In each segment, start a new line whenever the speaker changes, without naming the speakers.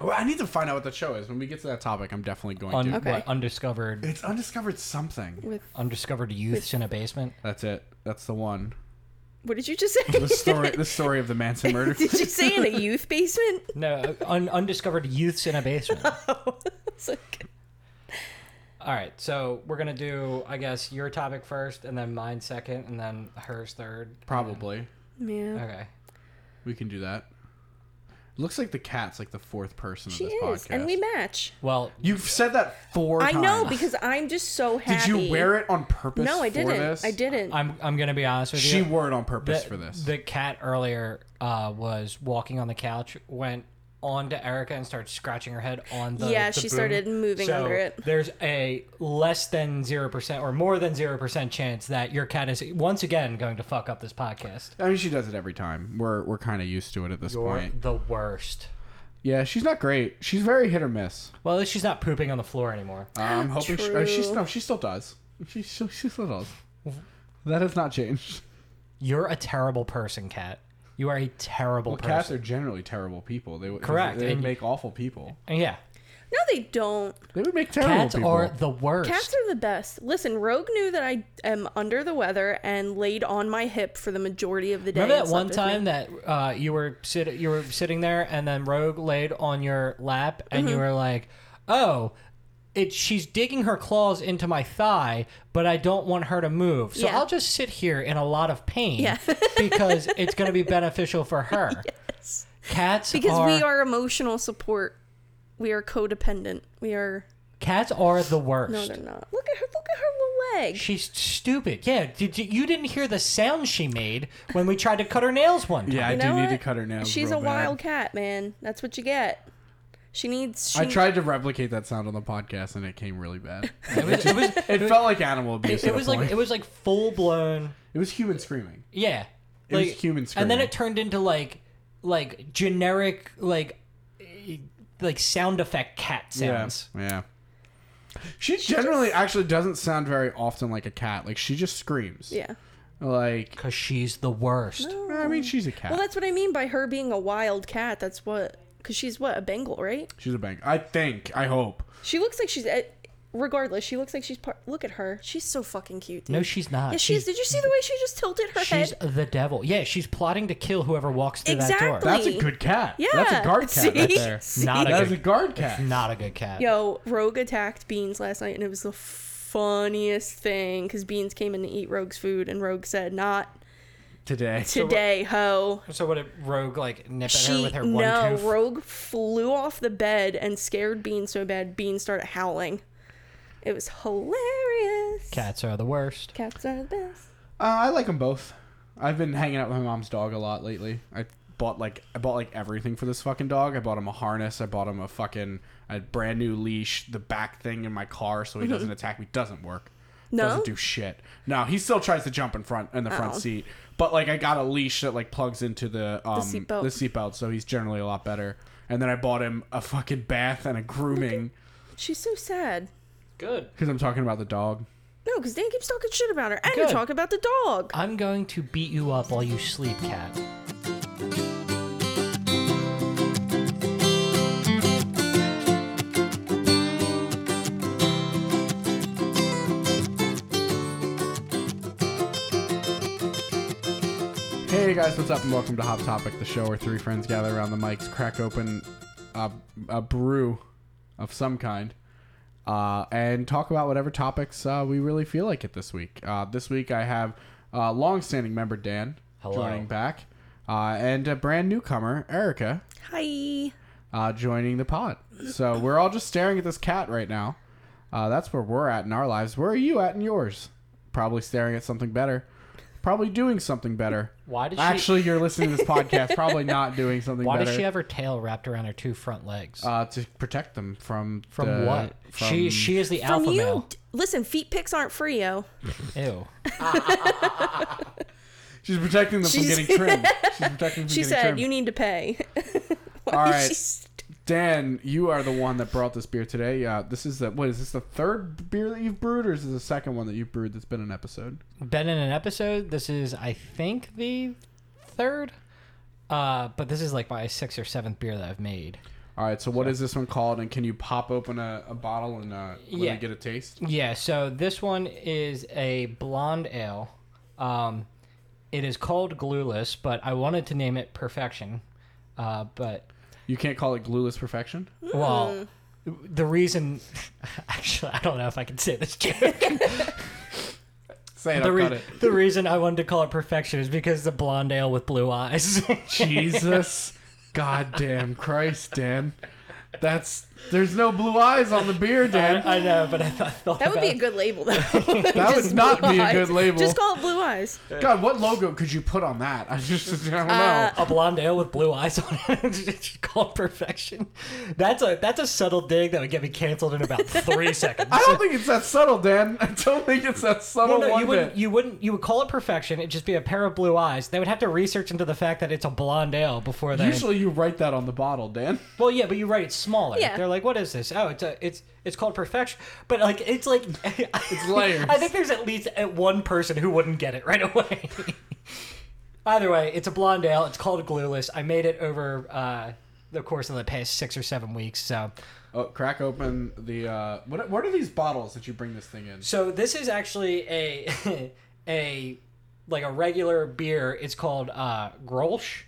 Well, I need to find out what the show is. When we get to that topic, I'm definitely going
Un-
to.
what,
Okay.
undiscovered,
It's undiscovered something.
With
undiscovered youths in a basement.
That's it. That's the one.
what did you just say?
The story. the story of the Manson murder.
did you say in a youth basement?
No, uh, un- undiscovered youths in a basement.
Oh.
It's like-
All right, so we're gonna do, I guess, your topic first, and then mine second, and then hers third.
Probably.
yeah.
Okay.
We can do that. Looks like the cat's like the fourth person
She
of
is,
this podcast.
and we match.
Well,
You've said that four
I
times.
know because I'm just so
Did
happy.
you wear it on purpose?
No, I
for
didn't.
This?
I didn't.
I'm I'm gonna be honest with
She
you.
wore it on
the,
purpose for this.
The cat earlier uh, was walking on the couch, went on to Erica and started scratching her head on the
Yeah,
the
she
boom.
started moving
So
under it.
There's a less than zero percent or more than zero percent chance that your cat is once again going to fuck up this podcast.
I mean, she does it every time. We're we're kind of used to it at this
Or
point.
the worst.
Yeah, she's not great. She's very hit or miss.
Well, at least she's not pooping on the floor anymore.
I'm hoping she, uh, she's
True.
no, she still does. She she, she still does. That has not changed.
You're a terrible person, cat. You are a terrible
Well, cats
person.
are generally terrible people. They would
Correct,
They would
and-
make awful people.
yeah,
no, they don't.
They would make terrible
cats
people.
are the worst.
Cats are the best. Listen, Rogue knew that I am under the weather and laid on my hip for the majority of the day.
Remember
and
that one
slept with
time
me.
that uh, you were sit- you were sitting there, and then Rogue laid on your lap, and
Mm-hmm.
you were like, "Oh, it, she's digging her claws into my thigh, but I don't want her to move, so
Yeah.
I'll just sit here in a lot of pain
Yeah.
because it's going to be beneficial for her." Cats
because
are,
we are emotional support. We are codependent. We are.
cats are the worst.
No, they're not. Look at her. Look at her little leg.
She's stupid. Yeah, did you, you didn't hear the sound she made when we tried to cut her nails one time.
Yeah, I
You
do
know
need
what?
to cut her nails.
She's
real
a
bad.
wild cat, man. That's what you get. She needs. She,
I tried to replicate that sound on the podcast, and it came really bad.
It was, it was,
It felt like animal abuse.
it was like it was like full blown.
it was human screaming.
Yeah,
It was human
And then
screaming.
it turned into like like generic like eh, like sound effect cat sounds.
Yeah. yeah. She, generally actually doesn't sound very often like a cat. Like she just screams.
Yeah.
Like
Cause she's the worst.
I mean, she's a cat.
Well, that's what I mean by her being a wild cat. That's what. Because she's what? A Bengal, right?
she's a bank. I think. I hope.
She looks like she's. eh, Regardless, she looks like she's part. Look at her. She's so fucking cute. Dude.
No, she's not.
Yeah, she's. Did you see the way she just tilted her
she's
head?
the devil. Yeah, she's plotting to kill whoever walks through that door.
Exactly.
That's a good cat.
Yeah.
That's a guard cat
See?
right there.
See?
Not a
That
good-
is a guard cat.
Not a good cat.
Yo, Rogue attacked Beans last night, and it was the funniest thing because Beans came in to eat Rogue's food, and Rogue said, "Not
Today.
today, ho."
So what did Rogue like nip at her
She
with her one
no.
tooth?
Rogue flew off the bed and scared Beans so bad, Beans started howling. It was hilarious.
Cats are the worst.
Cats are the best.
Uh, I like them both. I've been hanging out with my mom's dog a lot lately. I bought like I bought like everything for this fucking dog. I bought him a harness. I bought him a fucking a brand new leash. The back thing in my car so he doesn't attack me doesn't work.
Mm-hmm. No?
doesn't do shit. No, he still tries to jump in front in the front
Oh.
seat. But like I got a leash that like plugs into the um
seatbelt.
the seatbelt, so he's generally a lot better. And then I bought him a fucking bath and a grooming
She's so sad.
Good.
because I'm talking about the dog.
No, because Dan keeps talking shit about her, and you
Good. Uh,
talk about the dog.
I'm going to beat you up while you sleep, cat.
Hey guys, what's up and welcome to Hot Topic, the show where three friends gather around the mics, crack open a, a brew of some kind, uh, and talk about whatever topics uh, we really feel like it this week. Uh, this week I have uh, longstanding member Dan
Hello.
joining back, uh, and a brand newcomer, Erica,
Hi.
uh, joining the pod. So we're all just staring at this cat right now. Uh, that's where we're at in our lives. Where are you at in yours? Probably staring at something better. Probably doing something better.
Why did she
Actually, you're listening to this podcast, probably not doing something
Why
better
does she have her tail wrapped around her two front legs?
uh, to protect them from
From
the-
what?
From,
she she is the
From
alpha
you,
male.
d- listen, feet pics aren't free, yo.
Ew.
she's protecting them
She's-
from getting trimmed. She's protecting them from
She
getting
said
trimmed.
you need to pay. Why
All
is
right.
she st-
Dan, you are the one that brought this beer today. Uh, this is the what is this the third beer that you've brewed, or is this the second one that you've brewed that's been an episode?
Been in an episode. This is I think the third. Uh, but this is like my sixth or seventh beer that I've made.
All right, so what is this one called? And can you pop open a, a bottle and uh, let me
Yeah.
get a taste?
Yeah, so this one is a blonde ale. Um, it is called Glueless, but I wanted to name it Perfection. Uh, but
You can't call it glueless perfection.
well,
Hmm.
the reason actually I don't know if I can say this joke.
Say it,
the,
I'll cut
re-
it.
the reason I wanted to call it Perfection is because the blonde ale with blue eyes.
Jesus, goddamn Christ, Dan. That's there's no blue eyes on the beer, Dan.
I know, but I thought, I thought
That would be a
about-
good label, though. that
would not be a good label.
Just call it Blue Eyes.
God, what logo could you put on that? I just I don't know.
Uh,
a blonde ale with blue eyes on it. Just call it perfection. That's a that's a subtle dig that would get me canceled in about three seconds.
I don't think it's that subtle, Dan. I don't think it's that subtle
Well, no,
one
you
bit.
wouldn't. You wouldn't. You would call it perfection. It'd just be a pair of blue eyes. They would have to research into the fact that it's a blonde ale before they.
Usually, you write that on the bottle, Dan.
well, yeah, but you write it smaller.
Yeah.
They're like, what is this? Oh, it's a, it's it's called perfection. But like, it's like it's
layers.
I think there's at least uh, one person who wouldn't get it right away. Either way, it's a blonde ale. It's called glueless. I made it over uh, the course of the past six or seven weeks. So,
Oh, crack open the. Uh, what? What are these bottles that you bring this thing in?
so this is actually a a like a regular beer. It's called uh, Grolsch.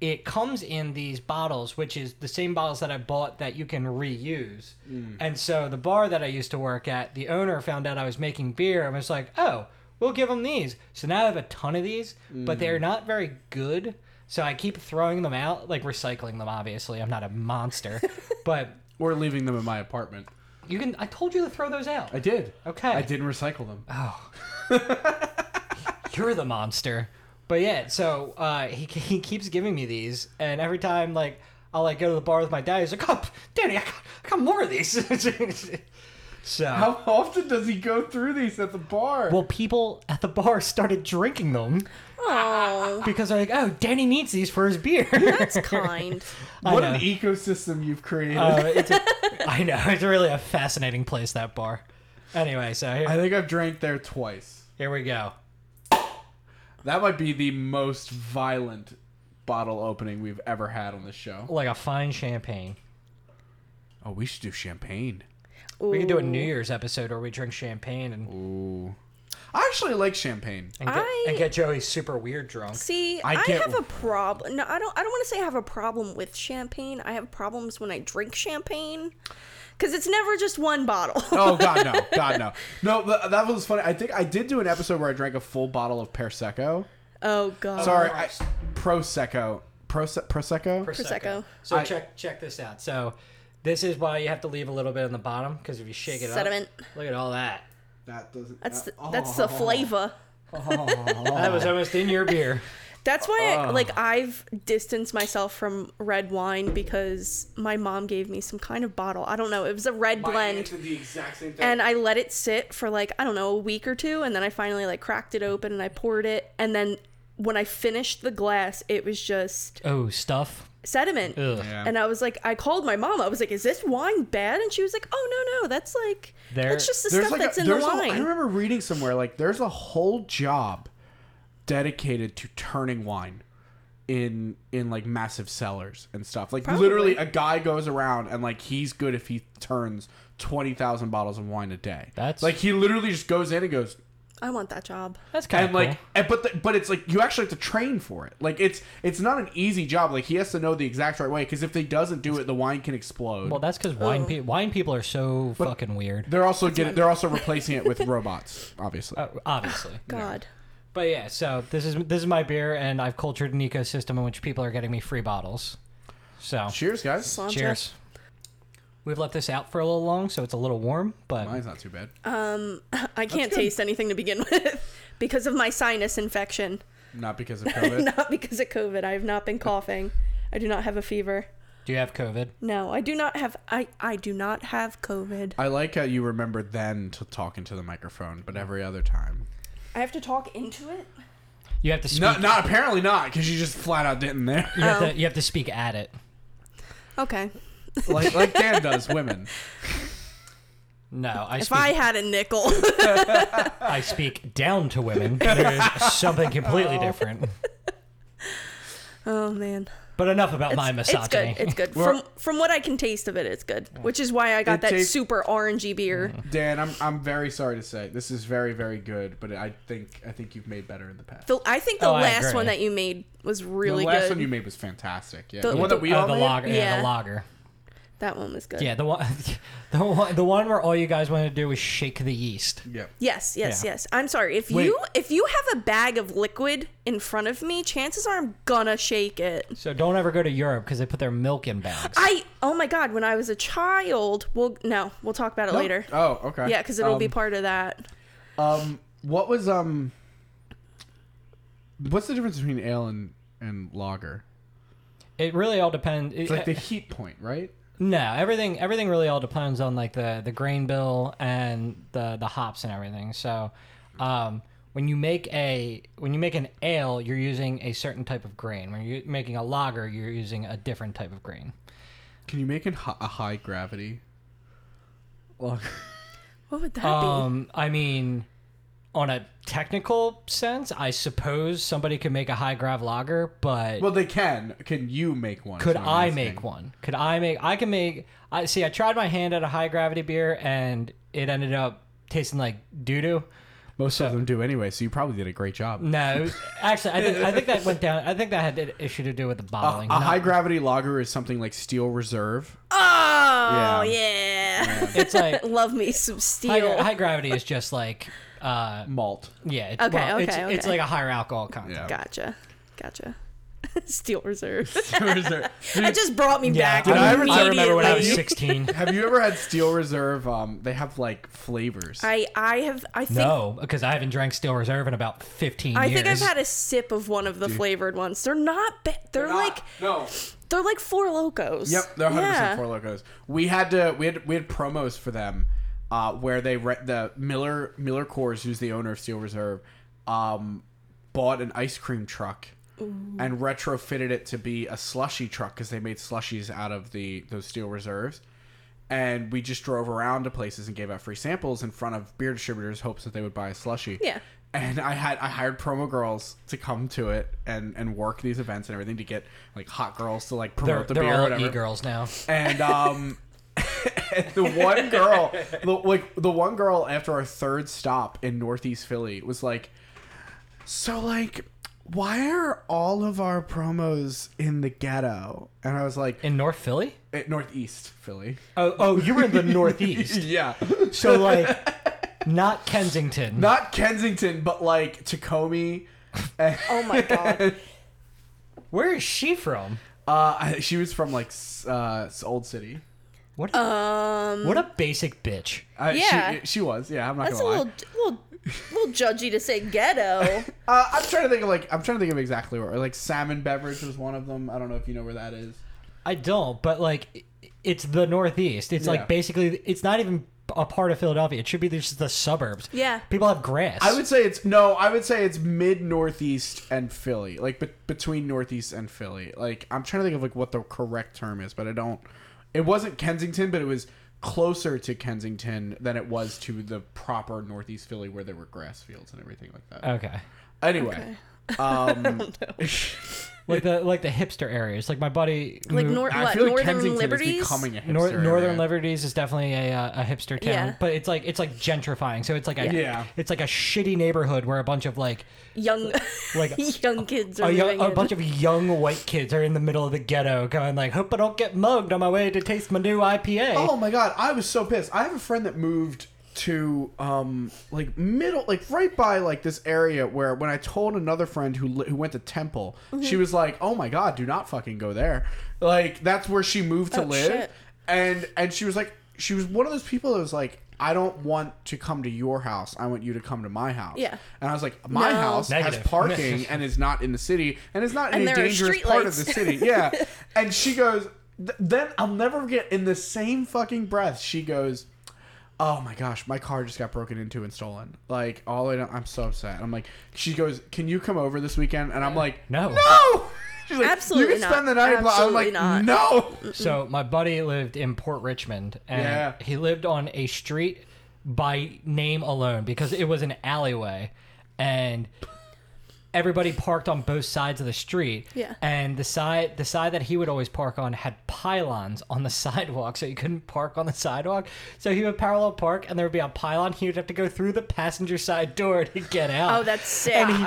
It comes in these bottles, which is the same bottles that I bought that you can reuse.
Mm.
And so the bar that I used to work at, the owner found out I was making beer and was like, "Oh, we'll give them these." So now I have a ton of these, but they're
Mm.
not very good. So I keep throwing them out, like recycling them. Obviously, I'm not a monster, but
We're leaving them in my apartment.
you can. I told you to throw those out.
I did.
Okay.
I didn't recycle them.
you're the monster. But yeah, so uh, he he keeps giving me these, and every time like I'll like go to the bar with my dad, he's like, "Oh, Danny, I got, I got more of these." so
How often does he go through these at the bar?
well, people at the bar started drinking them
Oh,
because they're like, "Oh, Danny needs these for his beer."
that's kind.
I
what
know.
an ecosystem you've created.
Uh, it's a, I know it's really a fascinating place that bar. Anyway, so
I
here,
think I've drank there twice.
here we go.
That might be the most violent bottle opening we've ever had on this show.
Like a fine champagne.
Oh, we should do champagne.
We could do a
Ooh.
New Year's episode where we drink champagne and
Ooh. I actually like champagne.
and get,
I-
and get Joey super weird drunk.
See,
I
I,
get-
have a problem. No, I don't. I don't want to say I have a problem with champagne. I have problems when I drink champagne, because it's never just one bottle.
Oh God, no, God, no, no. th- That was funny. I think I did do an episode where I drank a full bottle of prosecco.
oh God.
Sorry, I, prosecco, Prose- prosecco.
Prosecco.
So
I-
check check this out. So this is why you have to leave a little bit on the bottom because if you shake it
Sediment.
up, look at all that.
That doesn't.
That's the, that's the flavor.
That was almost in your beer.
That's why,
Oh.
I, like, I've distanced myself from red wine because my mom gave me some kind of bottle. I don't know. It was a red blend,
the exact same thing.
and I let it sit for like I don't know a week or two, and then I finally like cracked it open and I poured it, and then when I finished the glass, it was just
Oh, stuff.
sediment.
Ugh.
Yeah.
And I was like, I called my mom. I was like, "Is this wine bad?" And she was like, "Oh no, no, that's like
There-
that's just the
there's
stuff
like
that's
a,
in the
there's a- I
wine."
remember reading somewhere like there's a whole job dedicated to turning wine in in like massive cellars and stuff. Like
Probably.
literally, a guy goes around and like he's good if he turns twenty thousand bottles of wine a day.
That's-
like he literally just goes in and goes
I want that job.
That's kind
and
of
like and, but the, but it's like you actually have to train for it. Like it's it's not an easy job. Like he has to know the exact right way because if they doesn't do it, the wine can explode.
Well, that's because wine pe- wine people are so fucking weird.
they're also getting they're also replacing it with robots, obviously.
Uh, obviously.
God.
But yeah, so this is this is my beer, and I've cultured an ecosystem in which people are getting me free bottles. So
Cheers, guys.
Slanta.
cheers. We've left this out for a little long, so it's a little warm, but
Mine's not too bad.
Uh, I can't taste anything to begin with because of my sinus infection,
Not because of COVID.
not because of COVID. I have not been coughing. I do not have a fever.
do you have COVID?
No, I do not have I I do not have COVID.
I like how you remembered then to talk into the microphone, but every other time.
I have to talk into it.
You have to speak.
No, not apparently not, because you just flat out didn't there.
you, have to, you have to speak at it.
Okay.
like like Dan does women.
No, I
If
speak.
I had a nickel.
I speak down to women. There is something completely different.
oh man.
But enough about my
It's
misogyny.
good. It's good.
Well-
from from what I can taste of it, it's good. Which is why I got
It
that
tastes- Mm.
super orangey beer.
Dan, I'm I'm very sorry to say this is very very good, but I think I think you've made better in the past.
The, I think the
Oh, I
last
agree.
one that you made was really
the last
good.
one you made was fantastic. Yeah,
The-
the, one that we
Oh,
all
the
made?
lager. Yeah.
Yeah.
the lager.
that one was good.
Yeah, the one, the one, the one where all you guys wanted to do was shake the yeast.
Yeah.
Yes, yes,
Yeah.
yes. I'm sorry. If
Wait.
you if you have a bag of liquid in front of me, chances are I'm gonna shake it.
So don't ever go to Europe because they put their milk in bags.
I oh my god, when I was a child, well no, we'll talk about it later.
Oh, okay.
Yeah, because it'll be
Um,
part of that.
Um, what was um, what's the difference between ale and and lager?
It really all depends.
It's like the heat point, right?
no, everything everything really all depends on like the the grain bill and the the hops and everything. So, um, when you make a when you make an ale, you're using a certain type of grain. When you're making a lager, you're using a different type of grain.
Can you make it hi- a high gravity? Lager.
What would that
Um, I mean, on a technical sense, I suppose somebody could make a high grav lager, but
Well, they can. Can you make one? is
could
what I'm
I
asking.
make one? Could I make? I can make. I see. I tried my hand at a high gravity beer, and it ended up tasting like doo doo.
Most of them do anyway, so you probably did a great job.
No, it was- actually, I think, I think that went down. I think that had an issue to do with the
A,
bottling.
a
not-
high gravity lager is something like Steel Reserve.
be? Oh
Yeah.
yeah.
It's like
Love me some
high,
steel.
gra- high gravity is just like, uh,
Malt.
Oh
yeah. It's,
Okay,
well, it's,
okay,
it's
okay.
like a higher alcohol content.
Yeah.
Gotcha. Gotcha. steel reserve.
Steel Reserve.
that just brought me back.
Did
I,
I
remember- I remember when I was
immediately.
16.
Have you ever had Steel Reserve? Um, they have like flavors.
I I have I think
No, because I haven't drank Steel Reserve in about 15
I
years.
think I've had a sip of one of the flavored ones. They're not. Ba- they're, like
no.
they're like four locos.
Yep, they're 100
Yeah.
percent four locos. We had to we had we had promos for them uh, where they re- the Miller Miller Coors, who's the owner of Steel Reserve, um, bought an ice cream truck and retrofitted it to be a slushy truck because they made slushies out of the those Steel Reserves. And we just drove around to places and gave out free samples in front of beer distributors, hopes that they would buy a slushy.
Yeah.
And I had I hired promo girls to come to it and and work these events and everything to get like hot girls to like
They're,
promote the
they're
beer or
all
whatever
e-girls now.
and um and the one girl the, like the one girl after our third stop in northeast philly was like so like why are all of our promos in the ghetto and i was like
In North Philly?
"Eh, northeast philly
Oh, oh, you were in the Northeast.
yeah
So, like, not Kensington.
not kensington but like tacoma
Oh my god.
Where is she from?
uh I- she was from like s- uh s- old city
What a, what a basic bitch.
uh,
Yeah.
she, she was yeah i'm not
Um, That's a
gonna lie
little little little judgy to say ghetto.
uh, i'm trying to think of like i'm trying to think of exactly where like salmon beverage was one of them i don't know if you know where that is
I don't, but, like, i- it's the Northeast. It's,
Yeah.
like, basically, it's not even a part of Philadelphia. It should be just the suburbs.
Yeah.
People have grass.
I would say it's no. I would say it's mid northeast and Philly, like be- between northeast and Philly. Like I'm trying to think of like what the correct term is, but I don't. It wasn't Kensington, but it was closer to Kensington than it was to the proper northeast Philly where there were grass fields and everything like that.
Okay.
anyway, um,
Like the like the hipster areas. Like my buddy
Like
moved-
nor-
I
what
feel like
Northern
Kensington
Liberties.
is becoming a hipster
Nor- Northern
area.
Liberties is definitely a, uh, a hipster town,
Yeah.
but it's like it's like gentrifying. So it's like a
Yeah.
it's like a shitty neighborhood where a bunch of like
young
Like,
young kids are
a, young,
living
a
in.
bunch of young white kids are in the middle of the ghetto going like, "Hope I don't get mugged on my way to taste my new IPA."
Oh my god, I was so pissed. I have a friend that moved to um like middle like right by like this area where when I told another friend who li- who went to Temple,
Mm-hmm.
she was like, "Oh my god, do not fucking go there." Like that's where she moved to
Oh,
live.
shit.
And and she was like she was one of those people that was like I don't want to come to your house. I want you to come to my house.
Yeah.
And I was like, my
No.
house
Negative.
has parking and is not in the city and is not in
And
a
there are
dangerous part of
streetlights.
the city. Yeah. and she goes, th- then I'll never forget in the same fucking breath, she goes, Oh my gosh, my car just got broken into and stolen. Like, all I don't, I'm so upset. I'm like, she goes, Can you come over this weekend? And I'm like,
No.
No! She's like,
Absolutely
You can
not.
spend the night. I'm like,
Absolutely not.
No!
So my buddy lived in Port Richmond, and
Yeah.
he lived on a street by name alone because it was an alleyway, and everybody parked on both sides of the street.
Yeah.
And the side the side that he would always park on had pylons on the sidewalk, so you couldn't park on the sidewalk. So he would parallel park, and there would be a pylon. He would have to go through the passenger side door to get out.
Oh, that's sick.
And, he,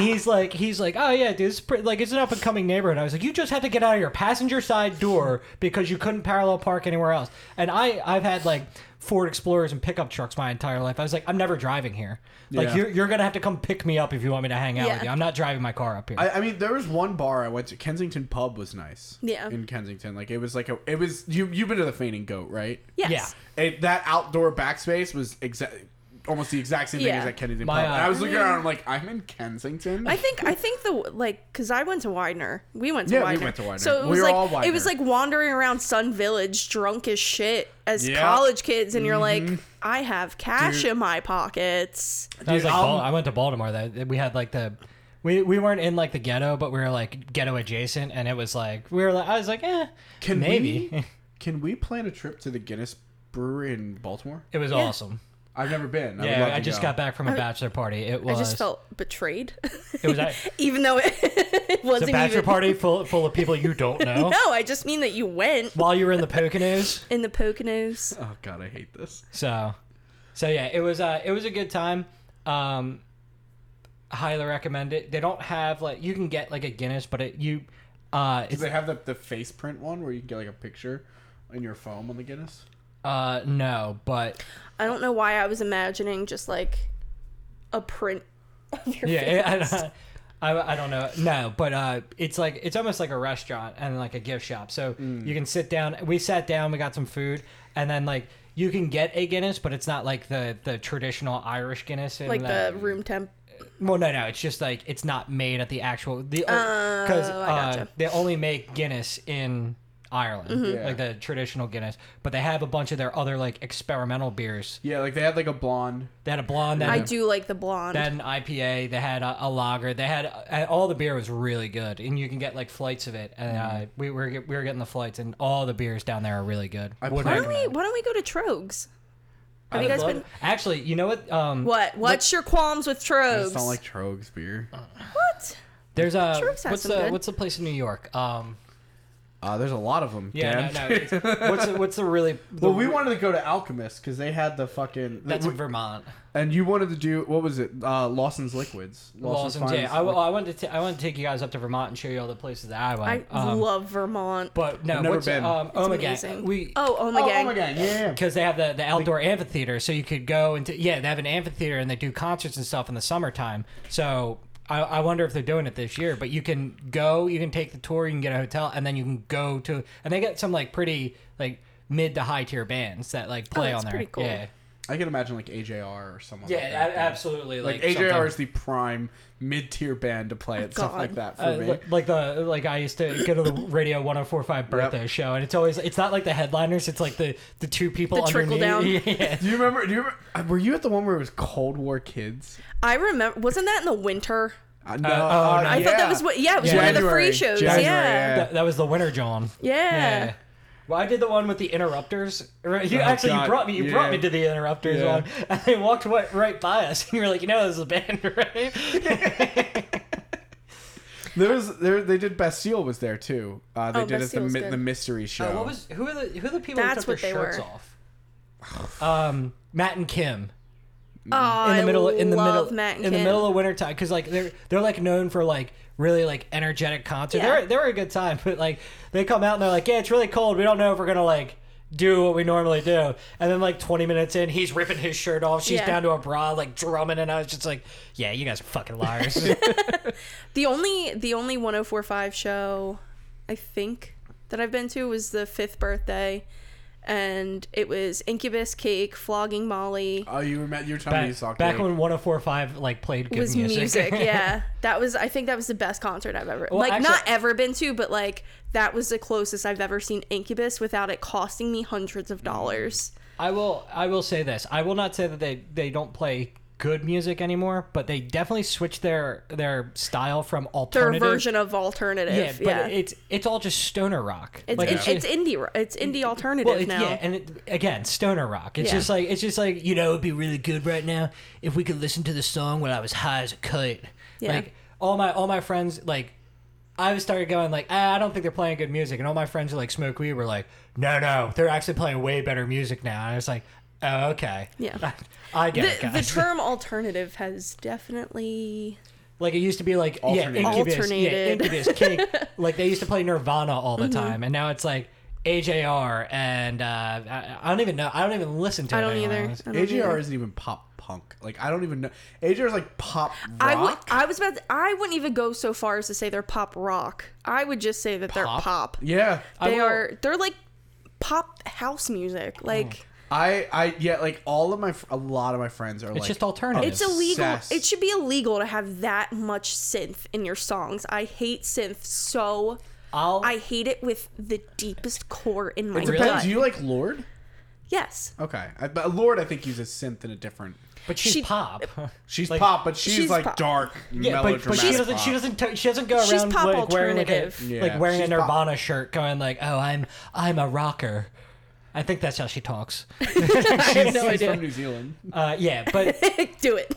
he's like, he's like, oh yeah, dude, it's pretty, like it's an up and coming neighborhood. I was like, you just had to get out of your passenger side door because you couldn't parallel park anywhere else. And I, I've had like Ford Explorers and pickup trucks my entire life. I was like, I'm never driving here. Like
Yeah.
you're, you're gonna have to come pick me up if you want me to hang out with
Yeah.
you. I'm not driving my car up here.
I, I mean, there was one bar I went to. Kensington Pub was nice.
Yeah.
In Kensington, like it was like a, it was you. You've been to the Fainting Goat, right?
yes.
yeah.
It, that outdoor backspace was exact, almost the exact same thing
Yeah.
as at Kensington
My,
Pub. And
uh,
I was looking around, I'm like, I'm in Kensington.
I think I think the like because I went to Widener. We went to
Yeah, we
Widener.
went to Widener.
So it
We
was
were
like
all
it
Widener.
was like wandering around Sun Village drunk as shit as
Yeah. Mm-hmm.
college kids, and you're like, I have cash in my pockets.
I was
Dude,
like, Bal-
I'll-
I went to Baltimore. That we had like the. We, we weren't in like the ghetto, but we were like ghetto adjacent, and it was like we were like I was like, eh,
Can
maybe
we- can we plan a trip to the Guinness Brewery in Baltimore?
it was awesome.
I've never been. I would love
Yeah,
to
I just
go.
got back from a bachelor party. It was
I just felt betrayed,
it was a-
even though it,
it's
wasn't
a bachelor
even.
party full full of people you don't know.
No, I just mean that you went
While you were in the Poconos,
in the Poconos.
Oh god, I hate this.
so so yeah, it was uh it was a good time. Um, highly recommend it. They don't have like you can get like a Guinness, but it you uh
Do
it's,
they have the the face print one where you can get like a picture in your foam on the Guinness?
uh no, but
I don't know why I was imagining just like a print of your face.
yeah, it- I, don't- I, I don't know. No, but uh, it's like it's almost like a restaurant and like a gift shop. So you can sit down. We sat down. We got some food, and then like you can get a Guinness, but it's not like the the traditional Irish Guinness. in
like
that-
the room temp.
well, no, no. It's just like it's not made at the actual the because
Oh, I gotcha. Mm-hmm.
uh, they only make Guinness in Ireland,
Yeah.
like the traditional Guinness. But they have a bunch of their other like experimental beers.
Yeah, like they had like a blonde.
They had a blonde. They had
I
a
do like the blonde.
they had an IPA. They had a, a lager. They had uh, all the beer was really good, and you can get like flights of it. And
Mm.
uh, we were get- we were getting the flights, and all the beers down there are really good.
I
Would
plan-
why don't
recommend.
we Why don't we go to Trogues? Have
I
you
would
guys
love-
been?
Actually, you know what? Um,
What? What's your qualms with
I
Trogues?
just don't like Trogues beer.
Uh.
what?
There's a
Sure, it's not
what's
so
the
good.
what's the place in New York? Um,
Uh, there's a lot of them. Dan.
yeah, no, no. It's, what's the, what's the really? The,
Well, we wanted to go to Alchemist because they had the fucking.
that's
we-
in Vermont.
and you wanted to do what was it? Uh, Lawson's Liquids.
Lawson's.
Finest
yeah, I,
Liquids.
I wanted to t- I wanted to take you guys up to Vermont and show you all the places that I
I
went. um,
love Vermont.
but no,
I've never
what's,
been.
um,
It's
Omega.
amazing.
We
oh, oh my
oh,
god.
oh my god! Yeah, yeah.
because they have the, the outdoor amphitheater so you could go into yeah they have an amphitheater and they do concerts and stuff in the summertime so I, I wonder if they're doing it this year but you can go you can take the tour you can get a hotel and then you can go to and they get some like pretty like mid to high tier bands that like play
Oh, that's
on there
pretty cool.
yeah
I can imagine like AJR or someone.
yeah
like that.
a- absolutely like,
Like, AJR
something-
is the prime mid-tier band to play at stuff
Oh, God.
like that for
uh,
me.
li- like the like I used to go to the Radio 1045 birthday show, and it's always it's not like the headliners, it's like the the two people
The trickle
underneath. Yeah.
do you remember? Do you remember? uh, Were you at the one where it was Cold War kids?
I remember. Wasn't that in the winter?
Uh, no,
oh, no.
I thought that was what. Yeah, it was one of the
January.
free shows.
January,
yeah.
That, that was the winner, John.
Yeah.
Yeah. Well, I did the one with the interrupters. Right? You
Oh,
actually
God.
you brought me you
Yeah.
brought me to the interrupters
Yeah.
one, and they walked right, right by us, and you were like, you know, this is a band, right?
There was there. They did Bastille was there too. Uh, they
Oh,
did it the
Bastille was
mi-
good.
the mystery show.
Uh, what was who are the who are the people
That's
who
what
took their
they
shirts
were.
off? Um, Matt and Kim.
Oh,
in the middle in the
love
middle
Matt
in
and
the
Kim.
middle of wintertime because like they're they're like known for like really like energetic concerts
Yeah.
they're, they're a good time but like they come out and they're like yeah it's really cold we don't know if we're gonna like do what we normally do and then like 20 minutes in he's ripping his shirt off she's
Yeah.
down to a bra like drumming and i was just like yeah you guys are fucking liars
The only the only 1045 show I think that I've been to was the fifth birthday, and it was Incubus, Cake, Flogging Molly.
Oh, you remember? You were telling me you saw.
back, back
Cold-
when 1045 like played good
was music. yeah, that was. I think that was the best concert I've ever like
actually-
not ever been to, but like that was the closest I've ever seen Incubus without it costing me hundreds of dollars.
I will I will say this. I will not say that they they don't play good music anymore, but they definitely switched their their style from
Their
alternative
version of
Yeah,
alternative.
but
Yeah,
it's it's all just stoner rock.
it's
Like,
it's, it's indie. ro- It's indie alternative
well, it's,
now.
yeah, and it, again, stoner rock. It's
Yeah.
just like it's just like you know, it'd be really good right now if we could listen to the song while I was high as a kite.
Yeah.
Like all my all my friends like I started going like ah, I don't think they're playing good music, and all my friends who like smoke weed were like, no, no, they're actually playing way better music now. And I was like, oh, okay,
Yeah.
I get it,
The, the
guys.
term alternative has definitely
like it used to be like
Alternated.
yeah, incubus, yeah,
Alternated. Mm-hmm.
incubus, King. like they used to play Nirvana all the time, and now it's like AJR and uh, I, I don't even know. I don't even listen to.
I
it
don't
anymore.
either.
It's-
I don't
AJR
either.
isn't even pop punk. Like I don't even know. AJR is like pop rock.
I would. I was about. To, I wouldn't even go so far as to say they're pop rock. I would just say that they're
Pop?
pop.
yeah.
I
They
will-
are. They're like pop house music.
Oh.
Like
I I yeah. Like all of my fr- a lot of my friends are like
just alternative.
it's illegal.
obsessed.
It should be illegal to have that much synth in your songs. I hate synth so.
I'll
I hate it with the deepest core in my
Really?
Depends.
blood.
Oh, Do you like Lord?
yes.
Okay, I, but Lord I think uses synth in a different.
but she's
she-
pop.
She's
Like-
pop, but she's,
she's
like
pop.
dark,
Yeah,
melodramatic.
but, but she doesn't. She
pop.
doesn't. T- she doesn't go around
She's pop
like wearing like a,
alternative.
Yeah,
like wearing a
she's pop.
Nirvana shirt, going like, "Oh, I'm I'm a rocker." I think that's how she talks.
She's, no idea. from New Zealand.
Uh, yeah, but
Do it.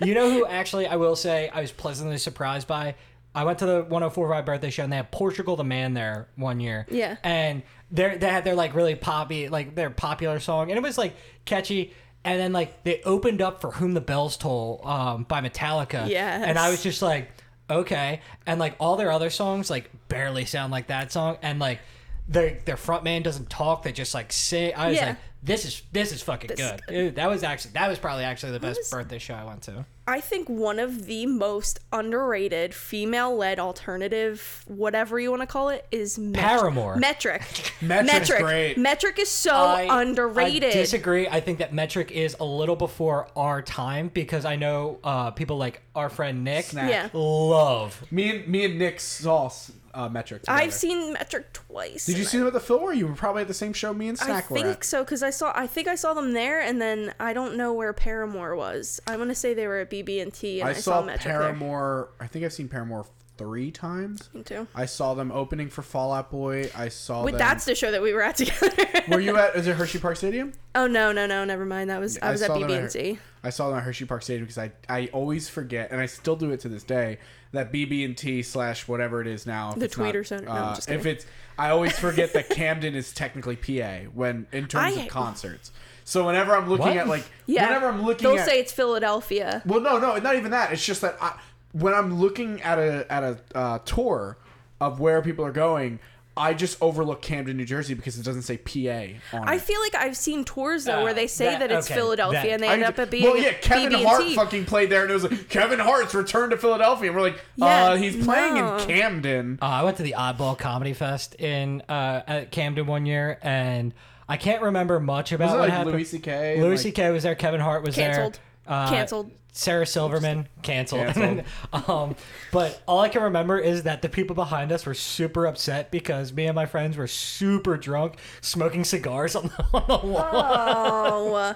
you know who actually I will say I was pleasantly surprised by? I went to the 104.5 birthday show and they had Portugal the Man there one year.
Yeah.
And they they had their like really poppy, like their popular song. And it was like catchy. And then like they opened up for Whom the Bells Toll um, by Metallica.
Yes.
And I was just like, okay. And like all their other songs like barely sound like that song. And like their their front man doesn't talk. They just like sing. I was
Yeah.
like, this is this is fucking
is
good. Dude, that was actually that was probably actually the best birthday show I went to.
I think one of the most underrated female led alternative, whatever you want to call it, is Met-
Paramore.
Metric.
Metric's great.
Metric is so
Oh,
underrated.
I disagree. I think that metric is a little before our time because I know uh, people like our friend Nick
Snack.
Yeah.
love.
Me and me and Nick saw uh, Metric. Together.
I've seen Metric twice.
Did you
and
see them at the film? Or you were probably at the same show me and
I, I
Snack were
think
at.
so because I saw. I think I saw them there, and then I don't know where Paramore was. I want to say they were at BB&T, and I,
I saw
Metric
Paramore. I think I've seen Paramore three times.
there too.
I saw them opening for Fallout Boy. I saw
Wait,
them.
that's the show that we were at together.
Were you at? Is it Hershey Park Stadium?
oh no, no, no, never mind. That was I was at
saw them
BB&T.
I saw them at Hershey Park Stadium because I I always forget, and I still do it to this day, that BB and T slash whatever it is now. if
The
it's not,
Tweeter Center. No, I'm
uh,
just
if
kidding.
it's, I always forget that Camden is technically PA when in terms
I-
of concerts. So whenever I'm looking
What?
at like,
Yeah,
whenever I'm looking,
they'll
at,
say it's Philadelphia.
Well, no, no, not even that. It's just that I, when I'm looking at a at a uh, tour of where people are going, I just overlook Camden, New Jersey because it doesn't say PA on
I
it.
feel like I've seen tours though
Uh,
where they say that,
that-
it's
okay,
Philadelphia
that-
and they
I-
end up at being
well, yeah, Kevin
BB&T.
Hart fucking played there, and it was like Kevin Hart's return to Philadelphia. And we're like,
Yeah,
uh, he's playing
no.
in Camden.
Uh, I went to the Oddball Comedy Fest in uh, at Camden one year, and I can't remember much about
Was it
what
like
happened.
Louis C.K. and,
Louis
like-
C.K. was there. Kevin Hart was
Canceled.
there. Uh,
Canceled.
Sarah Silverman canceled.
Canceled.
um, but all I can remember is that the people behind us were super upset because me and my friends were super drunk, smoking cigars on the, on the wall.
Oh, uh,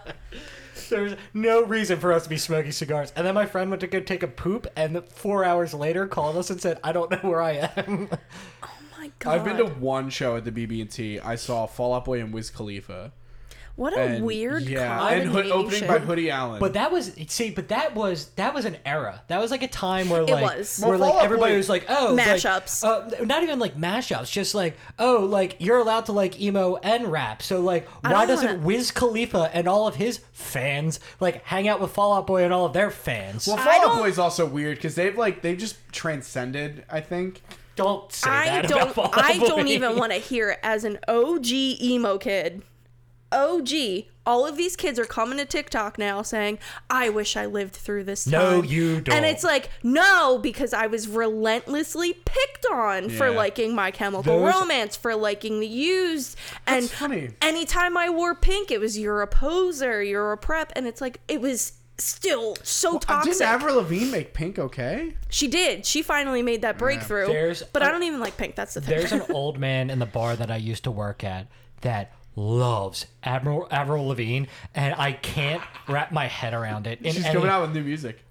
There's no reason for us to be smoking cigars. And then my friend went to go take a poop, and four hours later called us and said, "I don't know where I am."
my god!
I've been to one show at the BB&T. I saw Fall Out Boy and Wiz Khalifa.
what a
And,
weird
yeah, and hood,
combination.
opening by Hoodie Allen.
But that was see, but that was that was an era. That was like a time where like
was.
where
Well, Fall
like
Out
everybody
Boy-
was like, oh, like,
Mashups.
uh, not even like mashups, just like oh, like you're allowed to like emo and rap. So like, why
don't
doesn't
wanna-
Wiz Khalifa and all of his fans like hang out with Fallout Boy and all of their fans?
well,
Well,
Fall Out
don't-
Boy is also weird because they've like they've just transcended. I think.
don't say
I
that about
don't.
Fall Out
I
Boy.
don't even want to hear it as an OG emo kid. OG. All of these kids are coming to TikTok now saying, "I wish I lived through this time."
No, you don't.
And it's like, no, because I was relentlessly picked on for
Yeah.
liking My Chemical
Those-
Romance, for liking The Used, and
funny.
anytime I wore pink, it was you're a poser, you're a prep, and it's like it was still so
Uh,
toxic.
Didn't Avril Lavigne make Pink okay?
She did. She finally made that breakthrough.
There's-
but I don't even like pink. That's the thing.
There's an old man in the bar that I used to work at that loves Admiral Avril Lavigne, and I can't wrap my head around it. in
She's
any-
coming out with new music.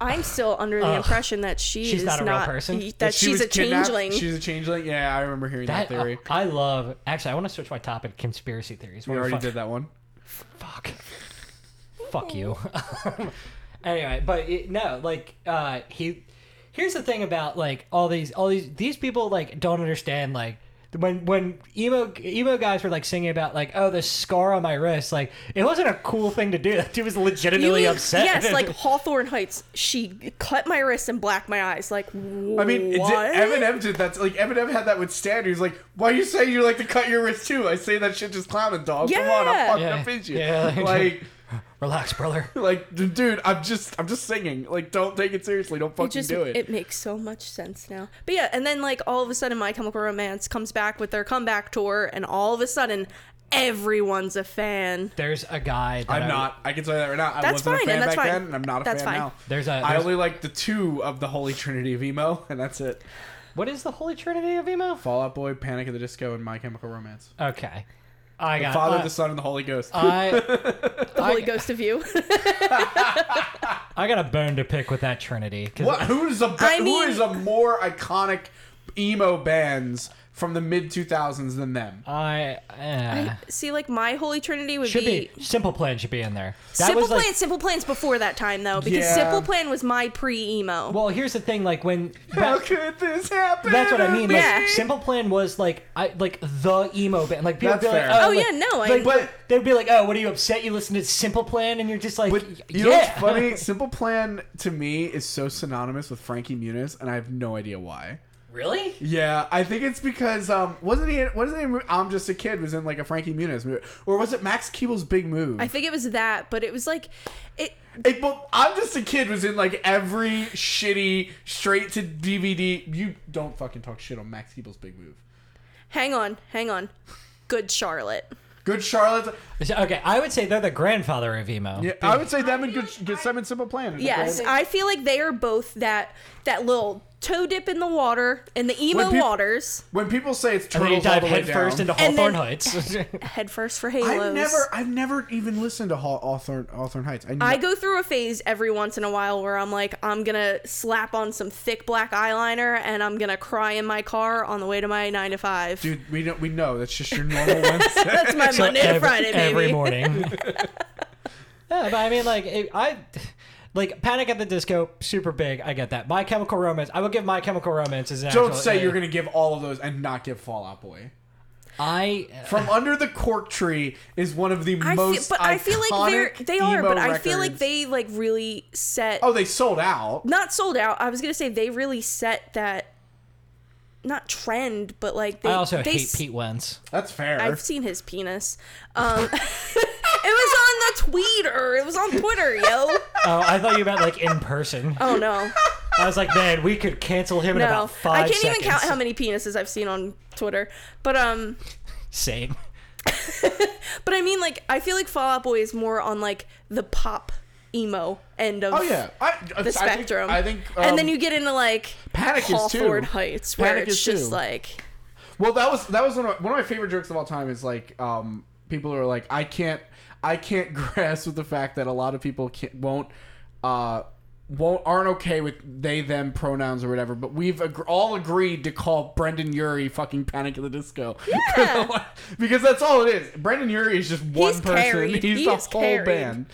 I'm still under the impression that she
She's
is
not a real person?
That,
That she
she's
was
a
kidnapped-
changeling.
She's a changeling. Yeah, I remember hearing that,
That, oh,
theory.
I, I love. Actually, I want to switch my topic. Conspiracy theories.
we
What
already
the
did that one.
fuck? Fuck you. anyway, but it, no, like uh, he here's the thing about like all these all these these people like don't understand like when when emo emo guys were like singing about like oh the scar on my wrist like it wasn't a cool thing to do that dude was
You
legitimately
mean-
upset
Yes, like Hawthorne Heights. She cut my wrist and blacked my eyes. Like,
I mean, it did,
what?
Eminem did that. Like Eminem had that with Stan. He's like, "Why you say you like to cut your wrist too?" I say that shit just clowning, dog. Come on,
Yeah.
I'm fucking
Yeah.
up with you.
Yeah.
like,
relax brother
like, d- dude, I'm just, I'm just singing. Like, don't take it seriously. Don't
It
fucking
just
do it.
makes so much sense now. But yeah, and then like all of a sudden, My Chemical Romance comes back with their comeback tour, and all of a sudden, everyone's a fan.
there's a guy that
I'm
I-
not. I can tell you that right now. I
That's
wasn't
fine,
a fan
and that's
back
fine.
then, and I'm not a
That's
fan
fine.
now.
There's a-
I
there's-
only like the two of the Holy Trinity of emo, and that's it.
what is the holy trinity of emo
Fallout Boy, Panic at the Disco, and My Chemical Romance.
okay I got uh,
Father,
I-
the Son, and the Holy Ghost.
I
The Holy
I-
Ghost of You.
I got a bone to pick with that trinity 'cause
What? Who is a be-
I
who
mean-
is a more iconic emo bands from the mid 2000s than them?
I, eh.
See, like my Holy Trinity would
should
be,
be Simple Plan should be in there. That
Simple
was like,
Plan. Simple Plan's before that time though, because
Yeah.
Simple Plan was my pre emo.
well, here's the thing, like when
How could this happen?
that's what I mean. Like
Yeah.
Simple Plan was like I like the emo band. Like people
That's
would be like,
fair.
oh,
Oh,
like-
yeah, no, I-
like,
But-
they'd be like, oh, what are you upset? You listen to Simple Plan, and you're just like,
But you know what's
yeah.
funny? Simple Plan to me is so synonymous with Frankie Muniz, and I have no idea why.
really?
Yeah, I think it's because um, wasn't he? Wasn't he? in- I'm just a kid. Was in like a Frankie Muniz movie, or was it Max Keeble's Big Move?
I think it was that, but it was like it.
It, but I'm just a kid was in like every shitty straight to DVD. You don't fucking talk shit on Max Keeble's Big Move.
Hang on, hang on. Good Charlotte.
Good Charlotte.
So, okay, I would say they're the grandfather of emo.
Yeah, I would say them and good, good Simon Simple Plan.
Yes, I feel like they are both that that little toe dip in the water in the emo
When peop-
waters.
When people say it's
And then you
turtles all
dive
the way
headfirst
down,
into
And
Hawthorne
then-
Heights.
Head first for Halos.
I've never, I've never even listened to Haw- Hawthorne, Hawthorne Heights. I,
I go through a phase every once in a while where I'm like, I'm gonna slap on some thick black eyeliner and I'm gonna cry in my car on the way to my nine to five.
dude, we know, we know that's just your normal Wednesday.
That's my
So
Monday to
every,
Friday, baby.
every morning. yeah, but I mean, like it, I, like Panic at the Disco, super big. I get that. My Chemical Romance. I would give My Chemical Romance as an.
Don't
actual-
say
uh,
you're gonna give all of those and not give Fallout Boy.
I.
From Under the Cork Tree is one of the
I feel,
most
but I feel like they're
iconic
they are,
emo
but I feel like
records.
they like really set
Oh, they sold out.
not sold out. I was gonna say they really set that not trend, but like they
I also
they
hate
s-
Pete Wentz.
That's fair.
I've seen his penis. Um, it was on the tweeter. It was on Twitter, yo.
Oh, I thought you meant like in person.
Oh no,
I was like, man, we could cancel him in
no.
about five
I can't
seconds.
even count how many penises I've seen on Twitter. But um,
Same.
but I mean, like, I feel like Fallout Boy is more on like the pop emo end of
oh yeah, I, I
the
think-
spectrum.
I think,
and then
um,
you get into like
Panic is too.
Hawthorne Heights, where
Panic
it's
is
just
too.
like
Well, that was that was one of, my, one of my favorite jokes of all time. Is like um, people are like, I can't, I can't grasp with the fact that a lot of people can't, won't, uh, won't aren't okay with they them pronouns or whatever. But we've ag- all agreed to call Brendan Urie fucking Panic at the Disco.
Yeah.
because that's all it is. Brendan Urie is just one
He's
person.
carried.
He's
He
the
is
whole
carried.
band.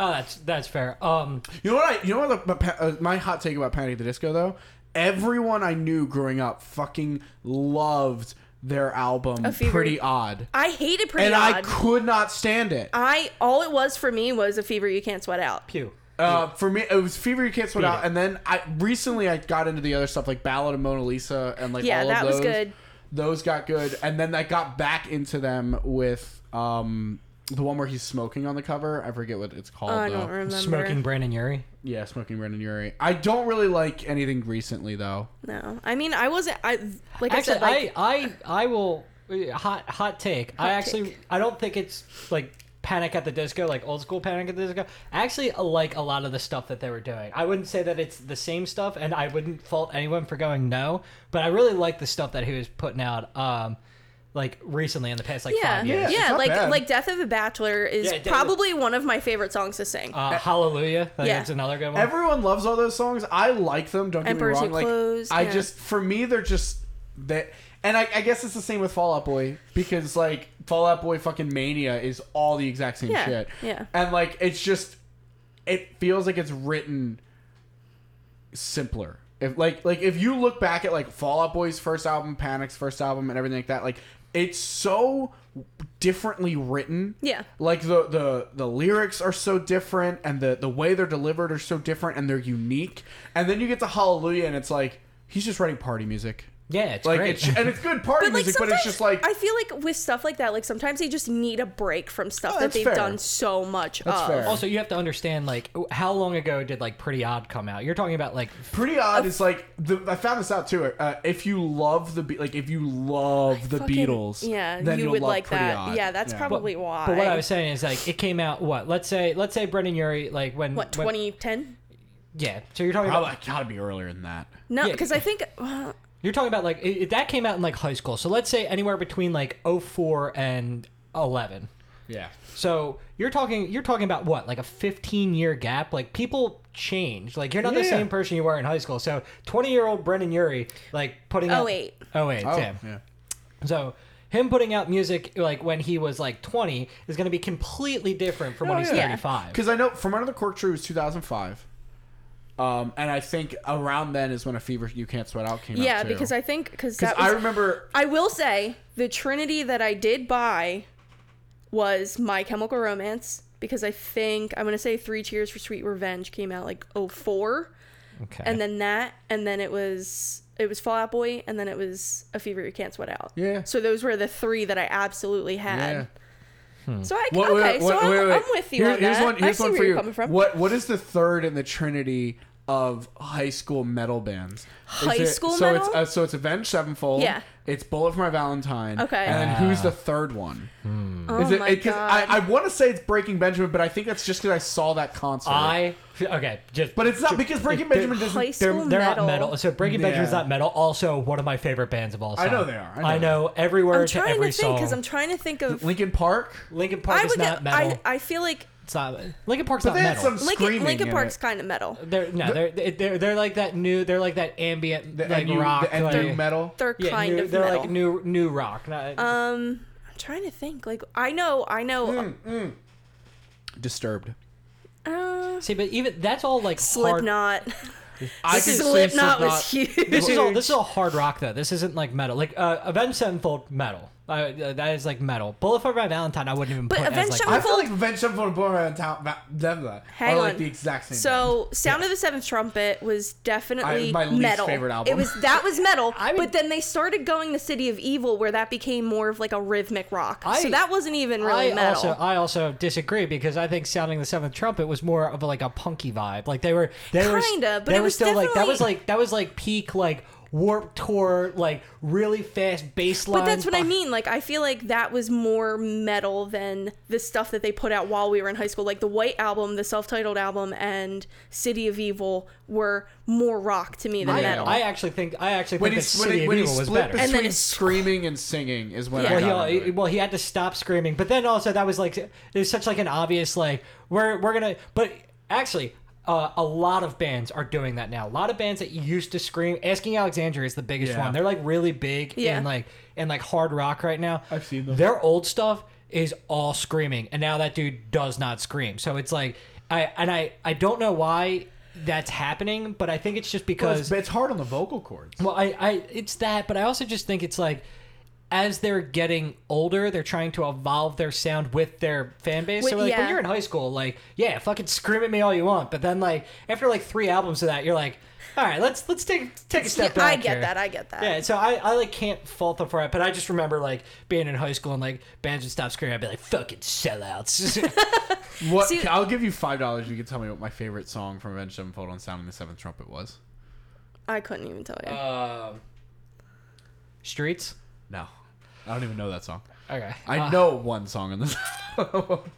Oh, that's that's fair. Um,
You know what? I, you know what? The, pa- uh, my hot take about Panic at the Disco though. Everyone I knew growing up fucking loved their album
Fever-
Pretty Odd.
I hated pretty
and
odd. Uh,
I could not stand it.
I all it was for me was a fever you can't sweat out.
pew.
Uh, for me, it was Fever You Can't Sweat
Beat
Out,
it.
and then I recently I got into the other stuff like Ballad of Mona Lisa and like
Yeah,
all
that
of
was
those.
good.
Those got good, and then I got back into them with um the one where he's smoking on the cover. I forget what it's called.
Oh, I
though.
don't remember.
Smoking Brandon Yuri.
Yeah, smoking Brendan Urie. I don't really like anything recently though.
No, I mean I wasn't. I like I
Actually,
said, like,
I, I I will uh, hot hot take. I actually I don't think it's like Panic at the Disco, like old school Panic at the Disco. I actually like a lot of the stuff that they were doing. I wouldn't say that it's the same stuff, and I wouldn't fault anyone for going no. But I really like the stuff that he was putting out, um, like recently in the past, like
yeah,
five
Yeah,
years.
it's
yeah,
not
like
bad.
like Death of a Bachelor is
Yeah, Death of-
probably one of my favorite songs to sing.
Uh, Hallelujah, I think
Yeah.
that's another good one.
Everyone loves all those songs. I like them. Don't get
Emperor's
me
New
wrong. Like
Clothes,
I
yeah.
just for me they're just that. And I, I guess it's the same with Fallout Boy because like Fallout Boy fucking Mania is all the exact same
Yeah,
shit.
yeah.
And like it's just it feels like it's written simpler. If like like if you look back at like Fall Out Boy's first album, Panic's first album, and everything like that, like it's so differently written.
Yeah.
Like the the the lyrics are so different, and the the way they're delivered are so different, and they're unique. And then you get to Hallelujah, and it's like he's just writing party music.
Yeah, it's
Like
great.
it's and it's good party music, but it's
sometimes-
just like
I feel like with stuff like that, like sometimes they just need a break from stuff
Oh,
that
that's
they've
fair.
done so much
That's
of.
fair.
also, you have to understand like how long ago did like Pretty Odd come out? You're talking about like
Pretty odd is like the, I found this out too. Uh, if you love the Be- like, if you love the
Fucking-
Beatles,
Yeah,
then
you
you'll
would
love
like
Pretty
that.
Odd.
Yeah, that's probably why.
But what I was saying is like it came out what? Let's say let's say Brendan Urie like when
what
when-
2010?
Yeah. So you're talking
Probably
about
gotta be earlier than that.
No,
Yeah.
because I think uh,
you're talking about like it, that came out in like high school. So let's say anywhere between like 04 and 11.
Yeah,
So you're talking you're talking about what like a 15 year gap. Like people change. Like you're not the
Yeah.
same person you were in high school. So 20 year old Brendan Urie like putting out
08.
08,
oh,
yeah.
yeah.
So him putting out music like when he was like 20 is going to be completely different from when
Oh,
he's
yeah.
35.
Because I know from another cork tree was 2005, um, and I think around then is when a fever you can't sweat out came out.
yeah,
too.
because I think because
'Cause
that
I
was-
remember.
I will say the Trinity that I did buy was My Chemical Romance because I think I'm gonna say Three Cheers for Sweet Revenge came out like 04.
Okay.
and then that, and then it was it was Fall Out Boy, and then it was A Fever You Can't Sweat Out.
Yeah.
So those were the three that I absolutely
Yeah.
had. Hmm. So I
What-
okay,
wait,
so
wait,
I'm,
wait, wait.
I'm with you
Here-
on
here's
that.
One,
I
here's
see
one
where
for
you're
you.
coming from.
What What is the third in the trinity of high school metal bands? Is
High
it-
school
so
metal?
It's, uh, so it's Avenged Sevenfold.
Yeah.
It's Bullet for My Valentine.
Okay.
And then
Ah.
who's the third one?
Oh
Is it,
my
it- 'cause
god!
I, I want to say it's Breaking Benjamin, but I think that's just because I saw that concert.
I okay, just
but it's not because Breaking Benjamin doesn't.
High
they're-
school
they're
metal.
not metal. So Breaking
Yeah.
Benjamin's not metal. Also, one of my favorite bands of all
I
time.
know they are. I know
I know, every word
I'm
to
trying
every
to think because
song.
I'm trying to think of.
Linkin Park.
Linkin Park
I
is
would.
not
Get,
metal.
I I feel like
it's not Linkin Park's
But
not
they had
metal.
some
Lincoln,
screaming.
Lincoln
in
Park's
it.
kind of metal.
they're no, they're, they're they're like that new. They're like that ambient
The,
like
and you-
rock.
the, and
like,
new metal.
They're
yeah,
kind
new-
of
they're
metal.
like new new rock. Not,
um, I'm trying to think. Like I know, I
Hmm,
know.
Disturbed.
Uh,
see, but even that's all like hard.
Slipknot.
I can say
Slipknot
Slipknot-
was huge.
This is all this is all hard rock though. This isn't like metal. Like uh, Avenged Sevenfold metal. Uh, uh, that is like metal. Bullet for My Valentine. I wouldn't even
But
put
Avenged
as like
I feel like Avenged Sevenfold and Bullet for My Valentine- Va- blah, blah,
Hang
are like
on.
the exact same. band.
So, Sound of the Seventh Trumpet was definitely
I- my least
metal.
favorite album.
It was that was metal,
I would-
but then they started going the City of Evil, where that became more of like a rhythmic rock. so
I-
that wasn't even really
I
metal.
also I also disagree because I think sounding the seventh trumpet was more of like a punky vibe. Like they were they were
Kinda, but
they
it
were
was
still like that
definitely-
was like that was like peak like warp tour like really fast bass line.
but that's what I mean. Like I feel like that was more metal than the stuff that they put out while we were in high school. Like the White album, the self-titled album, and City of Evil were more rock to me than
I,
metal.
I actually think I actually
when
think
he,
that
when
City
he,
of
when he
Evil was
split
better.
between
And then it's-
screaming and singing is when
Yeah.
I
well,
got
he,
into
well, he had to stop screaming, but then also that was like it was such like an obvious like we're we're gonna. But actually, uh, a lot of bands are doing that now. A lot of bands that used to scream. Asking Alexandria is the biggest
Yeah.
one. They're like really big
Yeah.
and like and like hard rock right now.
I've seen them.
Their old stuff is all screaming, and now that dude does not scream. So it's like I and I I don't know why that's happening, but I think it's just
Well,
because
it's, it's hard on the vocal cords.
well, I, I, it's that, but I also just think it's like, as they're getting older, they're trying to evolve their sound with their fan base. so
With-
like,
yeah.
when you're in high school, like, yeah, fucking scream at me all you want, but then like after like three albums of that, you're like, all right, let's let's take take a step
Yeah, I
back.
get
here.
that, I get that.
Yeah, so I, I like can't fault them for it, but I just remember like being in high school and like bands would stop screaming, I'd be like, fucking sellouts.
What?
See-
I'll give you five dollars. You can tell me what my favorite song from Avenged Sevenfold on Sounding the Seventh Trumpet was.
I couldn't even tell you.
um, streets.
No, I don't even know that song.
Okay.
I
Uh,
know one song in this.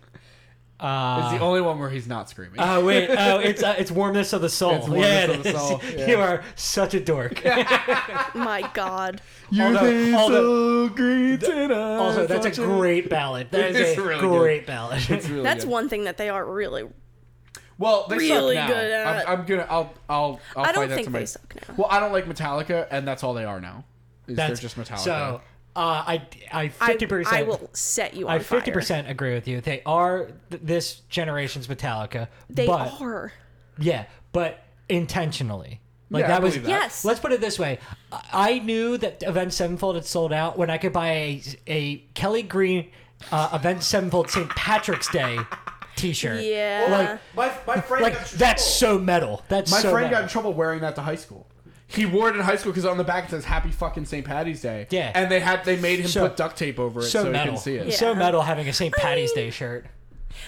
uh,
it's the only one where he's not screaming.
Oh wait, oh it's uh, it's warmness of the soul.
It's warmness
yeah, it
of the
is.
soul, yeah.
You are such a dork.
My God.
you
although-
think
although-
so great tonight,
also, Oh, that's a
don't you?
great ballad. That is
It's
a
really good.
great ballad.
It's really
That's
good.
one thing that they are really.
Well, they
really
suck now.
good at-
I'm, I'm gonna. I'll. I'll. I'll
I
fight
don't
that
think
to my-
they suck now.
Well, I don't like Metallica, and that's all they are now. Is they're
That's
just Metallica.
So uh, I I
I,
fifty percent.
I will set you on
I
fire.
fifty percent agree with you. They are th- this generation's Metallica.
They
but,
are.
Yeah, but intentionally. Like
Yeah, I
that was
believe that.
Yes.
Let's put it this way: I I knew that Event Sevenfold had sold out when I could buy a, a Kelly Green uh, Event Sevenfold St. Patrick's Day T-shirt.
Yeah.
Like,
My, my friend got in
like
trouble.
that's so metal. That's
My
so
friend got
metal.
in trouble wearing that to high school. He wore it in high school because on the back it says "Happy fucking St. Patty's Day."
Yeah.
and they had they made him
So-
put duct tape over it so,
so
he
metal.
couldn't see it.
Yeah.
So metal having a St. Patty's
mean-
Day shirt.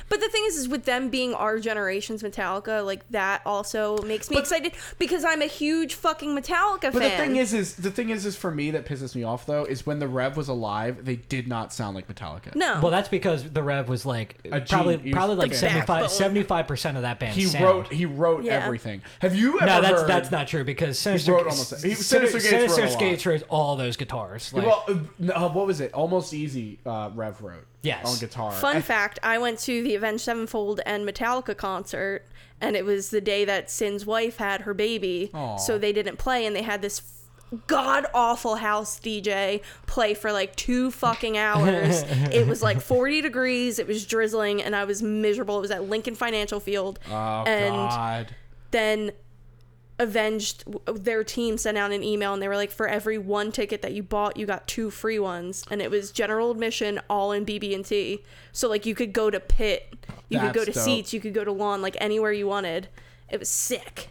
But the thing is, is with them being our generation's Metallica, like that also makes me
But-
excited because I'm a huge fucking Metallica fan.
But the thing is, is the thing is, is for me that pisses me off though is when the Rev was alive, they did not sound like Metallica.
no,
Well, that's because the Rev was like
A
probably
gene. He was
probably like
the
75
backbone.
75 percent of that band.
he wrote he wrote
Yeah.
everything. Have you ever?
No, that's
heard,
that's not true because Sinister,
wrote almost- he- Sinister
Sinister,
Gates
Sinister
wrote a lot.
Gates wrote all those guitars. Like,
Well, uh, no, uh, what was it? Almost Easy. Uh, Rev wrote.
Yes.
On guitar.
Fun
I-
fact: I went to the Avenged Sevenfold and Metallica concert, and it was the day that Sin's wife had her baby,
Aw.
so they didn't play, and they had this god awful house DJ play for like two fucking hours. it was like 40 degrees, it was drizzling, and I was miserable. It was at Lincoln Financial Field,
Oh
and
God.
then avenged their team sent out an email and they were like for every one ticket that you bought you got two free ones and it was general admission all in bb&t so like you could go to pit you could go to
That's dope.
seats you could go to lawn like anywhere you wanted it was sick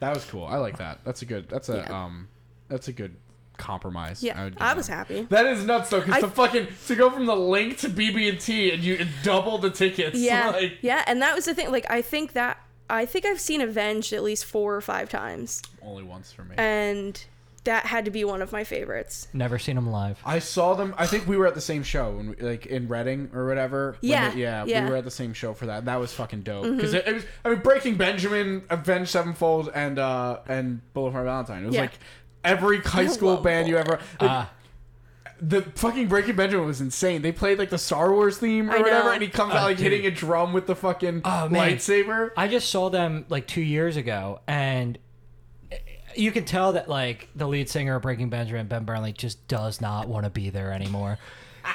That was cool. I like that. That's a good. That's a
Yeah.
um. That's a good compromise.
yeah
would do
i,
that.
was happy
That is nuts though, because
I-
to fucking to go from the link to BB and T and you double the tickets.
yeah
Like,
yeah and that was the thing like i think that i think i've seen avenged at least four or five times
only once for me.
and that had to be one of my favorites
never seen them live.
I saw them. I think we were at the same show, when we, like in Reading or whatever. when
Yeah,
they- yeah,
yeah. Mm-hmm.
We were at the same show for that. That was fucking dope. Because it, it was. I mean, Breaking Benjamin, Avenged Sevenfold, and uh and Boulevard Valentine. It was
Yeah.
like every high school
love
band you ever. like,
Ah.
the fucking Breaking Benjamin was insane. They played like the Star Wars theme
I
or whatever,
know.
and he comes out like
Oh, dude.
hitting a drum with the fucking
Oh, man.
lightsaber.
I just saw them like two years ago, and you can tell that like the lead singer of Breaking Benjamin, Ben Burnley, just does not want to be there anymore.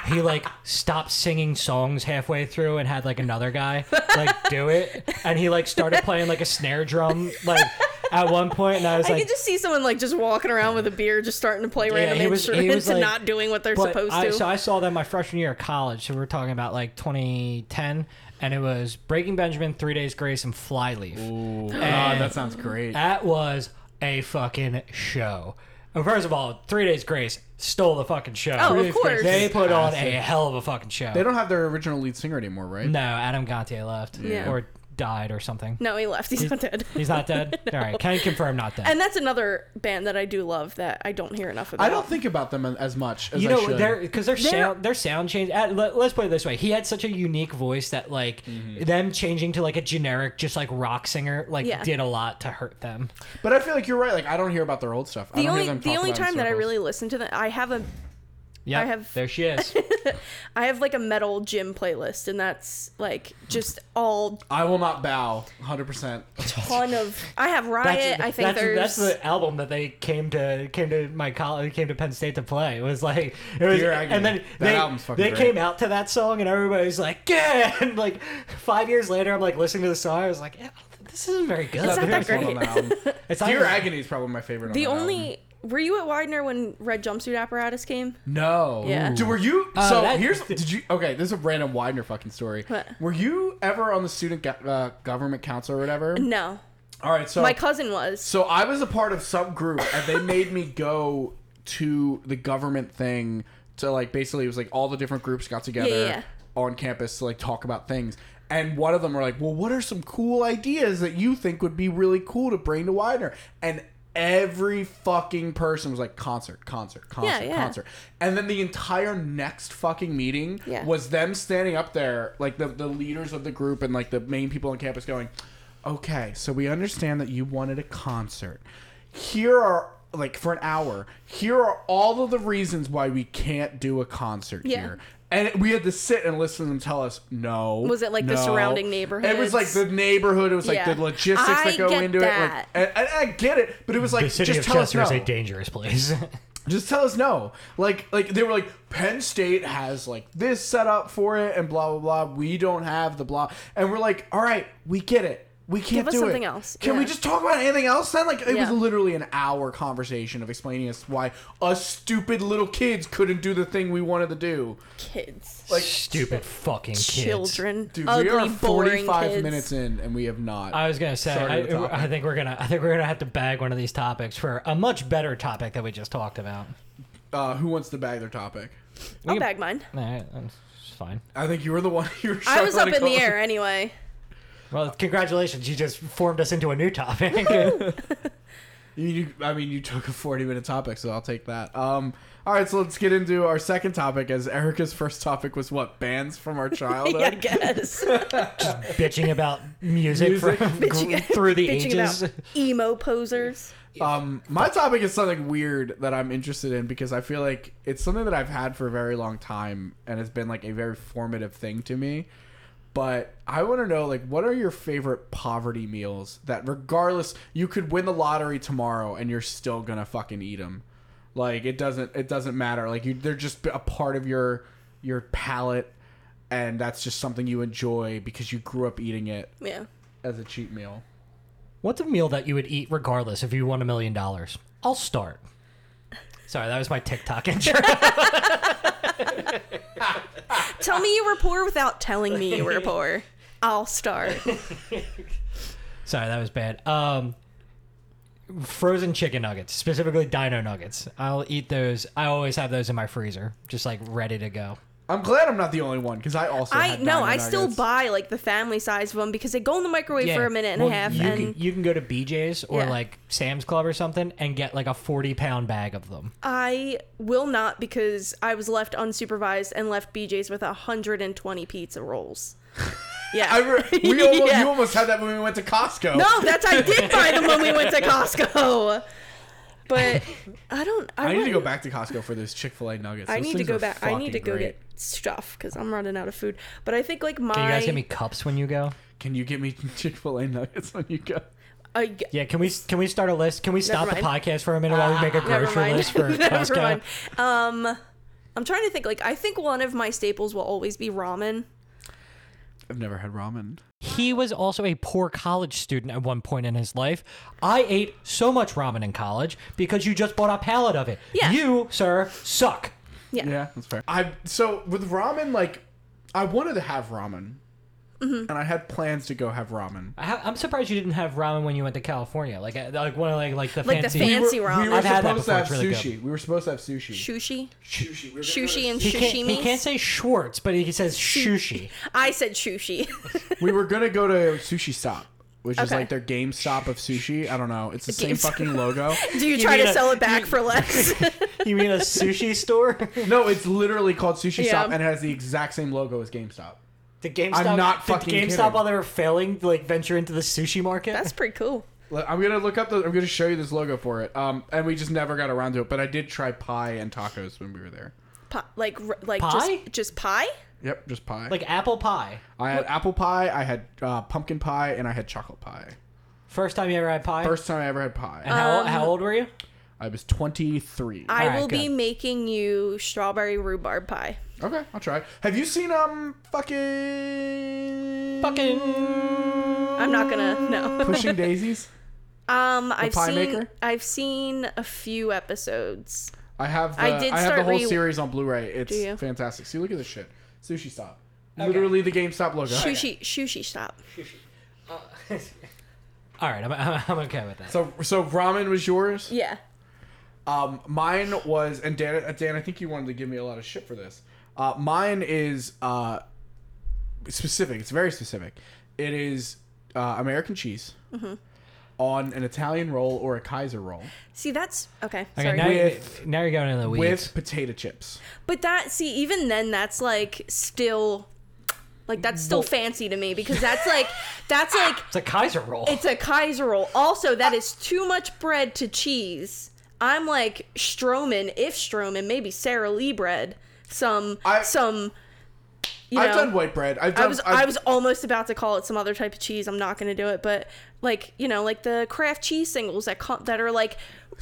He like stopped singing songs halfway through and had like another guy like do it, and he like started playing like a snare drum like at one point, and I was
I
like,
could just see someone like just walking around with a beer, just starting to play random
he was- he
instruments
was,
and
like-
not doing what they're
but
supposed
I,
to.
So I saw them my freshman year of college. So we're talking about like 2010, and it was Breaking Benjamin, Three Days Grace, and Flyleaf.
Ooh, God,
And-
Ah, that sounds great.
That was a fucking show. And first of all, Three Days Grace stole the fucking show.
Oh,
Really
of course.
They put on a hell of a fucking show.
They don't have their original lead singer anymore, right?
no, Adam Gantier left
Yeah.
or died or something.
no, he left. He's not dead.
He's not dead. All right, can confirm not dead.
and that's another band that I do love that I don't hear enough about.
I don't think about them as much as
you
I
know
should.
they're because their
They're-
sound their sound change uh, let, us put it this way he had such a unique voice that like them changing to like a generic just like rock singer like
Yeah.
did a lot to hurt them
But I feel like you're right. Like I don't hear about their old stuff. I
the
don't
only
hear them
the
talk
only
about it in
time that I
circles.
really listen to them, I have a
yeah
I have-
there she is
I have like a metal gym playlist, and that's like just all
I will not bow. 100. percent
ton of. I have Riot.
that's,
I think
that's,
there's
that's the album that they came to came to my college came to Penn State to play. It was like it was,
Pure agony.
and then
That
they,
album's fucking
they
great.
came out to that song and everybody's like yeah. And like five years later, I'm like listening to the song. I was like, yeah, this isn't very good.
not that great.
It's not
Dear
even-
Agony is probably my favorite. on
the
that
only.
album.
Were you at Widener when Red Jumpsuit Apparatus came?
Mm-hmm.
No.
Yeah.
Dude, were you? so
that-
here's. Did you? Okay, this is a random Widener fucking story.
What?
Were you ever on the student go- uh, government council or whatever?
No,
All right.
Oh.
So
my cousin was.
So I was a part of some group, and they made me go to the government thing to like basically it was like all the different groups got together
Yeah, yeah, yeah.
on campus to like talk about things. And one of them were like, "Well, what are some cool ideas that you think would be really cool to bring to Widener?" And every fucking person was like, "Concert, concert, concert,
yeah.
concert." And then the entire next fucking meeting
Yeah.
was them standing up there, like the, the leaders of the group and like the main people on campus going, Okay, so we understand that you wanted a concert. Here are like for an hour, here are all of the reasons why we can't do a concert
Yeah.
here. And we had to sit and listen to them tell us no.
Was it, like, the
no.
surrounding
It was like
neighborhoods?
the neighborhood. It was like
Yeah.
the logistics
I
that go
get
into
that.
it. Like, and, and I get it, but it was like
the city
just
of
tell
Chester
us
is
no.
a dangerous place.
Just tell us no. Like like they were like Penn State has like this set up for it and blah blah blah. We don't have the blah and we're like, all right, we get it. We can't
Give us
do
something
it.
else.
Can we
Yeah.
just talk about anything else then? Like it
Yeah.
was literally an hour conversation of explaining us why us stupid little kids couldn't do the thing we wanted to do.
Kids.
Like
Stupid fucking kids.
Children.
dude,
Ugly,
we are
boring
45
kids.
minutes in and we have not.
I was gonna say,
Sorry, the topic.
I, I think we're gonna, I think we're gonna have to bag one of these topics for a much better topic that we just talked about.
uh, who wants to bag their topic?
I'll
We-
bag mine.
All right, that's fine.
I think you were the one. You were
I was up
struggling
in
to
the
come-
air anyway.
Well, congratulations, you just formed us into a new topic.
You, you- I mean, you took a 40 minute topic, so I'll take that. Um, all right, so let's get into our second topic. As Erica's first topic was what bands from our childhood.
Yeah, I guess.
Bitching about music,
Music.
from, through the
Bitching
ages.
about emo posers.
Um, my topic is something weird that I'm interested in because I feel like it's something that I've had for a very long time and it's been like a very formative thing to me. But I want to know, like, what are your favorite poverty meals that, regardless, you could win the lottery tomorrow and you're still gonna fucking eat them. Like it doesn't it doesn't matter. Like you, they're just a part of your your palate, and that's just something you enjoy because you grew up eating it
Yeah.
as a cheat meal.
What's a meal that you would eat regardless if you won a million dollars? I'll start. Sorry, that was my TikTok intro.
Tell me you were poor without telling me you were poor. I'll start.
Sorry, that was bad. Um, frozen chicken nuggets, specifically dino nuggets. I'll eat those. I always have those in my freezer, just like ready to go.
I'm glad I'm not the only one because I also
I
had
no,
Dino
I still
Nuggets.
buy like the family size of them because they go in the microwave
Yeah.
for a minute and
Well,
a half,
You,
and
can, you can go to BJ's or
Yeah.
like Sam's Club or something and get like a 40 pound bag of them.
I will not because I was left unsupervised and left BJ's with 120 pizza rolls. Yeah.
I re- we almost,
Yeah.
You almost had that when we went to Costco.
no, that's I did buy them when we went to Costco. But I don't. I,
I need to
wouldn't-
go back to Costco for those Chick Fil A nuggets.
I
Those
need to
things
go
are
back. I need to
fucking
go
great.
get stuff because I'm running out of food. But I think like my
Can you guys get me cups when you go?
Can you get me Chick Fil A nuggets when you go?
I-
Yeah, can we can we start a list? Can we stop the
Never mind.
podcast for a minute while we make a
Never
grocery
mind.
list for
Never
Costco?
mind. Um, I'm trying to think. Like, I think one of my staples will always be ramen.
I've never had ramen.
He was also a poor college student at one point in his life. I ate so much ramen in college because you just bought a pallet of it.
Yeah.
You, sir, suck.
Yeah.
Yeah, that's fair. I so with ramen, like I wanted to have ramen,
Mm-hmm.
and I had plans to go have ramen.
I ha- I'm surprised you didn't have ramen when you went to California. Like uh, like one of like like the
Like the
fancy.
fan- Fancy
we were,
ramen.
We were
I've had that
supposed
before,
to have
it's really
sushi. We were supposed to have sushi.
Sushi.
Sushi. We were gonna go
Sushi
to-
and
he, can't, he
sashimi.
can't say Schwartz, but he says sushi.
I said sushi.
We were gonna go to Sushi Stop, which is
Okay.
like their GameStop of sushi. I don't know. It's the same
GameStop.
fucking logo.
Do you, try
mean
to
a-
sell it back for less?
you mean a sushi store?
No, it's literally called Sushi
Yeah.
Stop and it has the exact same logo as GameStop.
The GameStop.
I'm not
did
fucking
GameStop
kidding.
while they were failing like venture into the sushi market.
That's pretty cool.
Look, I'm gonna look up the. I'm gonna show you this logo for it. Um, and we just never got around to it. But I did try pie and tacos when we were there.
Pi- like, r- like
Pie?
just just pie.
Yep, just pie.
like apple pie.
I had apple pie, I had uh, pumpkin pie, and I had chocolate pie.
First time you ever had pie.
First time I ever had pie.
and how, how old were you?
I was 23.
I
Alright,
will be
good.
making you strawberry rhubarb pie.
okay, I'll try. Have you seen um fucking
Fucking.
I'm not gonna no.
pushing daisies?
Um, I've
pie
seen
maker?
I've seen a few episodes.
I have. The,
I
I
did
have the
start
whole
re-
series on Blu-ray.
you?
It's fantastic. See, look at this shit. Sushi Stop. Literally the GameStop logo.
Oh,
Sushi sushi stop.
All right, I'm, I'm, I'm okay with that.
So, so ramen was yours.
Yeah.
Um, mine was, and Dan, uh, Dan, I think you wanted to give me a lot of shit for this. Uh, mine is uh, specific. It's very specific. It is uh, American cheese
Mm-hmm.
on an Italian roll or a Kaiser roll
See, that's okay.
Okay,
sorry.
now,
With-
you, now you're going into the weeds.
with potato chips.
But that, see, even then, that's like still, like that's still fancy to me because that's like, that's like,
it's a Kaiser roll.
it's a Kaiser roll. Also, that is too much bread to cheese. I'm like Stroman, if Stroman, maybe Sarah Lee bread, some,
I-
some, you know.
I've done white bread. I've done.
I was
I've-
I was almost about to call it some other type of cheese. I'm not gonna do it, but like you know, like the craft cheese singles that co- that are like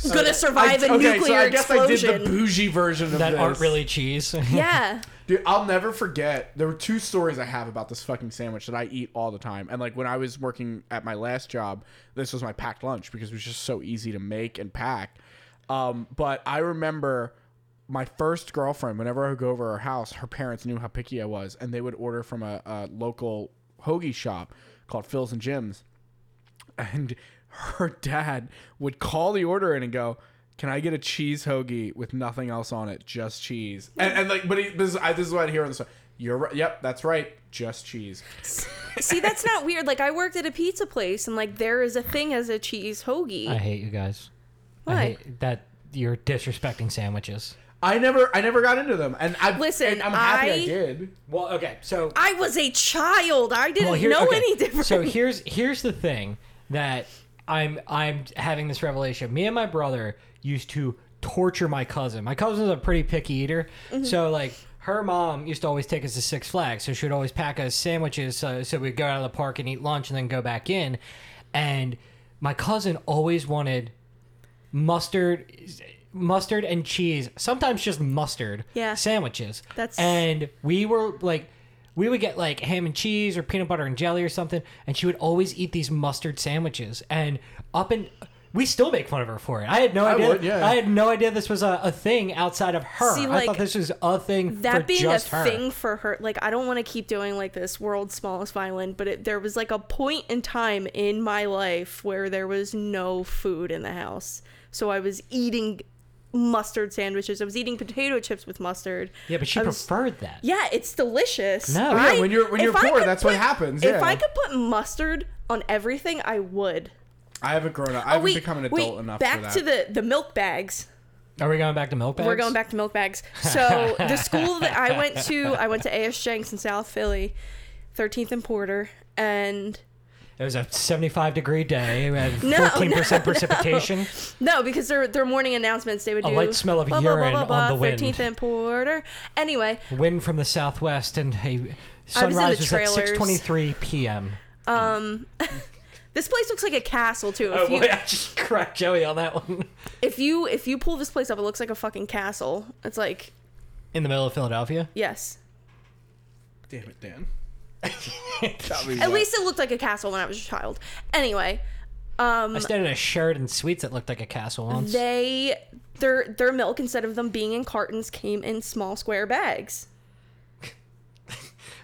gonna
I-
survive a
okay,
nuclear
so I guess
explosion.
I did the bougie version of
that
this.
aren't really cheese.
yeah,
Dude, I'll never forget. There were two stories I have about this fucking sandwich that I eat all the time. And like when I was working at my last job, this was my packed lunch because it was just so easy to make and pack. Um, but I remember my first girlfriend, whenever I would go over to her house, her parents knew how picky I was, and they would order from a, a local hoagie shop called Phil's and Jim's and her dad would call the order in and go, "Can I get a cheese hoagie with nothing else on it, just cheese?" And, and like, but he, this, is, I, this is what I hear on the side. You're right. Yep, that's right. Just cheese.
See, that's not weird. Like I worked at a pizza place, and like there is a thing as a cheese hoagie.
I hate you guys.
Why?
I hate that you're disrespecting sandwiches.
I never, I never got into them, and I
Listen,
and I'm happy I,
I-
did.
Well, okay, so
I was a child. I didn't
well, here-
know
okay,
any different.
So here's here's the thing that I'm I'm having this revelation. Me and my brother used to torture my cousin. My cousin's a pretty picky eater,
Mm-hmm.
so like her mom used to always take us to Six Flags, so she would always pack us sandwiches uh, so, so we'd go out of the park and eat lunch and then go back in. And my cousin always wanted mustard mustard and cheese sometimes just mustard
Yeah.
sandwiches
That's-
and we were like we would get like ham and cheese or peanut butter and jelly or something and she would always eat these mustard sandwiches and up and we still make fun of her for it i had no idea
would, yeah.
i had no idea this was a, a thing outside of her i
See, like,
thought this was a thing
that
for
being
just
a
her
thing for her like i don't want to keep doing like this world's smallest violin but it, there was like a point in time in my life where there was no food in the house so i was eating mustard sandwiches i was eating potato chips with mustard
yeah but she
I was-
preferred that
yeah it's delicious
No. Yeah,
when you're- when
if
you're
I
poor,
could
that's what happens,
if
yeah.
i could put mustard on everything i would
I haven't grown up. I haven't
Oh, wait,
become an adult
wait,
enough
back
for that.
to the the milk bags
are we going back to milk bags
we're going back to milk bags. So the school that I went to, I went to AS Jenks in South Philly, 13th and Porter, and
it was a 75 degree day we had
No,
14%
no, no.
precipitation
no, because their their morning announcements they would
A
do
light smell of urine on the wind.
13th and Porter. Anyway,
wind from the southwest and a
I was in
sunrise
the
was, at
trailers.
6:23 p.m.
this place looks like a castle too. If
Oh,
you
boy, I just cracked Joey on that one.
if you if you pull this place up, it looks like a fucking castle. It's like
In the middle of Philadelphia.
yes.
Damn it, Dan. Got me
At
wet.
least it looked like a castle when I was a child. Anyway, um,
I stayed in a Sheridan Suites that looked like a castle once.
they their their milk instead of them being in cartons came in small square bags.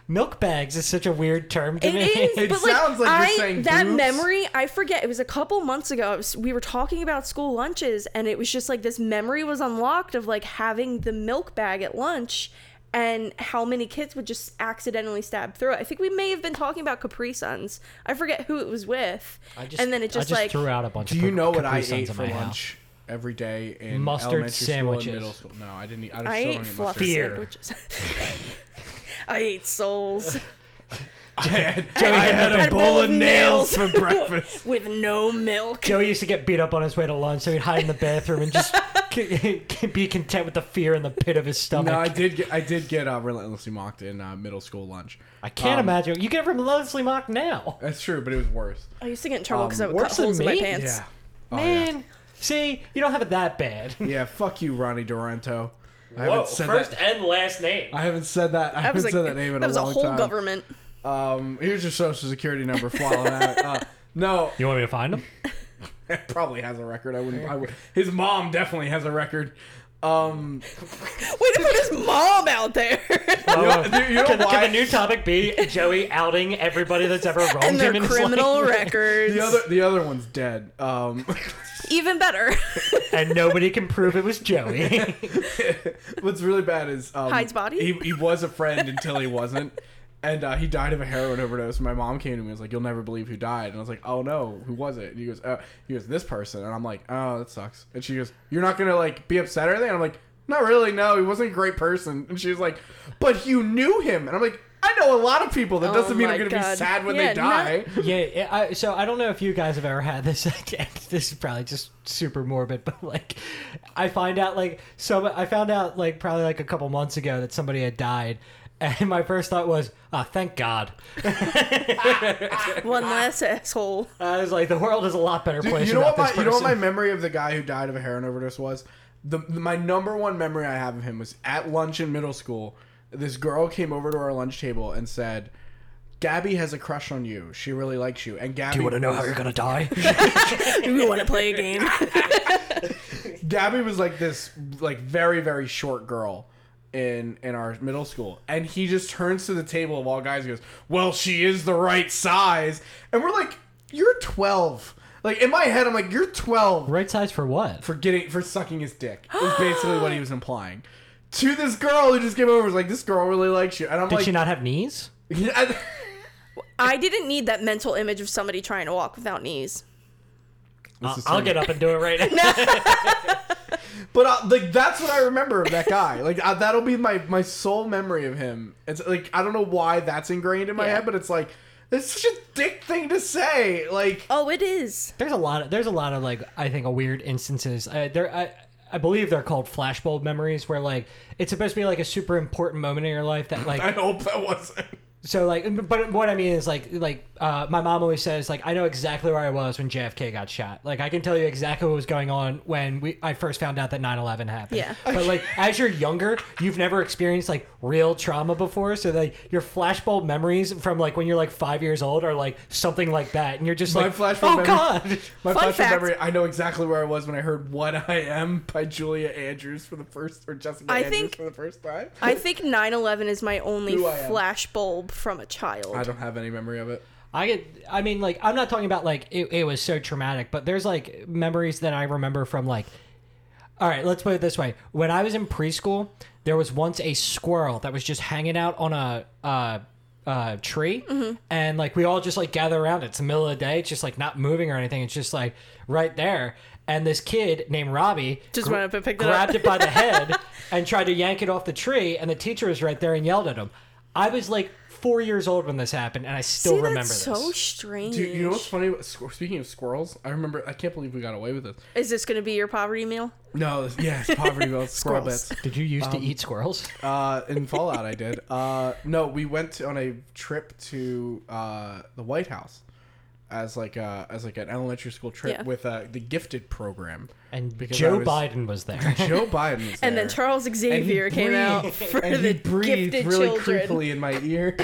Milk bags is such a weird term to
It
me.
is,
It
but like,
sounds like you're
I,
saying
that
boobs.
memory, I forget. It was a couple months ago. It was- we were talking about school lunches, and it was just like this memory was unlocked of like having the milk bag at lunch, and how many kids would just accidentally stab through it. I think we may have been talking about Capri Suns. I forget who it was with,
I
and then it just,
I just
like
threw out a bunch.
Do
of
you
Capri
know what I
Suns
ate
in
for
my house.
lunch every day in
Mustard
elementary
sandwiches.
school and middle school? No, I didn't. Eat, I,
I
still don't
ate
eat
fluff
mustard.
Beer.
sandwiches. I ate souls
I had,
Joey
I
had
had a
a
bowl of nails for breakfast.
with no milk.
Joey used to get beat up on his way to lunch, so he'd hide in the bathroom and just c- c- be content with the fear in the pit of his stomach.
No, I did get I did get uh, relentlessly mocked in uh, middle school lunch.
I can't
Um,
imagine. You get relentlessly mocked now.
That's true, but it was worse.
I used to get in trouble because I
Um,
would cut
worse than
holes in my
me?
pants.
Oh,
Man, see, you don't have it that bad.
Yeah. yeah, fuck you, Ronnie Dorento. I
Whoa,
haven't said
first
that.
and last name.
I haven't said that. I
That
haven't
was like
said that name in
that was
a
a
long
whole
time.
government.
Um, here's your social security number. Flawing out. Uh, no,
You want me to find him?
probably has a record. I wouldn't. I would, his mom definitely has a record. Um,
Way to put his mom out there.
you know, you know
Oh. Can,
why?
can the new topic be Joey outing everybody that's ever wronged
and their
him in
criminal
his life?
records.
the other the other one's dead. Um,
Even better.
and nobody can prove it was Joey.
what's really bad is um,
Hyde's body?
He, he was a friend until he wasn't, and uh, he died of a heroin overdose. My mom came to me and was like, "You'll never believe who died," and I was like, "Oh no, who was it?" And he goes, uh, "He goes this person," and I'm like, "Oh, that sucks." And she goes, "You're not gonna like be upset or anything?" And I'm like, "Not really. No, he wasn't a great person." And she was like, "But you knew him," and I'm like. I know a lot of people. That
Oh
doesn't mean I'm
my
going to be
God.
sad when
Yeah,
they die.
yeah, yeah, I, so I don't know if you guys have ever had this. Again. This is probably just super morbid, but like, I find out like so. I found out like probably like a couple months ago that somebody had died, and my first thought was, "Ah, thank God."
One less asshole.
I was like, the world is a lot better
Dude,
place.
you know what
without
my
this
you know what my
person.
memory of the guy who died of a heroin overdose was the, the- my number one memory I have of him was at lunch in middle school. this girl came over to our lunch table and said, "Gabby has a crush on you. She really likes you." And Gabby,
You want to know how
was-
you're gonna die?
we want to play a game.
Gabby was like this, like very very short girl in in our middle school, and he just turns to the table of all guys and goes, "Well, she is the right size," and we're like, "You're 12." Like in my head, I'm like, "You're 12
right size for what?
for getting for sucking his dick." Is basically what he was implying. To this girl who just came over, was like, "This girl really likes you," and I'm
Did
like,
she not have knees?
I didn't need that mental image of somebody trying to walk without knees.
This is
I'll
funny.
get up and do it right now.
But uh, like that's what I remember of that guy. Like uh, that'll be my my sole memory of him. It's like I don't know why that's ingrained in my
Yeah.
head, but it's like it's such a dick thing to say. Like
Oh, it is.
There's a lot. Of, there's a lot of like I think a weird instances. I, there, I, I believe they're called flashbulb memories, where like it's supposed to be like a super important moment in your life that like
I hope that wasn't.
So like, but what I mean is like, like uh, my mom always says like, I know exactly where I was when JFK got shot. Like I can tell you exactly what was going on when we I first found out that 9/11 happened.
Yeah.
But like, as you're younger, you've never experienced like real trauma before, so like your flashbulb memories from like when you're like five years old are like something like that, and you're just
My
like,
flashbulb
oh
memory-
god.
My
Fun
flashback
fact.
memory. I know exactly where I was when I heard "What I Am" by Julia Andrews for the first, or Jessica
I
Andrews
think-
for the first time.
I think 9/11 is my only
Who I am.
flash bulb from a child.
I don't have any memory of it.
I get. I mean, like, I'm not talking about like it, it was so traumatic, but there's like memories that I remember from like. All right, let's put it this way. When I was in preschool, there was once a squirrel that was just hanging out on a uh, uh, tree,
Mm-hmm.
and like we all just like gather around. It's the middle of the day. It's just like not moving or anything. It's just like right there. And this kid named Robbie
Just
gr-
went up and picked it up.
grabbed it by the head and tried to yank it off the tree. And the teacher was right there and yelled at him. I was like four years old when this happened, and I still
See,
remember
that's
this.
so strange.
Dude, you know what's funny? Squ- Speaking of squirrels, I remember. I can't believe we got away with this.
is this going to be your poverty meal?
No, this- yes, poverty belt, squirrel
Squirrels.
bits.
Did you used
Um,
to eat squirrels?
Uh, in Fallout, I did. Uh, no, we went on a trip to uh, the White House as like a, as like an elementary school trip
Yeah.
with uh, the gifted program.
And
Because I
Joe
was-
Biden was there.
Joe Biden was
And
there.
then Charles
And he
Xavier came out
breathed-
for
and
the
he breathed
gifted
really
children.
creepily in my ear.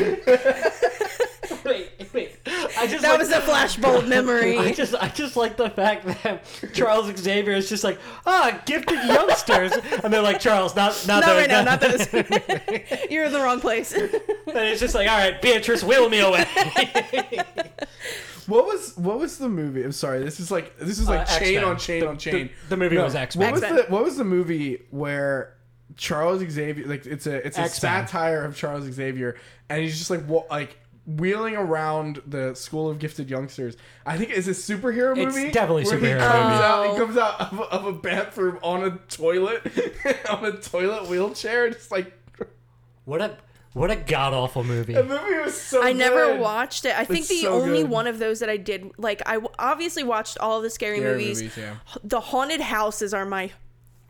wait, wait. I just
That
like-
was a flash bulb
I
memory.
just, I just like the fact that Charles Xavier is just like, ah, gifted youngsters, and they're like, Charles, not, not,
Not
those,
right now, not those. You're in the wrong place.
And it's just like, all right, Beatrice, will me away.
What was what was the movie? I'm sorry. This is like this is like
Uh,
chain
X-Men.
on chain
The-
on chain.
the- the movie was X-Men.
What was
X-Men.
the what was the movie where Charles Xavier like it's a it's a
X-Men.
satire of Charles Xavier and he's just like wa- like wheeling around the school of gifted youngsters. I think it's a superhero
It's
movie.
definitely
where He
superhero
comes
movie.
out,
Oh.
he comes out of, a- of a bathroom on a toilet on a toilet wheelchair. Just like
what a, what a god awful movie.
the movie was so.
I never
good.
watched it. I think
It's
the
so
only
good.
one of those that I did, like, I w- obviously watched all the scary,
Scary
movies.
movies, yeah.
The haunted houses are my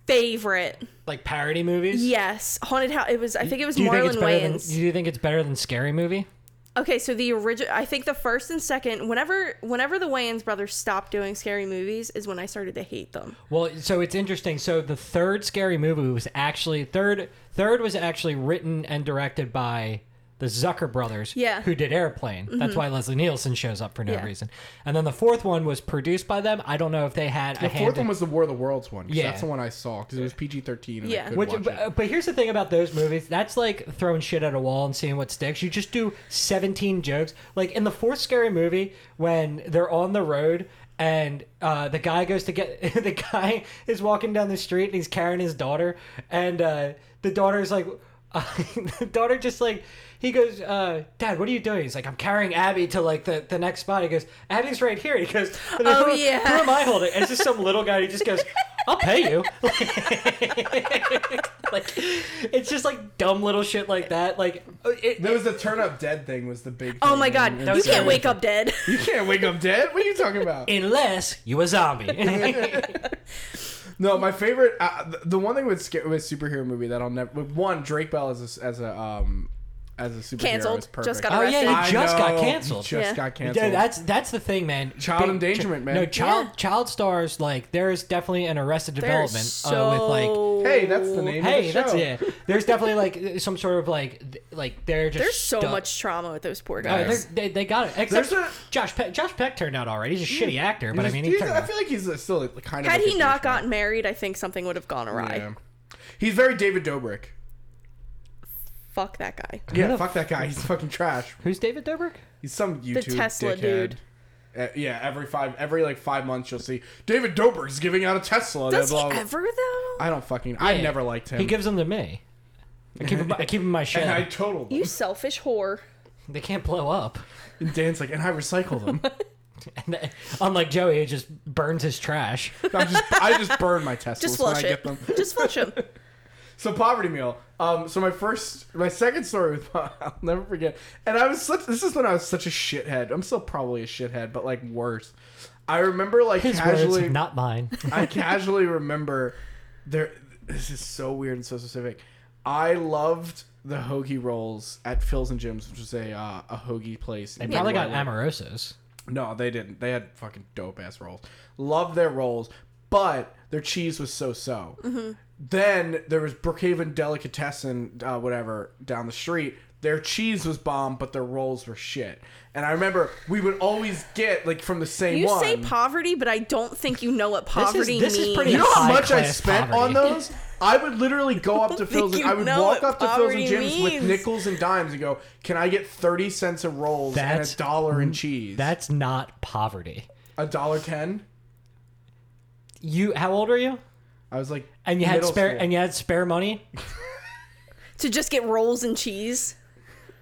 favorite.
Like parody movies.
Yes, haunted house. It was. I think it was
Do you think
Marlon
it's better than?
Wayans.
Do you think it's better than Scary Movie?
Okay, so the original. I think the first and second. Whenever, whenever the Wayans brothers stopped doing scary movies, is when I started to hate them.
Well, so it's interesting. So the third scary movie was actually third third was actually written and directed by the Zucker brothers,
Yeah. Mm-hmm.
who did Airplane. That's why Leslie Nielsen shows up for no
Yeah.
reason. And then the fourth one was produced by them. I don't know if they had a
The
hand.
fourth one
in-
was the War of the Worlds one. 'cause
Yeah.
that's the one I saw because it was PG thirteen.
Yeah.
Yeah, I could
Which-
watch it.
but, uh, but here's the thing about those movies. That's like throwing shit at a wall and seeing what sticks. You just do 17 jokes. Like in the fourth scary movie, when they're on the road and uh, the guy goes to get the guy is walking down the street and he's carrying his daughter, and uh, the daughter's like, the daughter just like. He goes, uh, Dad, what are you doing? He's like, I'm carrying Abby to like the, the next spot. He goes, Abby's right here. He goes,
Oh,
who,
yeah.
Who am I holding? And it's just some little guy. He just goes, I'll pay you. like it's just like dumb little shit like that like uh, it,
There was the turn up dead thing was the big.
Oh
thing
my
in-
god,
in
you
Scary.
can't wake up dead.
You can't wake up dead. What are you talking about?
unless you a zombie
Oh, No, my favorite. Uh, the, the one thing with sca- with superhero movie that I'll never. With one, Drake Bell as a, as a um as a superhero.
Canceled.
is
Just
perfect.
got
Oh
arrested.
yeah,
I
you just got
know,
canceled.
Just
Yeah.
got
Yeah,
canceled.
that's that's the thing, man.
Child endangerment, man.
No, child
Yeah.
child stars like there is definitely an Arrested
They're
Development
so
uh, with like
hey, that's the name
hey,
of the show.
that's it. There's definitely like some sort of like th- like they're just
There's so
stuck.
much trauma with those poor
Uh,
guys.
they're- they, they got it. Except
There's a-
Josh Peck, Josh Peck turned out all right. He's a shitty actor, but I
He's-
mean, he
he's-
turned
I
out.
feel like he's uh, still like, kind
Had
of. like
he
a
not
douchebag.
gotten married, I think something would have gone awry.
Yeah. He's very David Dobrik.
Fuck that guy.
Yeah,
the
fuck that guy. He's fucking trash.
Who's David Dobrik?
He's some YouTube
Tesla
dickhead.
dude.
Uh, yeah, every five, every like five months, you'll see David Dobrik's giving out a Tesla.
Does
blah,
he
blah, blah.
ever though?
I don't fucking. I never liked him.
He gives them to me. I keep him, I keep him in my shed.
and I totaled them.
You selfish whore.
They can't blow up.
And Dan's like, and I recycle them.
And they- unlike Joey, who just burns his trash.
I just, I just burn my Teslas
Just
when I
flush
get
it.
them.
Just flush him.
So poverty meal. Um, so my first, my second story with I'll never forget. And I was such. This is when I was such a shithead. I'm still probably a shithead, but like worse. I remember like
His
casually.
words, not mine.
I casually remember there. This is so weird and so specific. I loved the hoagie rolls at Phil's and Jim's, which was a uh, a hoagie place.
They
in
probably got
Norway.
amorosos.
No, they didn't. They had fucking dope ass rolls. Loved their rolls, but their cheese was so so.
Mm-hmm.
Then there was Brookhaven Delicatessen, uh, whatever, down the street. Their cheese was bomb, but their rolls were shit. And I remember we would always get like from the same
You
one.
say poverty, but I don't think you know what
is-
poverty
this
means.
is pretty-
You know how
High
much I
class
spent on
poverty.
those? I would literally go up to
don't
Phil's. And,
think
I
you
would
know
walk
what
up to Phil's and
poverty
Jim's with
means.
nickels and dimes and go, "Can I get thirty cents of rolls
That's-
and a dollar in cheese?
That's not poverty.
a dollar ten?
You, how old are you?
I was like,
And you had
middle
spare,
school.
and you had spare money.
to just get rolls and cheese.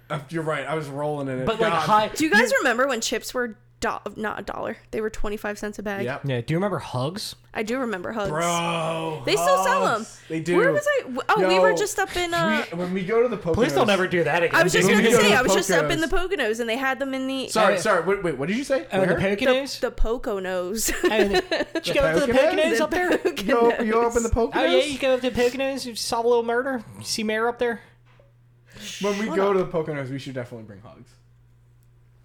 Uh, You're right. I was rolling in it.
But like
God.
high.
Do you guys remember when chips were do- not a dollar? They were 25 cents a bag.
Yep.
Yeah. Do you remember hugs?
I do remember hugs.
Bro.
They still sell them.
hugs. They do.
Where was I? w- Oh, we
Yo,
were just up in. Uh,
we- when we go to the Poconos.
Please don't ever do that again.
I was just
we
gonna
go to
say uh,
the
I was just up
Poconos.
in the Poconos and they had them in the uh,
Sorry,
Uh,
sorry. Wait, wait, what did you say?
Oh, the
Where?
Poconos?
the Poconos.
Hey, did you go up to the
Poconos?
Poconos up there?
You go, you go up in the Poconos?
Oh, yeah, you go up to the Poconos, you saw a little murder, you see Mayor up there?
When we go to the Poconos, we should definitely bring hugs.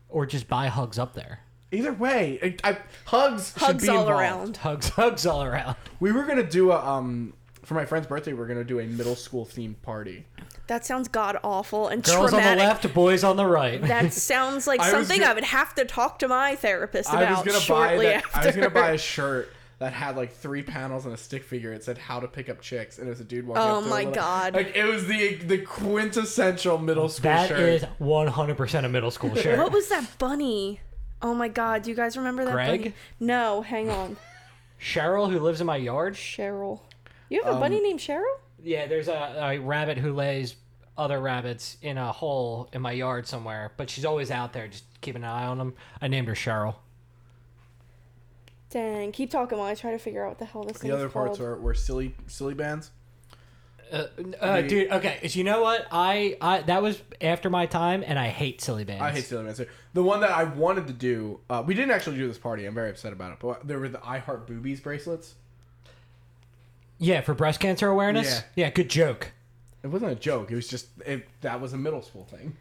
Or just buy hugs up there.
Either way, I, I, hugs should
Hugs
be
all
involved.
around.
Hugs, hugs all around.
We were gonna do a um for my friend's birthday. We are gonna do a middle school themed party.
That sounds god awful and
Girls
traumatic.
on the left, boys on the right.
That sounds like
I was
something
gonna-
I would have to talk to my therapist
I was
about
gonna buy
shortly
that,
after.
I was gonna buy a shirt that had like three panels and a stick figure. It said "How to Pick Up Chicks" and it was a dude walking.
Oh
up to a
my
little-
God.
Like it was the the quintessential middle school
That
shirt.
is 100% a middle school shirt.
what was that bunny? Oh my god, do you guys remember that
Greg?
bunny? No, hang on.
Cheryl, who lives in my yard?
Cheryl. You have a
Um,
bunny named Cheryl?
Yeah, there's a, a rabbit who lays other rabbits in a hole in my yard somewhere, but she's always out there just keeping an eye on them. I named her Cheryl.
Dang, keep talking while I try to figure out what the hell this thing
the other
is called.
parts were, were silly silly bands.
Uh, uh, dude, okay. so You know what? I, I that was after my time, and I hate silly bands.
I hate silly bands. too. The one that I wanted to do, uh, we didn't actually do this party. I'm very upset about it. But there were the I Heart Boobies bracelets.
Yeah, for breast cancer awareness.
Yeah.
Yeah, good joke.
It wasn't a joke. It was just it, that was a middle school thing.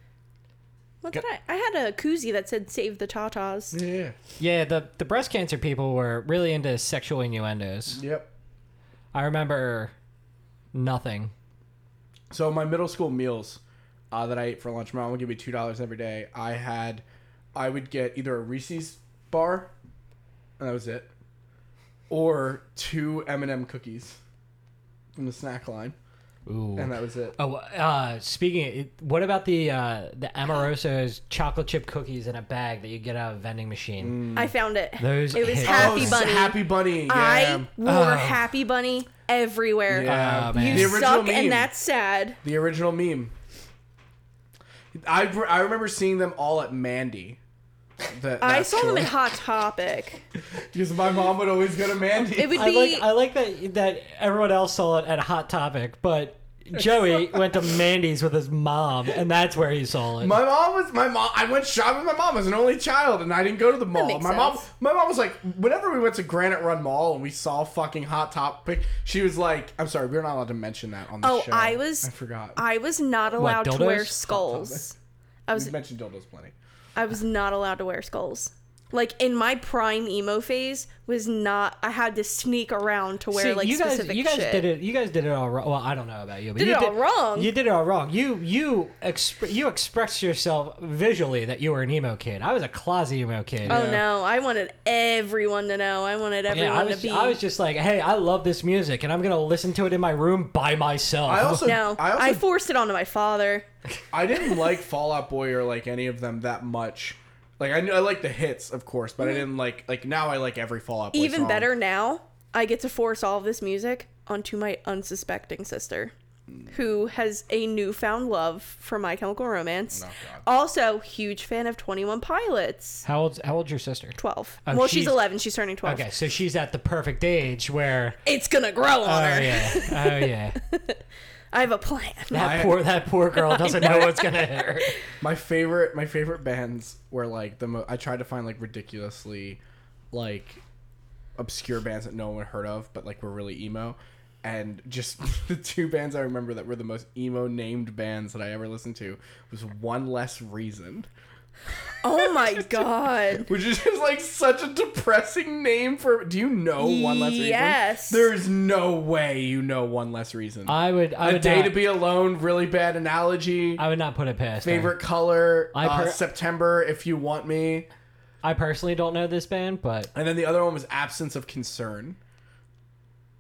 What did I? I had a koozie that said "Save the Tatas."
Yeah.
Yeah, the the breast cancer people were really into sexual innuendos.
Yep.
I remember nothing.
So my middle school meals uh, that I ate for lunch, my mom would give me two dollars every day. I had, I would get either a Reese's bar, and that was it, or two M and m cookies from the snack line,
Ooh.
and that was it.
Oh, uh, speaking. Of, what about the uh, the Amoroso's chocolate chip cookies in a bag that you get out of a vending machine?
Mm.
I found it.
Those
it was
hit.
Happy
s-
Bunny.
Oh, Happy Bunny. Yeah.
I wore
Oh.
Happy Bunny everywhere.
yeah.
Oh, man.
The
You
original
suck,
meme.
and that's sad.
The original meme. I, re- I remember seeing them all at Mandy. That,
I
that
saw them
store.
in Hot Topic.
because my mom would always go to Mandy.
It would
I
be
like I like that that everyone else saw it at Hot Topic, but Joey went to Mandy's with his mom, and that's where he saw it.
My mom was my mom. I went shopping with my mom as an only child, and I didn't go to the mall.
makes
My mom,
sense.
my mom was like, whenever we went to Granite Run Mall and we saw fucking Hot Topic, she was like, "I'm sorry, we're not allowed to mention that on the
Oh,
show."
I was
I forgot.
I was not allowed to
dildos?
wear
Hot
skulls. I was
We've mentioned dildos plenty.
I was not allowed to wear skulls. Like in my prime emo phase was not I had to sneak around to wear
See,
like
you guys,
specific
you guys
shit.
did it. You guys did it all wrong. Well, I don't know about you, but
Did
you
it all wrong?
You did it all wrong. You you exp- you expressed yourself visually that you were an emo kid. I was a closet emo kid.
Oh no, I wanted everyone to know. I wanted everyone
yeah, I was,
to be
I was just like, hey, I love this music, and I'm gonna listen to it in my room by myself.
I also,
No,
I
I,
also,
forced it onto my father.
I didn't like Fallout Boy or like any of them that much. Like I, knew, I like the hits, of course, but I didn't like like now I like every Fallout Boy.
Mm. Even
song.
better now, I get to force all of this music onto my unsuspecting sister, who has a newfound love for My Chemical Romance.
Oh, God.
Also, huge fan of Twenty One Pilots.
how old? How old's your sister?
Twelve.
Oh,
well, she's,
she's-
eleven. She's turning twelve.
Okay, so she's at the perfect age where.
It's gonna grow on
Oh
her.
yeah, oh yeah.
I have a plan.
That
I-
poor that poor girl doesn't know what's gonna hit her.
My favorite, my favorite bands were like the. Mo- I tried to find like ridiculously, like, obscure bands that no one heard of, but like were really emo, and just the two bands I remember that were the most emo named bands that I ever listened to was One Less Reason,
Oh my god.
which is just like such a depressing name for. Do you know One Less Reason?
Yes.
There's no way you know One Less Reason.
I would. I
a
would
Day
not,
to Be Alone, really bad analogy.
I would not put it past. her.
Favorite color,
I
uh,
per-
September, if you want me.
I personally don't know this band, but
And then the other one was absence of concern.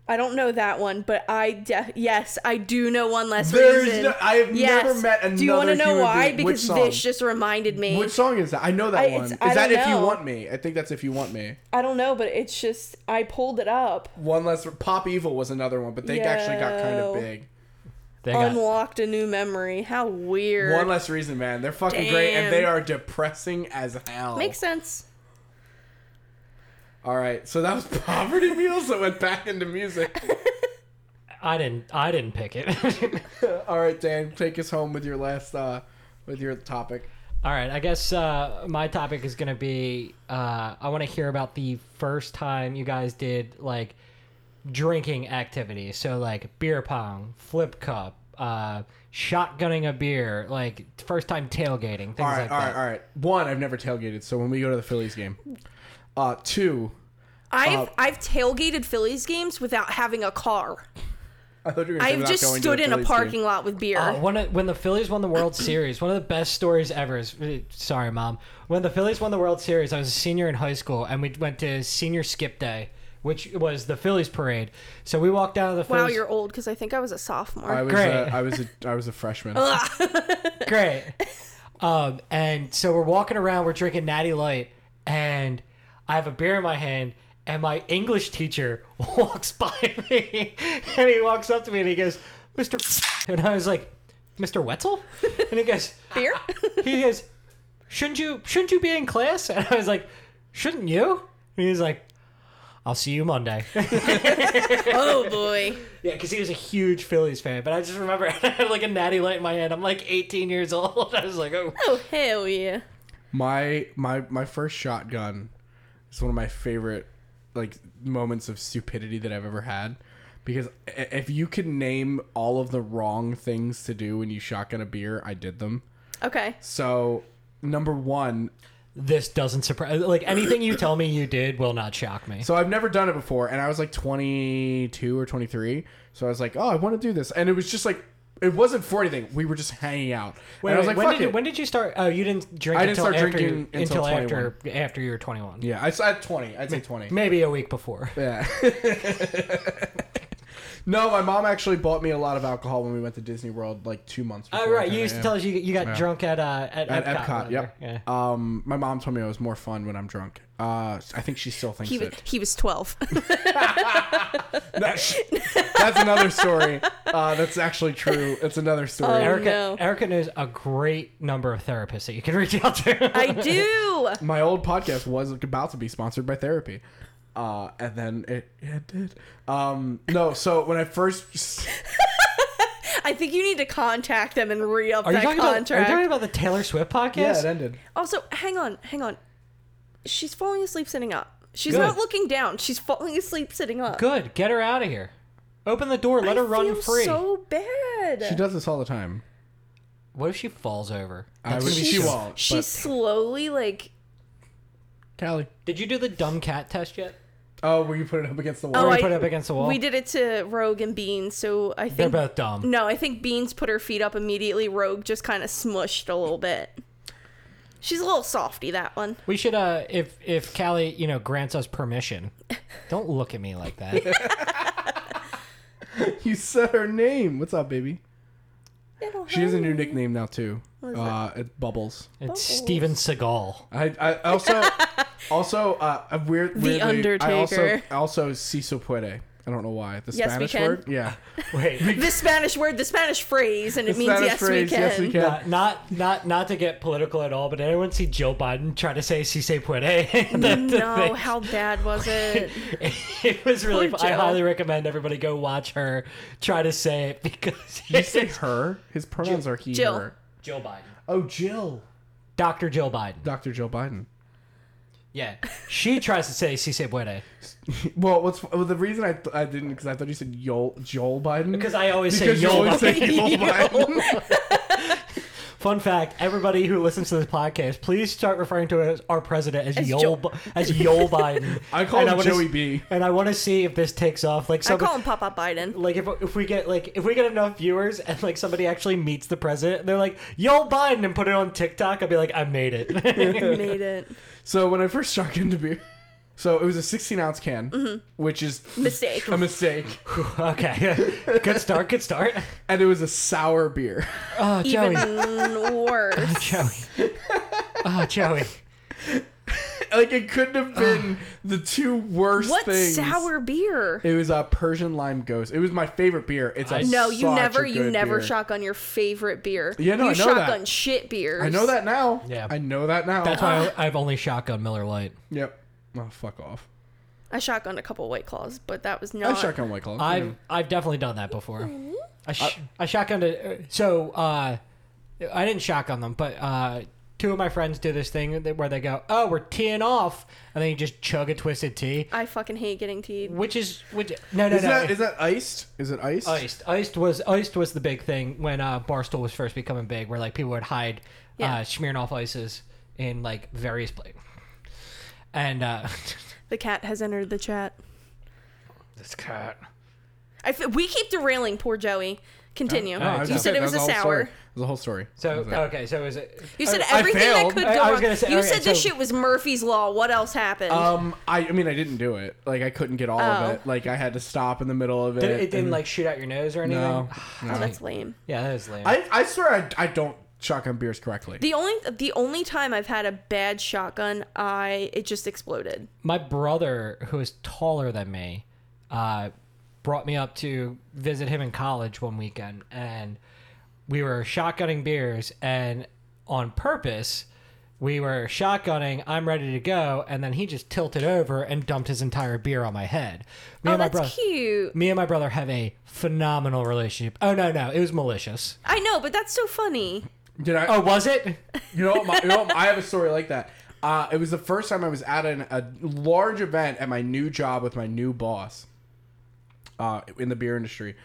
I don't know that one, but I de- yes, I do know one less
There's
reason.
no- I have never met
Do you
another
wanna know
human
why?
being- which
Because
song?
this just reminded me.
Which song is that? I know that
I-
one.
it's-
Is
I
that
don't
if you
know.
want me? I think that's if you want me.
I don't know, but it's just I pulled it up.
One less. Pop Evil was another one, but they actually got kind of
Yo.
big.
they got.
Unlocked a new memory. How weird.
One less reason, man. They're fucking great, and
Damn.
they are depressing as hell.
Makes sense.
All right, so that was poverty meals that went back into music.
I didn't. I didn't pick it.
All right, Dan, take us home with your last, uh, with your topic.
All right. I guess uh, my topic is gonna be. Uh, I want to hear about the first time you guys did like drinking activity. So like beer pong, flip cup, uh, shotgunning a beer, like first time tailgating, things
All right,
like
all right,
that.
all right. One, I've never tailgated, so when we go to the Phillies game. Uh, two,
I've
Uh,
I've tailgated Phillies games without having a car.
I thought you were gonna say
I've
without
just
going to
stood
the
in a
Phillies
parking
game.
lot with beer.
Uh, one of, when the Phillies won the World Series, one of the best stories ever is sorry, mom. When the Phillies won the World Series, I was a senior in high school, and we went to senior skip day, which was the Phillies parade. So we walked down to the
wow,
Phillies.
you're old because I think I was a sophomore.
I was
Great.
A, I was a, I was a freshman.
great. Um, and so we're walking around, we're drinking Natty Light, and I have a beer in my hand, and my English teacher walks by me, and he walks up to me and he goes, "Mr," and I was like, "Mr. Wetzel," and he goes,
beer?
he goes, "Shouldn't you? Shouldn't you be in class?" And I was like, "Shouldn't you?" And he's like, "I'll see you Monday."
oh boy.
yeah, because he was a huge Phillies fan. But I just remember I had like a natty light in my hand. I'm like 18 years old. I was like, "Oh,
Oh hell yeah.
my my my first shotgun is one of my favorite like moments of stupidity that I've ever had because i- if you can name all of the wrong things to do when you shotgun a beer, I did them.
Okay.
So number one,
this doesn't surprise." Like anything you tell me you did will not shock me.
So I've never done it before, and I was like 22 or 23. So I was like, oh, I want to do this, and it was just like, it wasn't for anything. We were just hanging out.
Wait,
and I was like,
wait, when
fuck
did
it.
when did you start? Oh, you didn't drink.
I didn't
until
start
after,
drinking until
until after after you were 21.
yeah, I said 20. I'd say 20.
Maybe a week before.
Yeah. no, my mom actually bought me a lot of alcohol when we went to Disney World like two months.
Oh,
before.
right. You used to
Yeah.
tell us you, you got drunk at uh, at,
At
Epcot.
Epcot, yep.
Yeah.
Um, my mom told me it was more fun when I'm drunk. Uh, I think she still thinks
He was
it.
he was twelve.
That's, that's another story. Uh, that's actually true. It's another story.
Oh,
Erica,
no.
Erica knows a great number of therapists that you can reach out to.
I do.
my old podcast was about to be sponsored by therapy uh, and then it, it did um, no so when i first
I think you need to contact them and re up
Are you,
that
talking about, are you
contract.
talking about the Taylor Swift podcast?
Yeah, it ended.
also, hang on, hang on. She's falling asleep sitting up. She's
Good.
not looking down. She's falling asleep sitting up.
Good. Get her out of here. Open the door. Let her
I
run
feel
free.
So bad.
She does this all the time.
What if she falls over?
I
That's
would-
what
she
should-
won't.
She slowly like.
Callie.
Did you do the dumb cat test yet?
Oh, where you put it up against the
Oh,
wall?
Or
I-
you put it up against the wall?
We did it to Rogue and Beans, so I
They're
think
both dumb.
no, I think Beans put her feet up immediately. Rogue just kind of smushed a little bit. She's a little softy that one.
We should, uh, if if Callie, you know, grants us permission, don't look at me like that.
Oh.
you said her name. What's up, baby? She has a new nickname now too.
is
Uh, it's Bubbles.
It's Steven Seagal.
I, I also also uh, a weird weirdly, I also
Undertaker.
also si se puede. I don't know why the
Yes, we
Spanish
can.
word. Yeah,
Wait,
The Spanish word, the Spanish phrase, and it
The
means
Spanish
yes,
phrase,
we can.
yes, we can.
not, not not not to get political at all, but did anyone see Joe Biden try to say "si se puede"? The- the
No,
thing.
how bad was it?
it was really.
Poor
I
Joe.
highly recommend everybody go watch her try to say it because
Did you say her? His pronouns are he,
Jill.
her.
Joe Biden,
Oh, Jill.
Doctor Joe Biden.
Dr. Jill Biden.
Yeah, she tries to say "si se puede"
Well, what's well, the reason I, th- I didn't because I thought you said Joel Joel Biden
because I always
Because
say
you
"yo."
always
Biden.
say Joel Biden.
Fun fact: Everybody who listens to this podcast, please start referring to as our president as,
As
Yo
Joe-
Bi- as Yo Biden.
I call
And
him
wanna
Joey
s-
B.
And I want to see if this takes off. Like
I
some,
call him Papa Biden.
like if, if we get like if we get enough viewers and like somebody actually meets the president, they're like Yo Biden and put it on TikTok. I'll be like, I made it.
Made it
So when I first struck into beer, so it was a 16 ounce can, which is
mistake.
a mistake,
okay, good start. Good start.
and it was a sour beer.
Ah,
Oh Joey,
Even worse.
Ah, Joey. Oh Joey.
like it couldn't have been the two worst
What
things.
sour beer?
It was a Persian lime ghost. It was my favorite beer. It's a
No, you
such a
never, you
good
never
beer.
shotgun your favorite beer.
Yeah, no,
you
I know that.
shotgun shit beers.
I know that now.
Yeah.
I know that now.
That's why I- I've only shotgun Miller Lite.
Yep. Oh, fuck off.
I shotgunned a couple White Claws, but that was
I
not.
shotgun white claw.
I've I've definitely done that before.
Mm-hmm.
I sh- I shotgunned it. er, So uh, I didn't shotgun them, but uh, two of my friends do this thing that- where they go, "Oh, we're teeing off," and then you just chug a twisted tea,
I fucking hate getting teed.
which is which. No, no,
Is
no.
that is that iced? Is it iced?
iced. Iced was iced was the big thing when uh, barstool was first becoming big, where like people would hide
Yeah.
uh, Smirnoff ices in like various places. And uh,
The cat has entered the chat.
this cat.
I f- we keep derailing poor Joey. Continue.
No, Oh, I
you
just
said it was a
that's the whole story.
sour.
It was a whole story. That
So
was it.
okay, so is it? oh,
You said
I
everything that
failed.
could go
I- I was
wrong.
gonna say-
you
okay,
said this
so-
shit was Murphy's Law. What else happened?
Um, I, I mean, I didn't do it. Like, I couldn't get all
Oh.
of it. Like, I had to stop in the middle of it.
Did, it didn't
and-
like shoot out your nose or anything.
No.
oh, that's lame.
Yeah, that is lame.
I, I swear I, I don't shotgun beers correctly.
The only the only time I've had a bad shotgun, I it just exploded.
my brother, who is taller than me, uh, brought me up to visit him in college one weekend, and we were shotgunning beers, and on purpose, we were shotgunning. I'm ready to go, and then he just tilted over and dumped his entire beer on my head. Me
Oh,
and my
that's
brother.
cute.
Me and my brother have a phenomenal relationship. Oh no, no, it was malicious.
I know, but that's so funny.
Did I?
Oh, was it?
You know, what my, you know, what- I have a story like that. Uh, it was the first time I was at an, a large event at my new job with my new boss, uh, in the beer industry,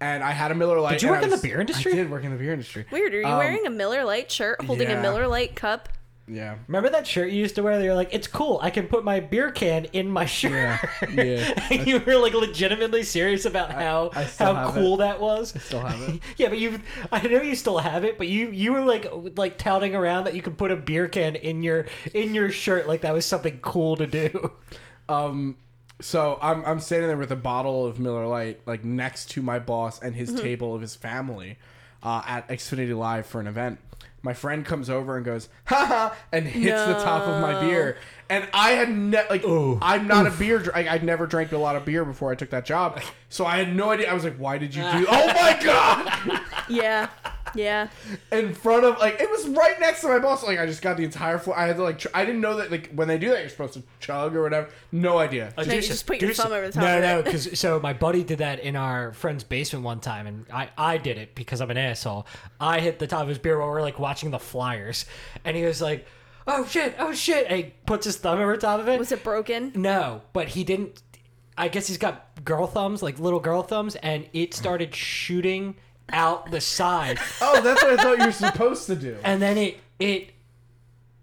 and I had a Miller Lite.
Did you
and
work
I
in
was-
the beer industry?
I did work in the beer industry.
Weird. Are you
Um,
wearing a Miller Lite shirt, holding
yeah.
a Miller Lite cup?
Yeah.
Remember that shirt you used to wear? They were like, "It's cool. I can put my beer can in my shirt."
Yeah.
And you were like legitimately serious about how
I still
how
have
cool that was.
Still have it.
yeah, but you, I know you still have it, but you you were like like touting around that you could put a beer can in your in your shirt like that was something cool to do.
Um, so I'm I'm standing there with a bottle of Miller Lite, like next to my boss and his table of his family, uh, at Xfinity Live for an event. My friend comes over and goes, "Ha ha!" and hits the top of my beer. And I had ne- like,
Ooh.
I'm not a beer. Dr- I, I'd never drank a lot of beer before I took that job, so I had no idea. I was like, "Why did you do? Oh my god!"
Yeah. Yeah.
in front of like it was right next to my boss. Like I just got the entire floor. I had to like tr- I didn't know that like when they do that you're supposed to chug or whatever. No idea.
Uh,
No, you
deuces,
just put your
deuces.
thumb over the top
No,
of
no,
it.
because so my buddy did that in our friend's basement one time, and I, I did it because I'm an asshole. I hit the top of his beer while we are like watching the Flyers, and he was like, "Oh shit, oh shit!" And he puts his thumb over top of it.
Was it broken?
No, but he didn't. I guess he's got girl thumbs, like little girl thumbs, and it started shooting out the side,
oh, that's what I thought you were supposed to do.
and then it it.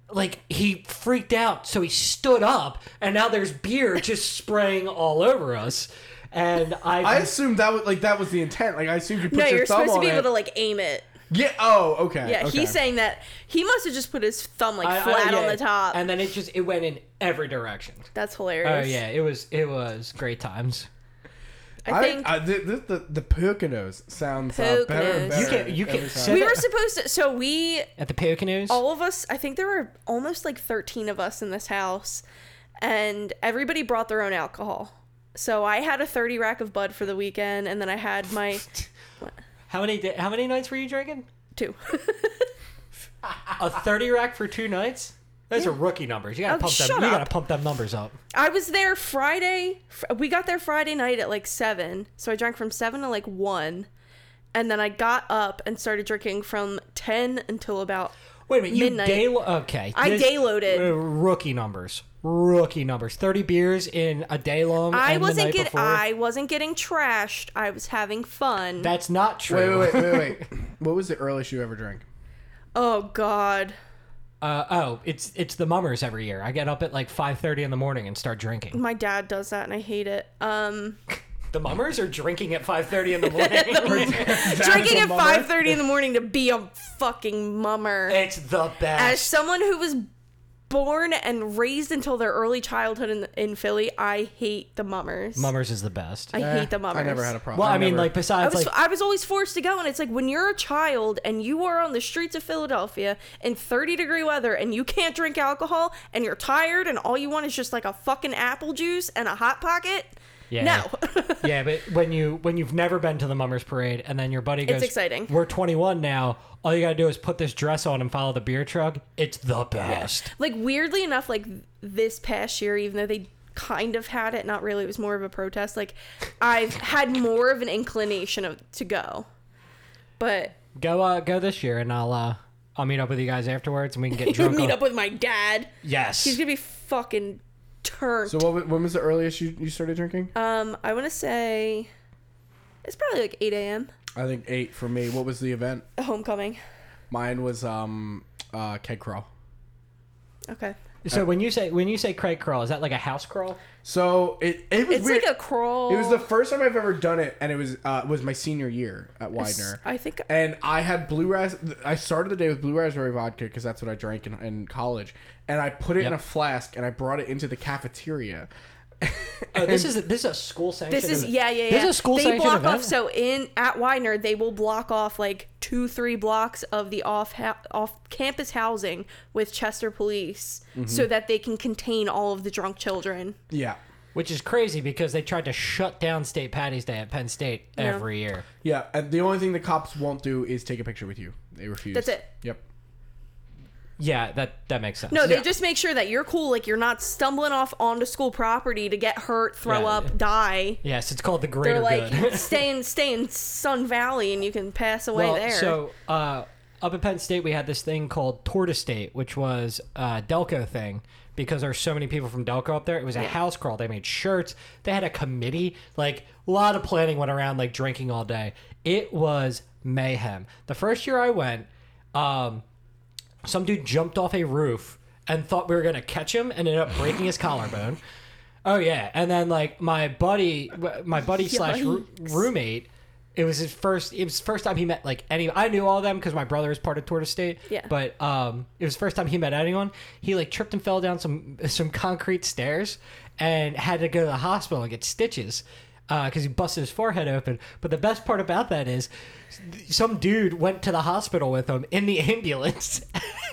Like he freaked out, so he stood up, and now there's beer just spraying all over us. And I,
I assumed that was like that was the intent. Like I assumed you put
No,
your
you're
thumb
supposed to
on
be
it.
able to like aim it.
Yeah. Oh, okay.
Yeah,
okay.
he's saying that he must have just put his thumb like
I- I-
flat on
yeah,
the top.
and then it just it went in every direction.
That's hilarious.
Oh yeah, it was it was great times.
I think
I, the, the, the, the Poconos sounds uh, better and
Poconos.
better.
You
can- you can
every time.
sit-
we were supposed to. So we
At the Poconos,
all of us, I think there were almost like 13 of us in this house, and everybody brought their own alcohol. So I had a 30 rack of Bud for the weekend, and then I had my
how many da- how many nights were you drinking?
two.
A thirty rack for two nights. Those are rookie numbers. You gotta
Oh,
pump them.
shut
You
up.
gotta pump them numbers up.
I was there Friday. fr- We got there Friday night at like 7. So I drank from 7 to like 1. And then I got up and started drinking from 10 until about.
Wait a minute. You
Midnight.
day lo- okay.
I day loaded.
uh, rookie numbers. Rookie numbers. Thirty beers in a day long.
I
and the
wasn't
night
get
before.
I wasn't getting trashed. I was having fun.
That's not true.
Wait, wait, wait, wait, wait. What was the earliest you ever drank?
oh god.
Uh, oh, it's it's the mummers every year. I get up at like five thirty in the morning and start drinking.
My dad does that and I hate it. Um
The mummers are drinking at five thirty in the morning.
drinking at
mummer?
5:30 in the morning to be a fucking mummer.
It's the
As
best.
someone who was born and raised until their early childhood in, in Philly, I hate the mummers.
Mummers is the best.
I hate the mummers.
Eh, I never had a problem.
well, I mean,
never-
like
I
besides,
was,
like
I was always forced to go, and it's like when you're a child and you are on the streets of Philadelphia in 30 degree weather and you can't drink alcohol and you're tired and all you want is just like a fucking apple juice and a hot pocket.
yeah,
No.
yeah. But when you when you've never been to the mummers parade, and then your buddy goes,
exciting.
We're twenty one now. All you gotta do is put this dress on and follow the beer truck. It's the best.
like weirdly enough like this past year even though they kind of had it not really it was more of a protest like i've had more of an inclination of, to go but
Go uh, go this year, and I'll uh, I'll meet up with you guys afterwards, and we can get drunk.
meet
on-
up with my dad
yes.
he's gonna be fucking turned
So what, wa- when was the earliest you, you started drinking?
um i want to say it's probably like 8 a.m
I think eight for me. What was the event?
homecoming
Mine was um uh keg crawl.
okay
so when you say when you say crate crawl, is that like a house crawl?
So it it was
it's
weird.
like a crawl
it was the first time I've ever done it, and it was uh was my senior year at Widener.
i think
and I had blue ras. I started the day with blue raspberry vodka because that's what I drank in, in college, and I put it in a flask and I brought it into the cafeteria.
Oh, this is a, this is a school sanction.
This is
event.
yeah, yeah, yeah.
This is a school
They
sanction
block
event?
off so in at Widener they will block off like two, three blocks of the off ha- off campus housing with Chester Police
Mm-hmm.
so that they can contain all of the drunk children.
Yeah,
which is crazy because they tried to shut down State Patty's Day at Penn State every year.
yeah. And the only thing the cops won't do is take a picture with you. They refuse.
That's it.
Yep.
Yeah, that that makes sense.
No, they
Yeah.
just make sure that you're cool, like you're not stumbling off onto school property to get hurt, throw
Yeah.
up, die.
Yes, it's called the
They're
greater
like
good.
stay in stay in Sun Valley and you can pass away
well,
there.
so uh, up at Penn State, we had this thing called Tortoise State, which was a Delco thing because there's so many people from Delco up there. It was a house crawl. They made shirts. They had a committee. Like a lot of planning went around, like drinking all day. It was mayhem. The first year I went, um, some dude jumped off a roof and thought we were gonna catch him and ended up breaking his collarbone. Oh yeah, and then like my buddy, my buddy slash roo- roommate, it was his first. It was the first time he met like any. I knew all of them because my brother is part of Tortoise State.
Yeah.
But um, it was the first time he met anyone. He like tripped and fell down some some concrete stairs and had to go to the hospital and get stitches. because he busted his forehead open. But the best part about that is, some dude went to the hospital with him in the ambulance,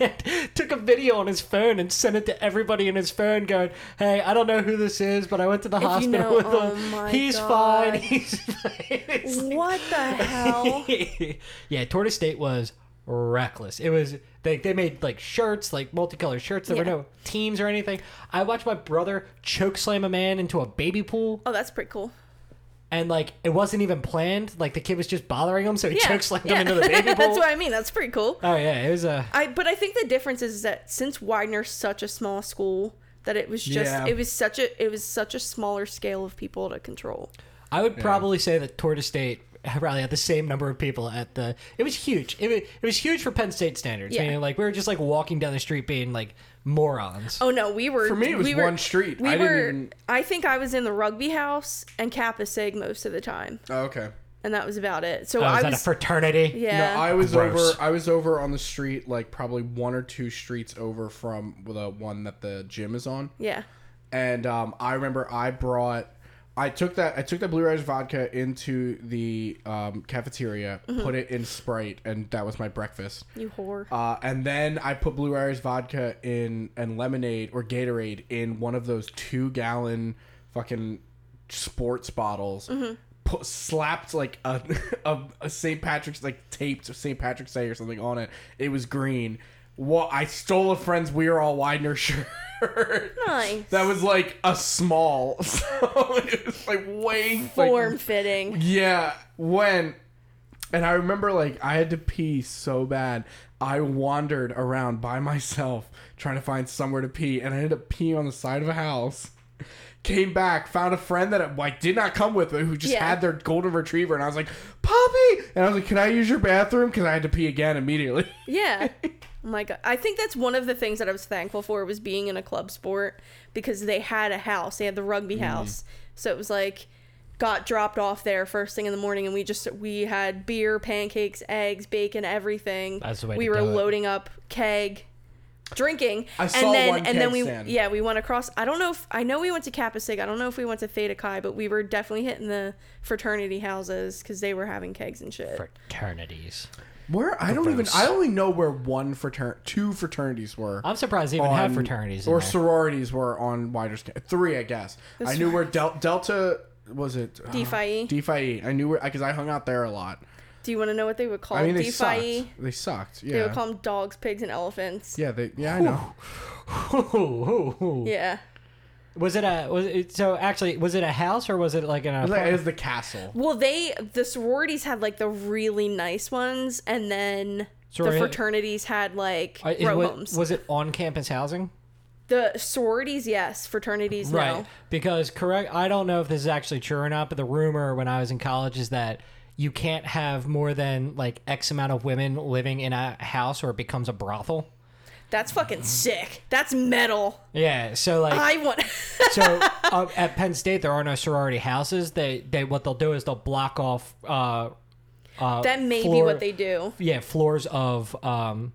and took a video on his phone and sent it to everybody in his phone, going, "Hey, I don't know who this is, but I went to the
you
hospital
know-
with
oh
him.
my
He's
God. Oh.
fine. He's fine." It's like-
What the hell?
yeah, Tortoise State was reckless. It was they they made like shirts, like multicolored shirts. There were
Yeah.
no teams or anything. I watched my brother choke slam a man into a baby pool,
Oh, that's pretty cool.
and like it wasn't even planned. Like the kid was just bothering him, so he
Yeah.
choke slammed
yeah.
him into the baby pool.
that's what I mean. That's pretty cool.
Oh yeah, it was a
I but I think the difference is that since Widener's such a small school that it was just
Yeah.
it was such a it was such a smaller scale of people to control.
I would probably say that Tortoise State probably had the same number of people at the. It was huge. It was, it was huge for Penn State standards.
Yeah.
Meaning, like we were just like walking down the street being like morons.
Oh no, we were
For me, it was
we were-
one street.
We
I
were
didn't even-
I think I was in the rugby house and Kappa Sig most of the time,
Oh, okay.
and that was about it. So
Oh,
I
is that a
was
fraternity?
yeah.
No, I was
Gross.
over. I was over on the street, like probably one or two streets over from the one that the gym is on.
yeah.
and um, I remember I brought, I took that I took that Blue Ridge vodka into the um, cafeteria, put it in Sprite, and that was my breakfast.
You whore.
Uh, and then I put Blue Ridge vodka in and lemonade or Gatorade in one of those two gallon fucking sports bottles. Put, slapped like a, a, a St. Patrick's like taped St. Patrick's Day or something on it. It was green. Well, I stole a friend's We Are All Widener shirt.
Nice.
That was like a small, so it was like way like,
Form fitting.
yeah, when and I remember like I had to pee so bad. I wandered around by myself trying to find somewhere to pee and I ended up peeing on the side of a house. Came back, found a friend that I did not come with who just
Yeah.
had their golden retriever and I was like, "Puppy!" And I was like, "Can I use your bathroom?" cuz I had to pee again immediately.
Yeah. oh my god. I think that's one of the things that I was thankful for was being in a club sport because they had a house. They had the
Mm.
rugby house. So it was like got dropped off there first thing in the morning and we just we had beer, pancakes, eggs, bacon, everything.
That's the way
we
to
were
do it.
loading up keg drinking
I
and
saw
then
one
and
keg
then we
stand.
yeah we went across i don't know if i know we went to kappa sig i don't know if we went to theta chi but we were definitely hitting the fraternity houses because they were having kegs and shit
Fraternities.
Where I don't even
Gross.
I only know where one fraternity two fraternities were.
I'm surprised they even have
on-
fraternities.
or
Or so.
sororities were on wider scale. Three, I guess. I knew where Del- Delta was it uh,
DPhi.
DPhi. I knew where because I hung out there a lot.
do you want to know what they would call
I mean, they
DeFi?
sucked. They sucked.
They
Yeah.
would call them dogs, pigs, and elephants.
yeah. They. Yeah. I know.
Yeah.
Was it a was it so actually was it a house or was it like an
It was, like, it
apartment?
was the castle.
Well, they the sororities had like the really nice ones, and then
Sorority-
the fraternities had like
Uh, is-
row
was,
homes.
was it on campus housing?
the sororities, yes. Fraternities, no.
Because correct I don't know if this is actually true or not, but the rumor when I was in college is that you can't have more than like X amount of women living in a house or it becomes a brothel.
That's fucking sick. That's metal.
Yeah. So like
I want.
so uh, at Penn State there are no sorority houses. They they what they'll do is they'll block off uh uh,
that may be
floor-
what they do.
yeah floors of um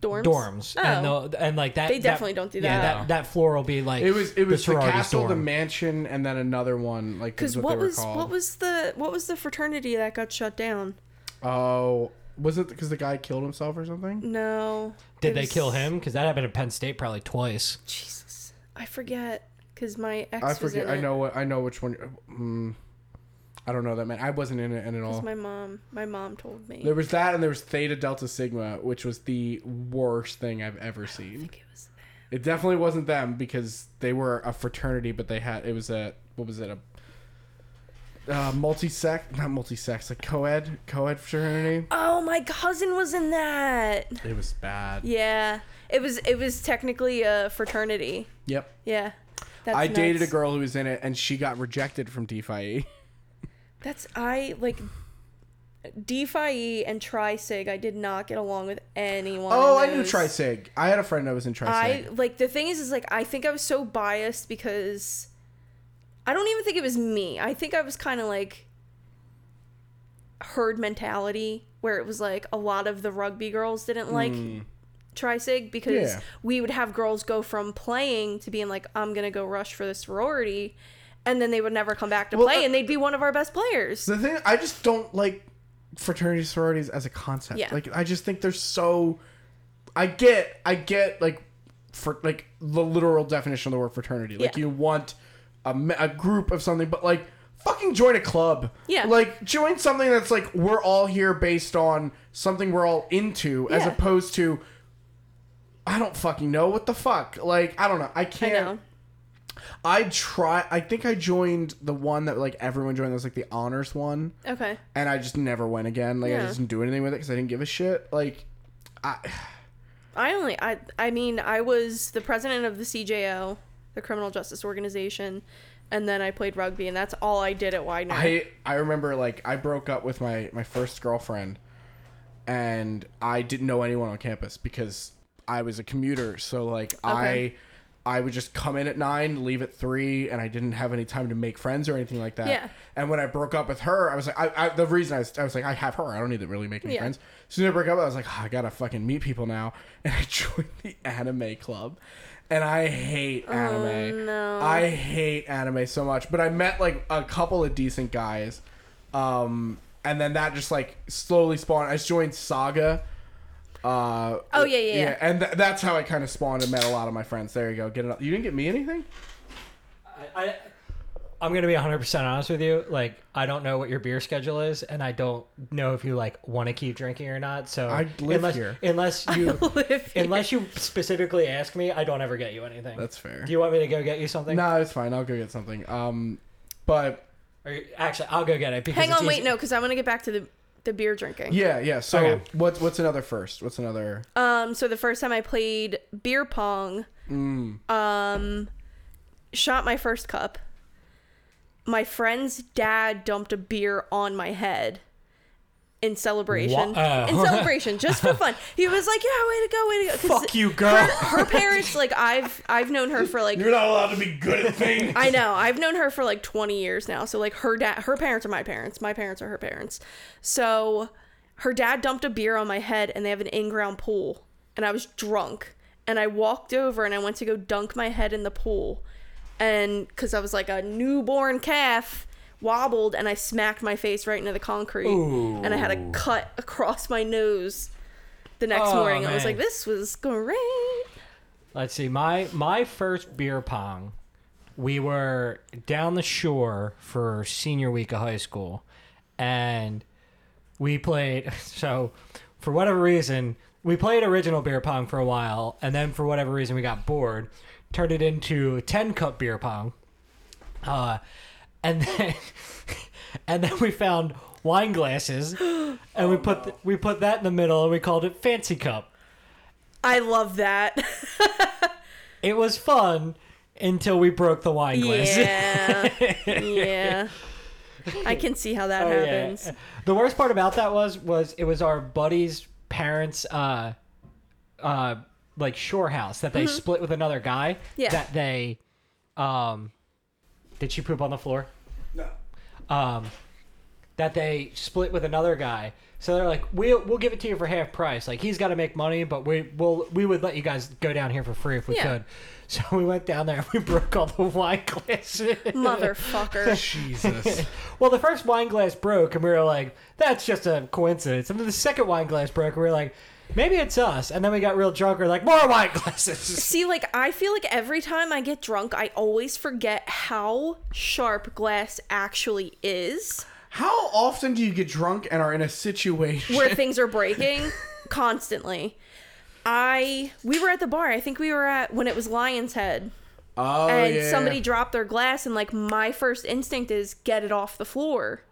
Dorms.
dorms and
Oh.
they'll- and like that
They
that-
definitely don't do
yeah
that.
that, that floor will be like
It was. It was the,
sorority
castle, the
dorm.
mansion, and then another one. Like
Because
is what,
what,
they were
was
called.
what was the what was the fraternity that got shut down?
Oh, was it because the guy killed himself or something?
No.
did
it
they
was-
kill him because that happened at Penn State probably twice
Jesus, I forget. Because my ex
I
was
forget.
in
I
it.
know. What, I know which one. Mm, I don't know that man. I wasn't in it in at all.
Because my mom, my mom told me.
Oh. There was that, and there was Theta Delta Sigma, which was the worst thing I've
Oh
ever seen.
It was-
It definitely wasn't them because they were a fraternity, but they had it was a what was it a uh, multi-sex not multi-sex like co-ed co-ed fraternity.
Oh, my cousin was in that.
It was bad.
Yeah, it was. It was technically a fraternity.
Yep.
Yeah, that's
I dated a
nuts.
girl who was in it, and she got rejected from DeFi.
That's I like. DeFi E and Tri-Sig, I did not get along with anyone.
Oh,
in
I knew
those.
Tri-Sig. I had a friend that was in Tri-Sig.
I like the thing is is like I think I was so biased because I don't even think it was me. I think I was kind of like herd mentality where it was like a lot of the rugby girls didn't like Tri-Sig because
Hmm. Yeah.
we would have girls go from playing to being like I'm going to go rush for the sorority and then they would never come back to
Well,
play,
uh,
and they'd be one of our best players.
The thing I just don't like fraternity sororities as a concept.
Yeah.
Like I just think they're so. I get, I get like, for like the literal definition of the word fraternity. Like
Yeah.
you want a, me- a group of something, but like fucking join a club.
Yeah.
Like join something that's like we're all here based on something we're all into, as
Yeah.
opposed to. I don't fucking know what the fuck. Like I don't know. I
I
can't.
know.
I try. I think I joined the one that like everyone joined. That was like the honors one,
Okay.
and I just never went again. Like I
Yeah.
just didn't do anything with it because I didn't give a shit. Like I,
I only I I mean I was the president of the CJO, the criminal justice organization, and then I played rugby, and that's all I did at Y. Night.
I, I remember like I broke up with my my first girlfriend, and I didn't know anyone on campus because I was a commuter. So like I,
Okay.
I would just come in at nine, leave at three, and I didn't have any time to make friends or anything like that.
Yeah.
And when I broke up with her, I was like, I, I the reason I was, I was like, I have her. I don't need to really make any
Yeah.
friends. As soon as I broke up, I was like, "Oh, I gotta fucking meet people now. And I joined the anime club. And I hate anime.
Oh, no.
I hate anime so much. But I met like a couple of decent guys. Um, and then that just like slowly spawned. I just joined Saga. Uh,
Oh, yeah, yeah, yeah.
And th- that's how I kind of spawned and met a lot of my friends. There you go. Get it up. You didn't get me anything?
I, I, I'm gonna be 100 percent honest with you. Like, I don't know what your beer schedule is, and I don't know if you like want to keep drinking or not. So
I live
unless,
here.
Unless you,
live here.
unless you specifically ask me, I don't ever get you anything.
That's fair.
Do you want me to go get you something?
no, it's fine. I'll go get something. Um, but
Or you- actually, I'll go get it. Because
Hang
it's
on, wait,
easy-
no, because I want to get back to the the beer drinking.
yeah, yeah. So
Okay.
what's what's another first? What's another?
Um, so the first time I played beer pong,
Mm.
um, shot my first cup. My friend's dad dumped a beer on my head in celebration.
Wha- oh.
In celebration, just for fun. He was like, "Yeah, way to go, way to go." 'Cause
Fuck you, girl.
Her, her parents, like, I've I've known her for like.
not allowed to be good at things.
I know. I've known her for like 20 years now. So like her dad her parents are my parents. My parents are her parents. So her dad dumped a beer on my head and they have an in-ground pool and I was drunk and I walked over and I went to go dunk my head in the pool and cuz I was like a newborn calf wobbled and I smacked my face right into the concrete and I had a cut across my nose the next
Oh,
morning. I was
man.
like this was great.
Let's see. My my first beer pong, we were down the shore for senior week of high school, and we played. So, for whatever reason, we played original beer pong for a while, and then for whatever reason, we got bored, turned it into ten cup beer pong, uh, and then and then we found wine glasses, and we put th- we put that in the middle, and we called it fancy cup.
I love that.
It was fun until we broke the wine glass.
Yeah. yeah. I can see how that
Oh, yeah.
happens.
The worst part about that was was it was our buddy's parents uh uh like shore house that they split with another guy
Mm-hmm. Yeah.
that they um did she poop on the floor? No. Um that they split with another guy. So they're like, we'll we'll give it to you for half price. Like he's got to make money, but we will we would let you guys go down here for free if we
Yeah.
could. So we went down there and we broke all the wine glasses.
Motherfucker.
Jesus.
Well, the first wine glass broke, and we were like, "That's just a coincidence." And then the second wine glass broke, and we were like, "Maybe it's us." And then we got real drunk. We are like, "More wine glasses."
see, like, I feel like every time I get drunk, I always forget how sharp glass actually is,
How often do you get drunk and are in a situation?
where things are breaking constantly. I we were at the bar. I think we were at when it was Lion's Head.
Oh,
and
yeah.
somebody dropped their glass and like my first instinct is get it off the floor.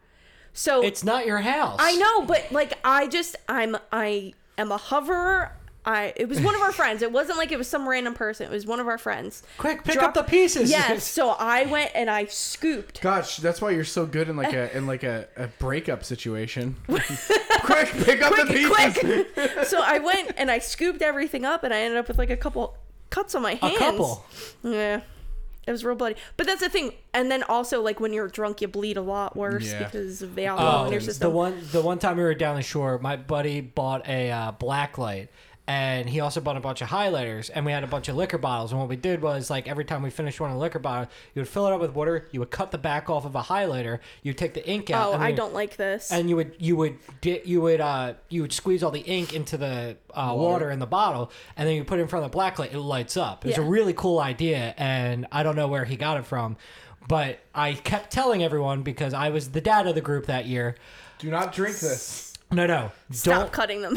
So
It's not your house.
I know, but like I just I'm I am a hoverer. I it was one of our friends. It wasn't like it was some random person. It was one of our friends.
Quick, pick up
Drop-
the pieces.
Yes. So I went and I scooped.
Gosh, that's why you're so good in like a in like a, a breakup situation. quick, pick up the pieces.
Quick. so I went and I scooped everything up and I ended up with like a couple cuts on my
a
hands.
couple.
Yeah. It was real bloody. But that's the thing. And then also like when you're drunk you bleed a lot worse
Yeah.
because of the alcohol in your
Um, the
system.
one, the one time we were down the shore, my buddy bought a uh, black light, and he also bought a bunch of highlighters and we had a bunch of liquor bottles and what we did was like every time we finished one of the liquor bottle you would fill it up with water you would cut the back off of a highlighter you take the ink out
Oh,
and
I
we-
don't like this.
and you would you would di- you would uh you would squeeze all the ink into the uh, water. in the bottle and then you put it in front of the black light it lights up it's a
Yeah.
really cool idea and i don't know where he got it from but i kept telling everyone because i was the dad of the group that year
Do not drink this.
no no
Stop
don't
cutting them.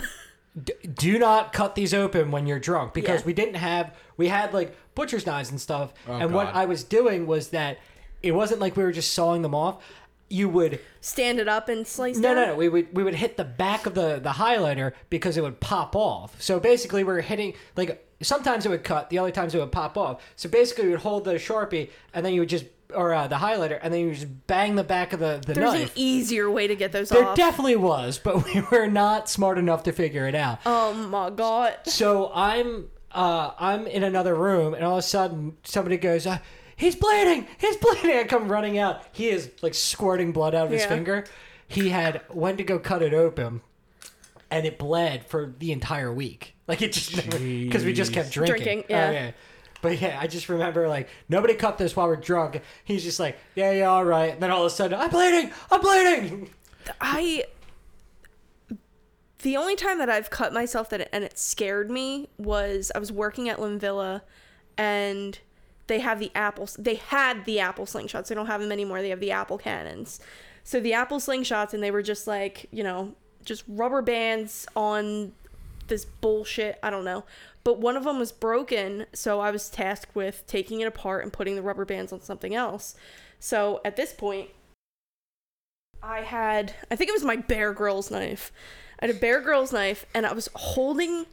d- do not cut these open when you're drunk because
Yeah. Oh,
we didn't have we had like butcher's knives and stuff and what
God.
i was doing was that it wasn't like we were just sawing them off you would
Stand it up and slice
no,
down.
no, no. We would we would hit the back of the the highlighter because it would pop off. So basically, we are hitting like sometimes it would cut, the other times it would pop off. So basically, we would hold the sharpie and then you would just or uh, the highlighter and then you would just bang the back of the the
There's an
knife.
easier way to get those
there
off.
definitely was, but we were not smart enough to figure it out.
oh my god.
So I'm uh, I'm in another room, and all of a sudden somebody goes, uh, "He's bleeding! He's bleeding!" I come running out. He is like squirting blood out of his
Yeah.
finger. He had went to go cut it open, and it bled for the entire week. Like it just because we just kept drinking.
Drinking, yeah.
Oh, But yeah, I just remember like nobody cut this while we're drunk. He's just like, yeah, yeah, all right. And then all of a sudden, I'm bleeding, I'm bleeding.
I the only time that I've cut myself that and it scared me was I was working at Lynn Villa and they have the apple they had the apple slingshots. They don't have them anymore. They have the apple cannons. So the apple slingshots and they were just like, you know, just rubber bands on this bullshit, I don't know. But one of them was broken, so I was tasked with taking it apart and putting the rubber bands on something else. So at this point, I had, I think it was my Bear Grylls knife. I had a Bear Grylls knife, and I was holding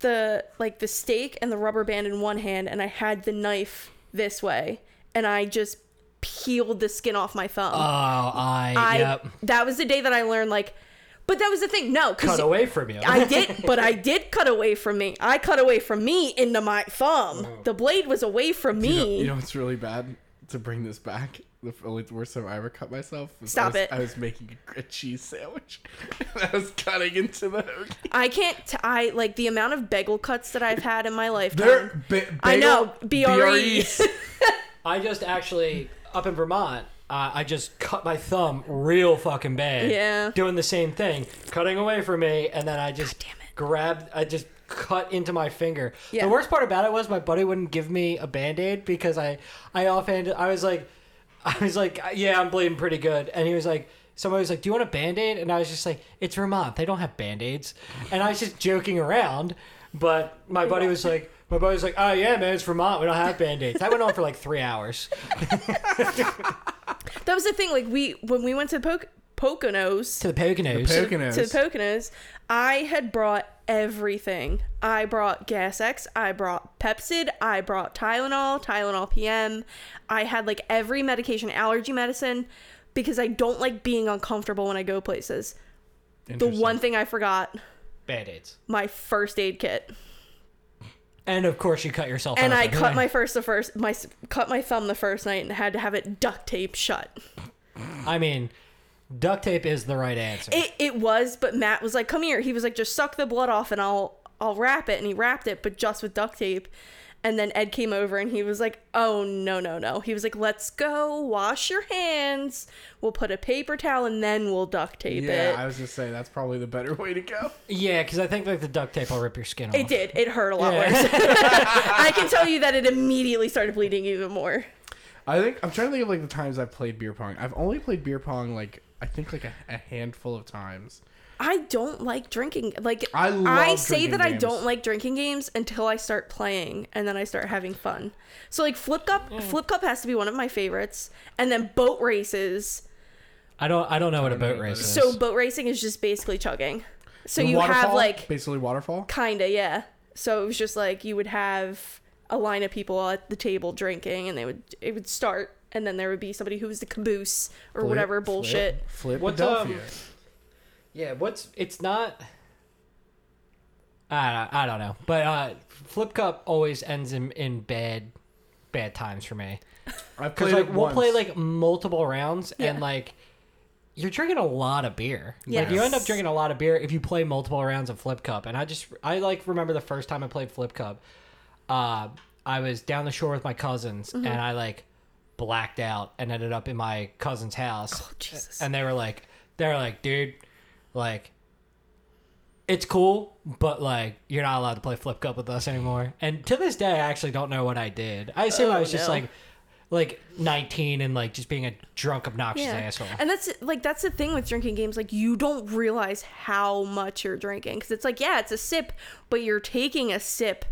the like the steak and the rubber band in one hand, and I had the knife this way, and I just peeled the skin off my thumb.
Oh, I,
I
yep.
that was the day that I learned like, but that was the thing. No, because
Cut away from you.
I did, but I did cut away from me. I cut away from me into my thumb. The blade was away from
You know,
me.
you know what's really bad? To bring this back, the f- only worst time I ever cut myself. Was I
Stop
was,
it.
I was making a, a cheese sandwich, and I was cutting into the hoagie.
I can't. T- I like the amount of bagel cuts that I've had in my lifetime.
They're ba-
I know, E.
bagel- E.
BRE.
I just actually up in Vermont. Uh, I just cut my thumb real fucking bad.
Yeah.
Doing the same thing, cutting away from me, and then I just
God damn it.
grabbed. I just cut into my finger.
Yeah.
The worst part about it was my buddy wouldn't give me a band aid because I, I offhand, I was like, I was like, yeah, I'm bleeding pretty good, and he was like. Somebody was like, "Do you want a band-aid?" And I was just like, "It's Vermont; they don't have band-aids." And I was just joking around, but my buddy was like, "My buddy was like, oh yeah, man, it's Vermont; we don't have band-aids." That went on for like three hours.
that was the thing. Like we when we went to the Poc- Poconos
to the Poconos.
Poconos.
to the Poconos, I had brought everything. I brought Gas X, I brought Pepsid, I brought Tylenol, Tylenol PM. I had like every medication, allergy medicine, because I don't like being uncomfortable when I go places. The
Interesting.
one thing I forgot
Band-aids.
my first aid kit.
And of course, you cut yourself.
and
open.
I cut my first the first my s- cut my thumb the first night and had to have it duct tape shut.
I mean, duct tape is the right answer.
It it was, but Matt was like, "Come here." He was like, "Just suck the blood off and I'll I'll wrap it." And he wrapped it, but just with duct tape. And then Ed came over and he was like, "Oh no no no!" He was like, "Let's go wash your hands. We'll put a paper towel and then we'll duct tape
Yeah,
it."
I was just saying that's probably the better way to go.
yeah, because I think like the duct tape will rip your skin off.
it did. It hurt a lot
Yeah.
worse. I can tell you that it immediately started bleeding even more.
I think I'm trying to think of like the times I've played beer pong. I've only played beer pong like I think like a, a handful of times.
I don't like drinking. Like
I
I,
love
say
drinking
that I
games.
don't like drinking games until I start playing and then I start having fun. So like flip cup, flip cup has to be one of my favorites, and then boat races.
I don't. I don't know what a
know
boat
what
race
that
is.
is.
So boat racing is just basically chugging. So
The
you have
waterfall,
like
basically waterfall.
kinda yeah. So it was just like you would have a line of people at the table drinking, and they would it would start, and then there would be somebody who was the caboose or
Flip,
whatever
flip,
bullshit.
Flip,
What's,
Philadelphia.
um, yeah, what's it's not. I don't, I don't know, but uh, flip cup always ends in, in bad, bad times for me.
I've
Because
played
like
it
we'll play
once.
like multiple rounds and
Yeah.
like you're drinking a lot of beer. Like you end up
Yes.
drinking a lot of beer if you play multiple rounds of Flip Cup. And I just I like remember the first time I played Flip Cup. Uh, I was down the shore with my cousins
Mm-hmm.
and I like blacked out and ended up in my cousin's house.
Jesus.
And they were like they were like, dude, like it's cool, but like you're not allowed to play flip cup with us anymore. And to this day, I actually don't know what I did. I assume I
Oh,
was just
no.
like, like 19 and like just being a drunk, obnoxious
Yeah.
asshole.
And that's like that's the thing with drinking games like you don't realize how much you're drinking cuz it's like yeah, it's a sip, but you're taking a sip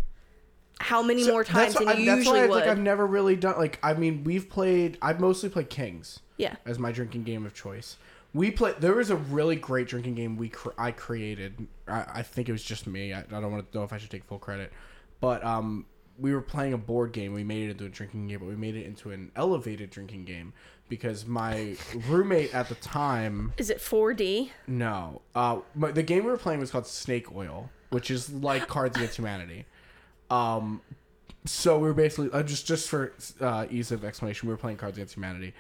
how many more
that's,
times than
why-
you
that's
usually
why I,
would.
like I've never really done like I mean we've played I've mostly played Kings.
Yeah.
As my drinking game of choice. We play there was a really great drinking game we cr- I created. I, I think it was just me. I, I don't want to know if I should take full credit. But um we were playing a board game. We made it into a drinking game, but we made it into an elevated drinking game because my roommate at the time
Is it 4D?
no. Uh, my, the game we were playing was called Snake Oil, which is like Cards Against Humanity. Um, so we were basically uh, just just for uh, ease of explanation, we were playing Cards Against Humanity.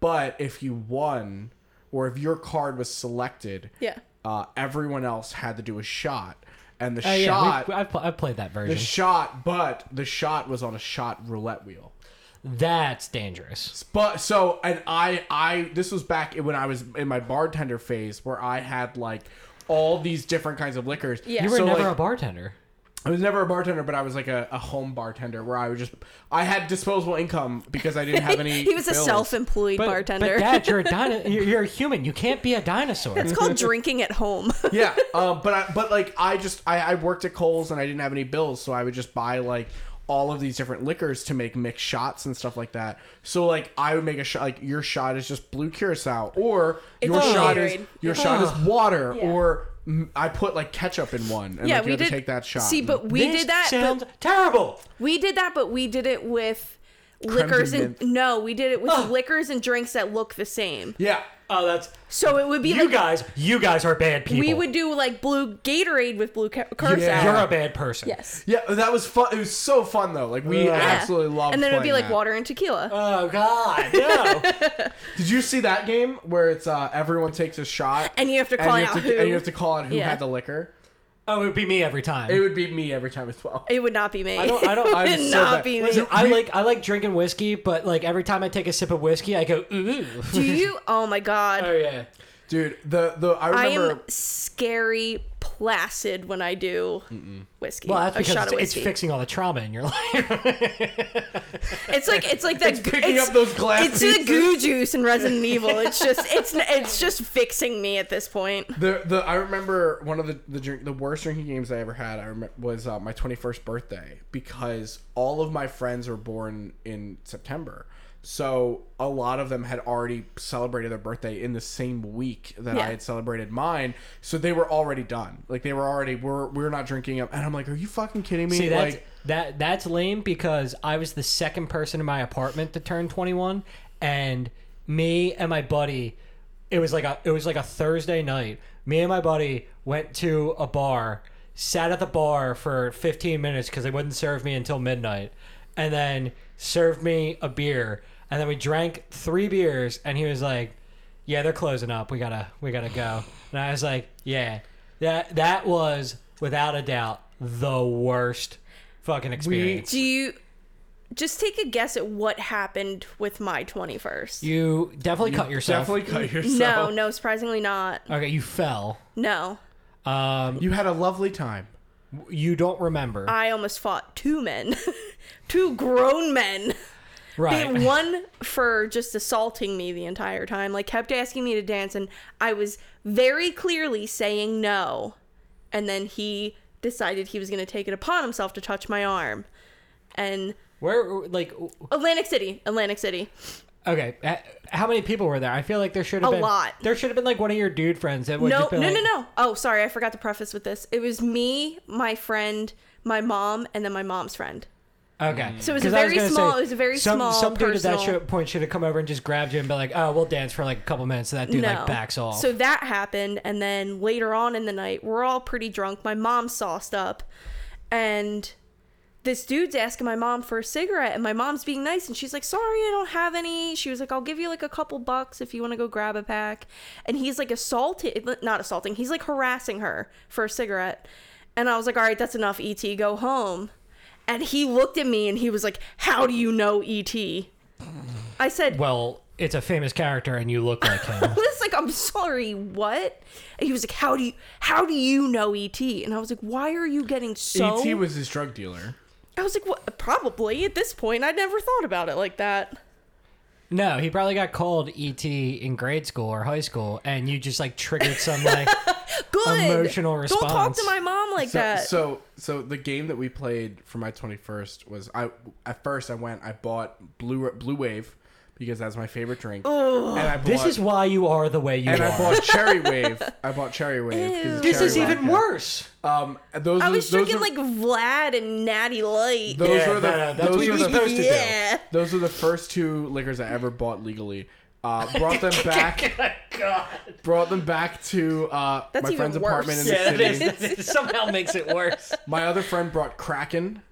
But if you won, or if your card was selected,
Yeah.
uh, everyone else had to do a shot, and the
Oh, yeah,
shot,
we- I've, pl- I've played that
the
version.
shot, but the shot was on a shot roulette wheel.
That's dangerous.
But so and I I this was back when I was in my bartender phase where I had like all these different kinds of liquors.
Yeah.
You were
So,
never
like,
a bartender.
I was never a bartender, but I was like a, a home bartender where I was just I had disposable income because I didn't have any.
He was a
bills.
self-employed
But,
bartender.
But Dad, you're a dino- you're, you're a human. You can't be a dinosaur.
it's called drinking at home.
Yeah, um, but I, but like I just I, I worked at Coles and I didn't have any bills, so I would just buy like all of these different liquors to make mixed shots and stuff like that. So like I would make a shot like your shot is just blue curacao or your
not
shot
Gatorade.
is your shot is water
Yeah.
or mm, I put like ketchup in one and
yeah,
like, you
we
have
did
to take that shot.
See, but we
This
did that. but-
Sounds terrible.
We did that, but we did it with liquors
and
and, no, we did it with
Ugh.
liquors and drinks that look the same.
yeah,
Oh, that's
So it would be
you
like
guys. You guys are bad people.
we would do like blue Gatorade with blue ca- curacao.
Yeah.
You're a bad person.
Yes.
yeah, that was fun. It was so fun though. Like we
Yeah.
absolutely loved.
And then it would be
playing
like
that.
water and tequila.
Oh God, no.
Did you see that game where it's uh, everyone takes a shot
And you have to call
you have
out
to-
who-
and you have to call out who
Yeah.
had the liquor?
oh, it would be me every time.
It would be me every time as well.
it would not be me.
I don't. I don't. I,
I'm
would
so
not
bad.
be me.
listen, I like. I like drinking whiskey, but like every time I take a sip of whiskey, I go ooh.
Do you? Oh my god.
oh yeah.
Dude, the the I
I
remember
am scary placid when I do whiskey.
Well, that's
a shot
because
of
it's, it's
whiskey.
fixing all the trauma in your life.
It's like it's like that. It's
picking up those glass
It's the
pieces.
goo juice in Resident Evil. It's just it's it's just fixing me at this point.
the the I remember one of the the drink the worst drinking games I ever had. I remember was uh, my 21st birthday because all of my friends were born in September. So a lot of them had already celebrated their birthday in the same week that
Yeah.
I had celebrated mine. So they were already done. Like they were already we're we're not drinking up. And I'm like, are you fucking kidding me?
See, that's,
like
that that's lame because I was the second person in my apartment to turn 21, and me and my buddy, it was like a it was like a Thursday night. Me and my buddy went to a bar, sat at the bar for 15 minutes because they wouldn't serve me until midnight, and then served me a beer, and then we drank three beers, and he was like, "Yeah, they're closing up. We gotta we gotta go," and I was like, "Yeah." That that was without a doubt the worst fucking experience.
Do you just take a guess at what happened with my 21st?
you definitely cut yourself.
definitely cut yourself.
no, no, surprisingly not.
Okay, you fell.
No.
Um,
You had a lovely time.
you don't remember,
I almost fought two men, two grown men.
right?
And one for just assaulting me the entire time, like kept asking me to dance, and I was very clearly saying no. And then he decided he was going to take it upon himself to touch my arm. And
Where, like,
Atlantic City, Atlantic City.
okay, h- how many people were there? I feel like there should have
A
been
lot.
There should have been like one of your dude friends that would
no,
just
no,
been like,
no, no. Oh, sorry, I forgot to preface with this. It was me, my friend, my mom, and then my mom's friend.
Okay,
So it was a
'Cause I
very
gonna
small- it was a very
some,
small
Some dude at that
personal-
sh- point should have come over and just grabbed you and be like, "Oh, we'll dance for like a couple minutes." So that dude
no.
like backs off.
So that happened, and then later on in the night, we're all pretty drunk. My mom sauced up, and this dude's asking my mom for a cigarette and my mom's being nice and she's like sorry i don't have any she was like i'll give you like a couple bucks if you want to go grab a pack and he's like assaulting not assaulting he's like harassing her for a cigarette and i was like all right that's enough et go home and he looked at me and he was like how do you know et i said
Well, it's a famous character, and you look like him.
I was like, I'm sorry, what? And he was like, How do you how do you know ET? And I was like, Why are you getting so
ET E was his drug dealer.
I was like, What probably at this point I never thought about it like that.
no, he probably got called ET in grade school or high school, and you just like triggered some like.
Good
Emotional
Don't talk
response.
to my mom like
So,
that.
so so the game that we played for my 21st was I at first I went I bought blue blue wave because that's my favorite drink. and I bought,
This is why you are the way you
and I
are.
bought cherry wave. I bought cherry wave. 'cause it's
Ew.
this is
cherry
even
vodka.
worse.
Um, those
I
are-
was
those
drinking
are-
like Vlad and Natty Light.
those
Yeah,
were the
no, no, that's
those
what
were
you're
the
supposed to do.
yeah.
Those are the first two liquors I ever bought legally. Uh, brought them back.
Oh
Brought them back to uh,
That's
my
even
friend's
worse.
apartment in the
Yeah, that
city.
is, that is- somehow makes it worse.
My other friend brought Kraken.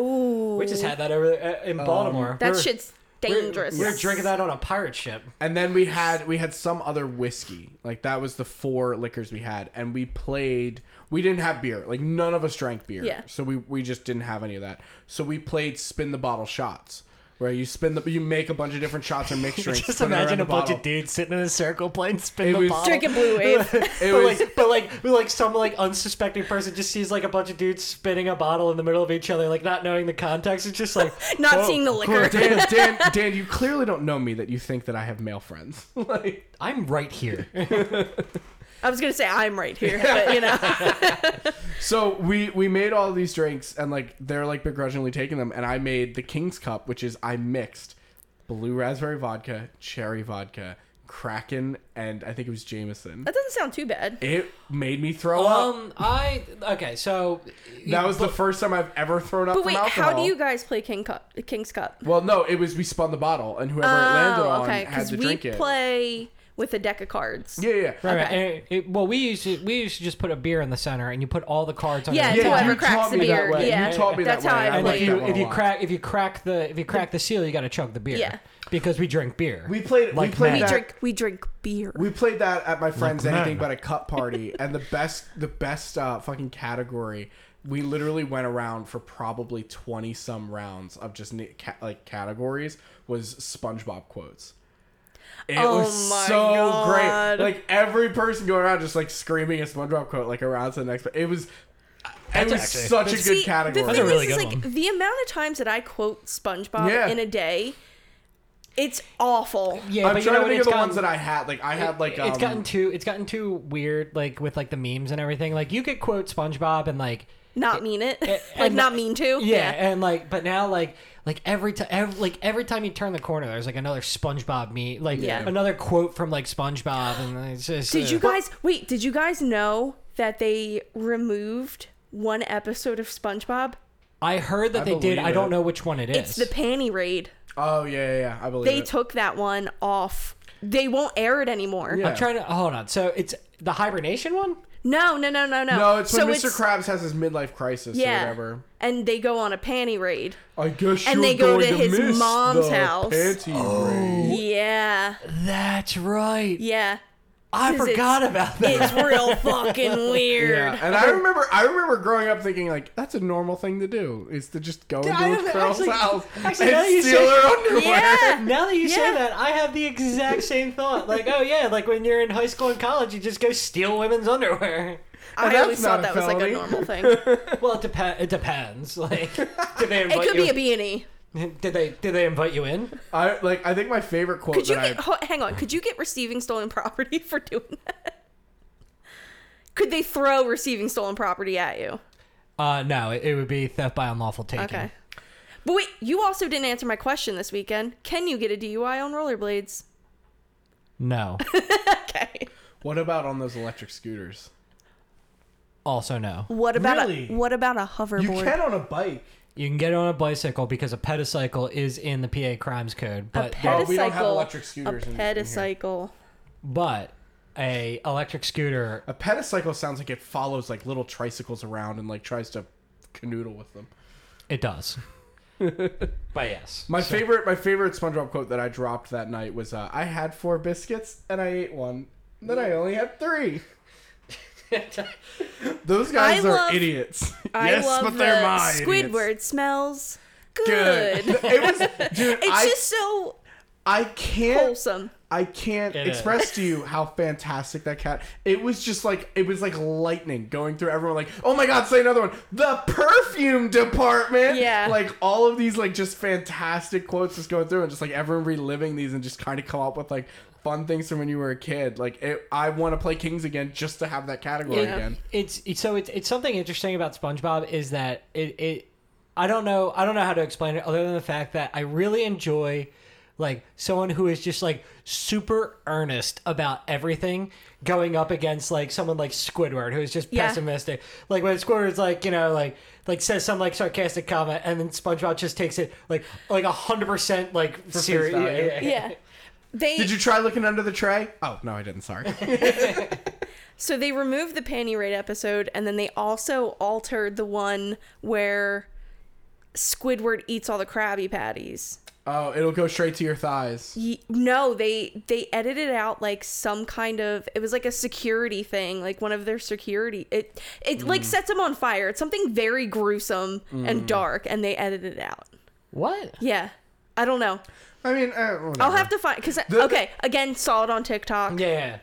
Ooh.
We just had that over uh, in
Um,
Baltimore.
that
We're-
shit's
we're-
dangerous.
We're drinking that on a pirate ship.
And then we had we had some other whiskey. Like that was the four liquors we had, and we played. We didn't have beer. Like none of us drank beer.
Yeah.
So we we just didn't have any of that. So we played spin the bottle shots, where you spin the you make a bunch of different shots or mixed drinks.
Just
put it around
imagine
the
a bunch
bottle.
of dudes sitting in a circle playing spin
It
the
was-
bottle.
Drinking blue wave.
It
but,
was
like, but like, but like some like unsuspecting person just sees like a bunch of dudes spinning a bottle in the middle of each other, like not knowing the context. It's just like
Not
"Oh,
seeing the liquor.
Dan, Dan, Dan, you clearly don't know me that you think that I have male friends. like,
I'm right here.
I was gonna say I'm right here, but you know.
so we we made all these drinks and like they're like begrudgingly taking them, and I made the King's Cup, which is I mixed blue raspberry vodka, cherry vodka, Kraken, and I think it was Jameson.
that doesn't sound too bad.
It made me throw up.
um, I okay, so
That was the first time I've ever thrown up
But
from
wait,
alcohol.
how do you guys play King Cup King's Cup?
Well, no, it was we spun the bottle, and whoever it landed on had to
Oh, we
drink it.
play with a deck of cards.
yeah, yeah.
Right, right. And it- well, we used to we used to just put a beer in the center, and you put all the cards on.
Yeah,
the
it's
Yeah,
top.
whoever
you
cracks
taught
the
me that
beer.
way. You
Yeah,
taught me that
that's
way.
how
I
I
And
like that
if
played.
you
one a
if you
lot.
crack if you crack the if you crack the seal, you got to chug the beer.
Yeah.
because we drink beer.
We played- we
like
played
mad.
we
that-
drink we drink beer.
We played that at my friend's
Like
anything
men.
but a cup party, and the best the best uh, fucking category. We literally went around for probably twenty some rounds of just ne- ca- like categories was SpongeBob quotes. It
Oh
was
my
so
God.
great. Like every person going around just like screaming a SpongeBob quote like around to the next. It was it was
actually-
such a good
See,
category.
The
That's
thing
a really
is, is
good
like
one.
the amount of times that I quote SpongeBob
Yeah.
in a day, it's awful.
Yeah,
I'm
but you
trying to
know what?
think of
It's
the
gotten-
ones that I had. Like I had like um,
it's gotten too it's gotten too weird like with like the memes and everything like you could quote spongebob and like
Not mean it, like
and-
not mean to.
yeah, and like but now like like every time every, like every time you turn the corner there's like another spongebob meme like
Yeah.
another quote from like spongebob and it's just
Did you
uh,
guys wait? Did you guys know that they removed one episode of SpongeBob?
i heard that
I
they did
believe
i
it.
don't know which one it is
It's the panty raid.
oh yeah yeah, yeah I believe
They
it.
took that one off. They won't air it anymore.
Yeah.
i'm trying to hold on so it's the hibernation one
No, no, no, no, no.
no, it's when
So
Mr. Krabs has his midlife crisis or whatever.
And they go on a panty raid.
I guess
And
you're
they go
going
to his
miss
mom's
the
house.
Panty raid.
Yeah.
that's right
Yeah.
i
'Cause it's-
forgot about that
It's real fucking weird.
Yeah, and I remember, I remember growing up thinking like that's a normal thing to do is to just go
I
into a
don't-
girl's
actually-
house
actually, now that
and
you
steal
say-
her underwear.
Yeah.
Now that you say
Yeah.
that, I have the exact same thought. Like, oh yeah, like when you're in high school and college, you just go steal women's underwear.
I
that's
always
not
thought
a
that was like a
felony.
normal thing. It
Well, it, depe- it depends. Like, did they invite
could
you?
be a E. beanie.
did they did they invite you in?
I like, I think my favorite quote
Could you
that
get ho- hang on? Could you get receiving stolen property for doing that? Could they throw receiving stolen property at you?
Uh, no, it, it would be theft by unlawful taking.
Okay. But wait, you also didn't answer my question this weekend. Can you get a DUI on rollerblades?
No.
Okay.
I, what about on those electric scooters?
Also, no.
What about
Really?
a what about a
You
hoverboard?
can on a bike.
You can get on a bicycle because a pedocycle is in the PA Crimes Code,
a
but
Oh,
pedicycle.
we don't have electric scooters
a
in- in here.
pedicycle.
but a electric scooter.
A pedicycle sounds like it follows like little tricycles around and like tries to canoodle with them.
It does. but yes.
My favorite, my favorite SpongeBob quote that I dropped that night was, uh, "I had four biscuits and I ate one, then I only had three. Those guys
I
are
love-
idiots.
I
yes,
love
but
the
they're my
Squidward
idiots.
smells good.
Good. it was, dude.
It's
I,
just so
I can't
wholesome.
I can't
It is.
express to you how fantastic that cat. It was just like it was like lightning going through everyone. Like, oh my god, say another one. The perfume department.
Yeah.
Like all of these like just fantastic quotes just going through and just like everyone reliving these and just kind of come up with like fun things from when you were a kid. Like it, I want to play Kings again just to have that category
Yeah.
again.
it's, it's so it's, it's something interesting about SpongeBob is that it, it I don't know I don't know how to explain it other than the fact that I really enjoy like someone who is just like super earnest about everything going up against like someone like Squidward who is just
Yeah.
pessimistic. Like when Squidward's like, you know, like like says some like sarcastic comment and then SpongeBob just takes it like like a hundred percent like
face
serious.
value.
Yeah. They
Did you try looking under the tray? Oh no, I didn't. Sorry.
so they removed the panty raid episode and then they also altered the one where Squidward eats all the Krabby Patties.
oh, it'll go straight to your thighs.
Ye- no they they edited out like some kind of it was like a security thing like one of their security it it like
Mm.
sets them on fire it's something very gruesome and dark and they edited it out
What?
yeah i don't know
I mean, uh,
i'll have to find because okay again saw it on tiktok
Yeah.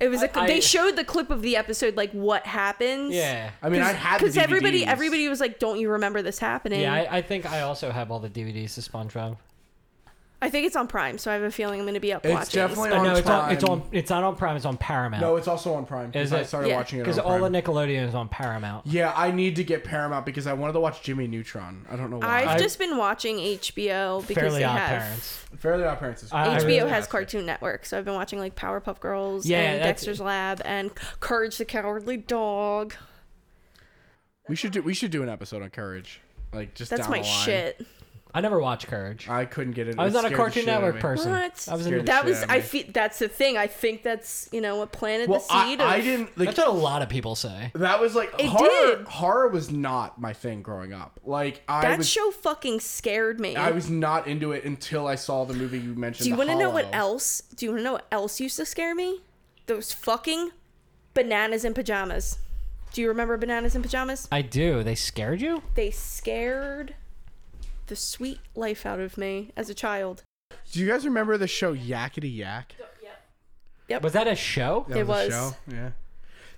it was a cl-
I-
they
I-
showed the clip of the episode like what happens
Yeah.
I mean, I had
because
the
everybody
DVDs.
everybody was like don't you remember this happening
Yeah, I, I think I also have all the DVDs to SpongeBob.
I think it's on prime so i have a feeling i'm gonna be up
It's
watching
definitely
Oh,
on
no, it's on, it's
Prime.
on. It's not on Prime. It's on Paramount.
No, it's also on Prime.
Is
Because I
it?
started
Yeah.
watching it.
because
on
all
Prime.
of Nickelodeon is on Paramount.
Yeah, I need to get Paramount because I wanted to watch Jimmy Neutron. I don't know why.
I've
I-
just been watching HBO because
Fairly
they
Odd
have
Parents.
Fairly Odd Parents is
I-
HBO
really
has Cartoon Network, so I've been watching like Powerpuff Girls
Yeah,
and
that's-
Dexter's Lab and Courage the Cowardly Dog.
We should do. We should do an episode on Courage. Like just
That's
down
my
the line.
shit.
I never watched Courage.
I couldn't get it.
I was
It
not a
scared the
Cartoon
shit out of
Network
me.
person.
What?
I was
Scared
in,
the
That was
shit out of
I
me.
feel that's the thing. I think that's you know what planted
Well,
the
I,
seed.
I
of,
didn't. Like,
that's what a lot of people say.
that was like
It
horror.
did.
Horror was not my thing growing up. Like I
That
was.
show fucking scared me.
I was not into it until I saw the movie you mentioned.
Do you
want to
know what else? Do you want to know what else used to scare me? Those fucking bananas in pajamas. Do you remember bananas in pajamas?
I do. They scared you?
They scared the sweet life out of me as a child.
Do you guys remember the show Yakety Yak?
Was that a show?
That
It
a
was.
show. Yeah.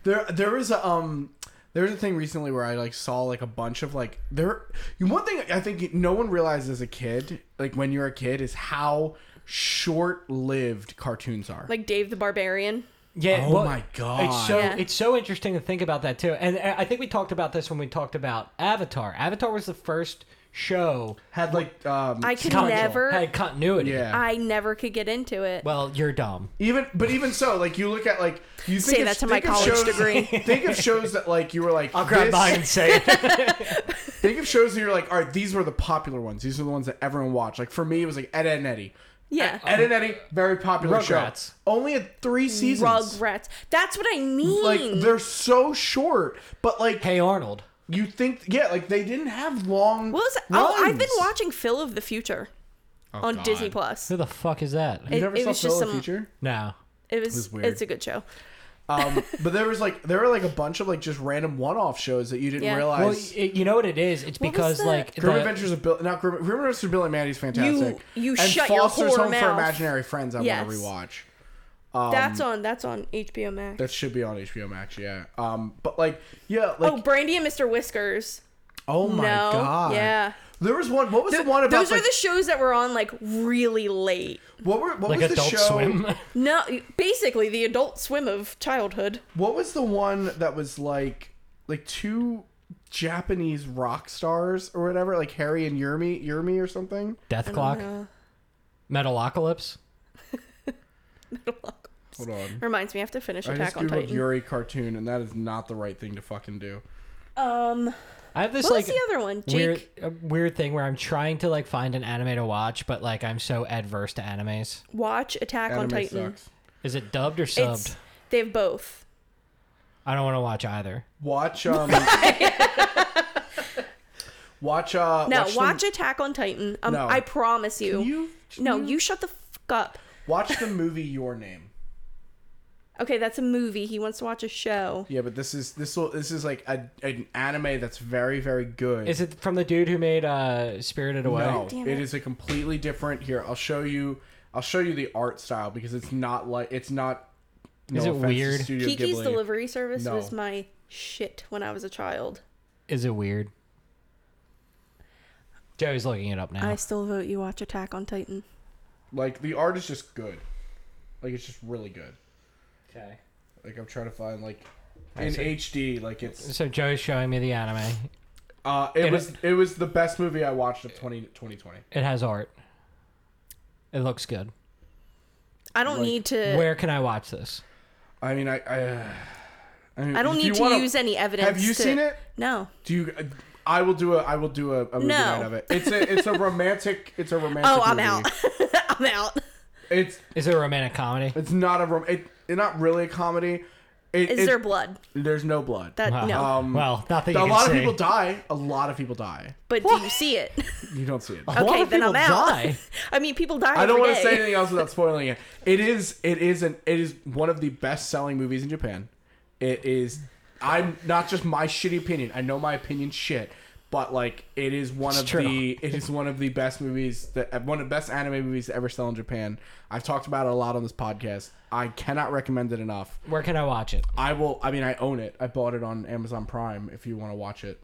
There there was a um there was a thing recently where I like saw like a bunch of like there you- one thing I think no one realized as a kid, like when you're a kid, is how short lived cartoons are.
Like Dave the Barbarian.
Yeah.
Oh my God.
It's so
Yeah.
it's so interesting to think about that too. And uh, I think we talked about this when we talked about Avatar. Avatar was the first show
had like um
I could
console-
never
had continuity.
yeah.
I never could get into it.
Well, you're dumb.
Even but even so, like you look at like you think
Say
of-
that to my
think of
college
shows-
degree.
Think of shows that like you were like
I'll grab
this-
mine and say it.
Think of shows that you're like, all right, these were the popular ones. These are the ones that everyone watched. Like for me, it was like Ed, Ed and Eddie.
yeah.
Ed and Eddie, very popular
Rugrats.
show. Only had three seasons.
Rugrats. That's what I mean.
Like they're so short, but like
hey Arnold.
you think, yeah, like they didn't have long.
What was- oh, I've
runs. Oh,
been watching Phil of the Future on
God.
Disney Plus.
Who the fuck is that?
You
It-
never
it
saw
was
Phil
just
in the
some-
Future,
no.
It was,
was weird.
it's a good show.
um, but there was like there were like a bunch of like just random one-off shows that you didn't
Yeah.
Well,
realize.
y you know what it is? It's
What was
because
that?
like
Grim
the-
Adventures of Bill, not Grim, Grim Adventures of Bill and Maddie's fantastic.
you
and
shut your
Foster's
whore
Home for
mouth.
Imaginary Friends. I
Yes.
want to rewatch. Um,
that's on that's on HBO Max.
That should be on HBO Max. Yeah. Um, but like, yeah, like,
oh,
oh,
Brandy and Mr. Whiskers.
my
no.
god,
Yeah.
There was one. What was the one about?
Those are
like,
the shows that were on like really late.
what were what
like
was
Adult
the show?
Swim.
No, basically the adult swim of childhood.
What was the one that was like like two Japanese rock stars or whatever, like Harry and Yurmi, Yurmi or something?
Death Clock.
know.
Metalocalypse.
Hold on.
Reminds me I have to finish
I just
Attack on
googled
Titan.
Yuri cartoon and that is not the right thing to fucking do.
um
I have this
what
like
was the other one? Jake
weird uh, weird thing where I'm trying to like find an anime to watch, but like I'm so adverse to animes.
watch Attack on
Anime
Titan.
sucks.
Is it dubbed or subbed?
It's they have both.
um,
I don't want to watch either.
Watch um Watch. Uh,
No,
watch,
watch,
the-
Attack on Titan. Um,
No.
I promise you.
you-
No, you shut the fuck up.
watch the movie Your Name.
Okay, that's a movie. He wants to watch a show.
Yeah, but this is this will this is like a, an anime that's very very good.
Is it from the dude who made uh, Spirited Away?
no,
Damn
it
it.
is a completely different. Here, I'll show you. I'll show you the art style because it's not like it's not. No
Is it
offense to
weird?
Studio
Kiki's
Ghibli.
delivery service
No.
was my shit when I was a child.
Is it weird? Joey's looking it up now.
I still vote you watch Attack on Titan.
Like the art is just good. Like it's just really good.
Okay.
Like I'm trying to find like in HD. Like it's
So Joey's showing me the anime.
uh it
And
was it was the best movie I watched of 20, 2020.
It has art. It looks good.
I don't
Like,
need to.
Where can I watch this?
I mean I I, uh, mean,
I don't
if you
need to
wanna-
use any evidence.
Have you
to-
seen it?
No.
Do you? I will do a I will do a, a movie
No.
night of it. It's a it's a romantic it's a romantic.
Oh, I'm
movie.
out. I'm out.
It's
Is it a romantic comedy?
it's not a rom. It, it's not really a comedy. It,
Is
it-
there blood?
There's no blood.
That
Wow.
no.
um,
well, not that you
a
can
lot of
see.
people die. A lot of people die.
but do you see it?
You don't see it.
A lot
okay,
of
then
people
I'm out.
die.
I mean, people die.
I don't
every
want to say
day.
anything else without spoiling it. It is it is an it is one of the best selling movies in Japan. It is I'm not just my shitty opinion. I know my opinion's shit, but like it is one of
true.
the it is one of the best movies that uh, one of the best anime movies to ever sell in Japan. I've talked about it a lot on this podcast. I cannot recommend it enough.
Where can I watch it?
I will I mean I own it. I bought it on Amazon Prime if you want to watch it.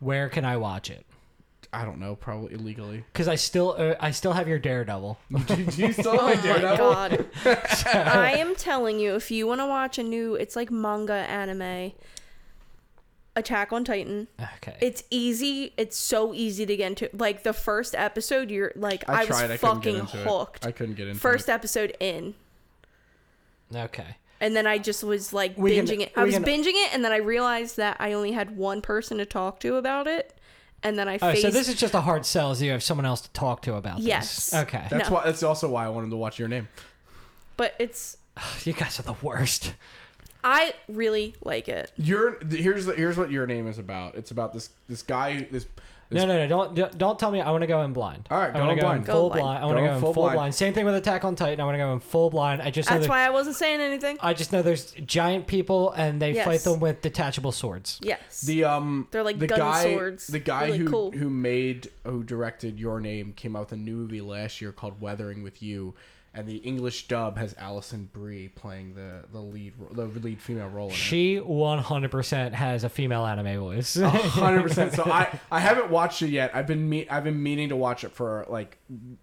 Where can I watch it?
I don't know, probably illegally.
Because I still, uh, I still have your Daredevil.
Do you still have
Oh my
Daredevil?
god. I am telling you, if you want to watch a new, it's like manga anime, Attack on Titan.
Okay.
It's easy. It's so easy to get into. Like the first episode, you're like, I,
I
was
tried, I couldn't get
fucking
into
hooked.
it. I couldn't get into it.
First episode in,
okay.
and then I just was like
We can-
binging it. I
we
was
can-
binging it, and then I realized that I only had one person to talk to about it, and then I
Oh,
faced.
so this is just a hard sell. So you have someone else to talk to about this.
Yes.
Okay.
That's
e-, No.
why. That's also why I wanted to watch your name.
but it's.
You guys are the worst.
I really like it.
Your th- here's the, here's what your name is about. It's about this this guy. who- This, this
No, no, no! Don't don't- don't tell me. I want to go in blind.
All right,
I
go
wanna
in blind.
In
Go
full
blind.
blind. I want to
Go
go,
in
in
full
full
blind.
blind. Same thing with Attack on Titan. I want to go in full blind. I just know
That's
that-
why I wasn't saying anything.
I just know there's giant people and they
Yes.
fight them with detachable swords.
Yes.
the um
They're like
the
gun
guy
swords.
the guy
Really
who
cool.
who made who directed your name came out with a new movie last year called Weathering with You, and the English dub has Alison Brie playing the the lead ro- the lead female role. in it.
She 100% has a female anime voice.
Oh, Hundred percent. So I I haven't watched it yet. I've been me I've been meaning to watch it for like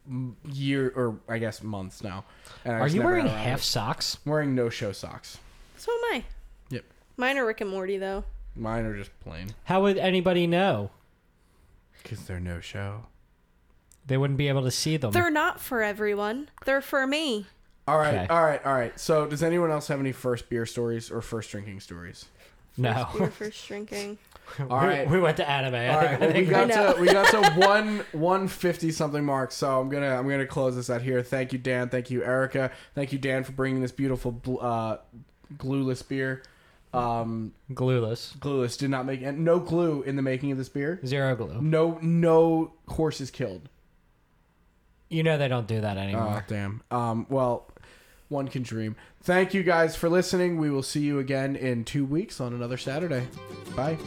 m- year or I guess months now. And I
Are
just
you
never
wearing
got around to
half
it.
socks?
I'm wearing no show socks.
so am I.
Yep.
Mine are Rick and Morty though.
Mine are just plain.
How would anybody know?
Because they're no show.
They wouldn't be able to see them.
They're not for everyone. They're for me.
All right,
Okay.
all right, all right. So, does anyone else have any first beer stories or first drinking stories?
no.
You're for shrinking.
All
We-
right,
We, went to anime. I
all
think-
right. Well, we
I
got
know.
to we got to one one fifty something mark. So I'm gonna I'm gonna close this out here. Thank you, Dan. Thank you, Erica. Thank you, Dan, for bringing this beautiful bl- uh, glueless beer. Um,
Glueless.
glueless did not make and no glue in the making of this beer.
Zero glue.
No no horses killed.
You know they don't do that anymore.
Oh, damn. Um, well, one can dream. Thank you guys for listening. We will see you again in two weeks on another Saturday. Bye.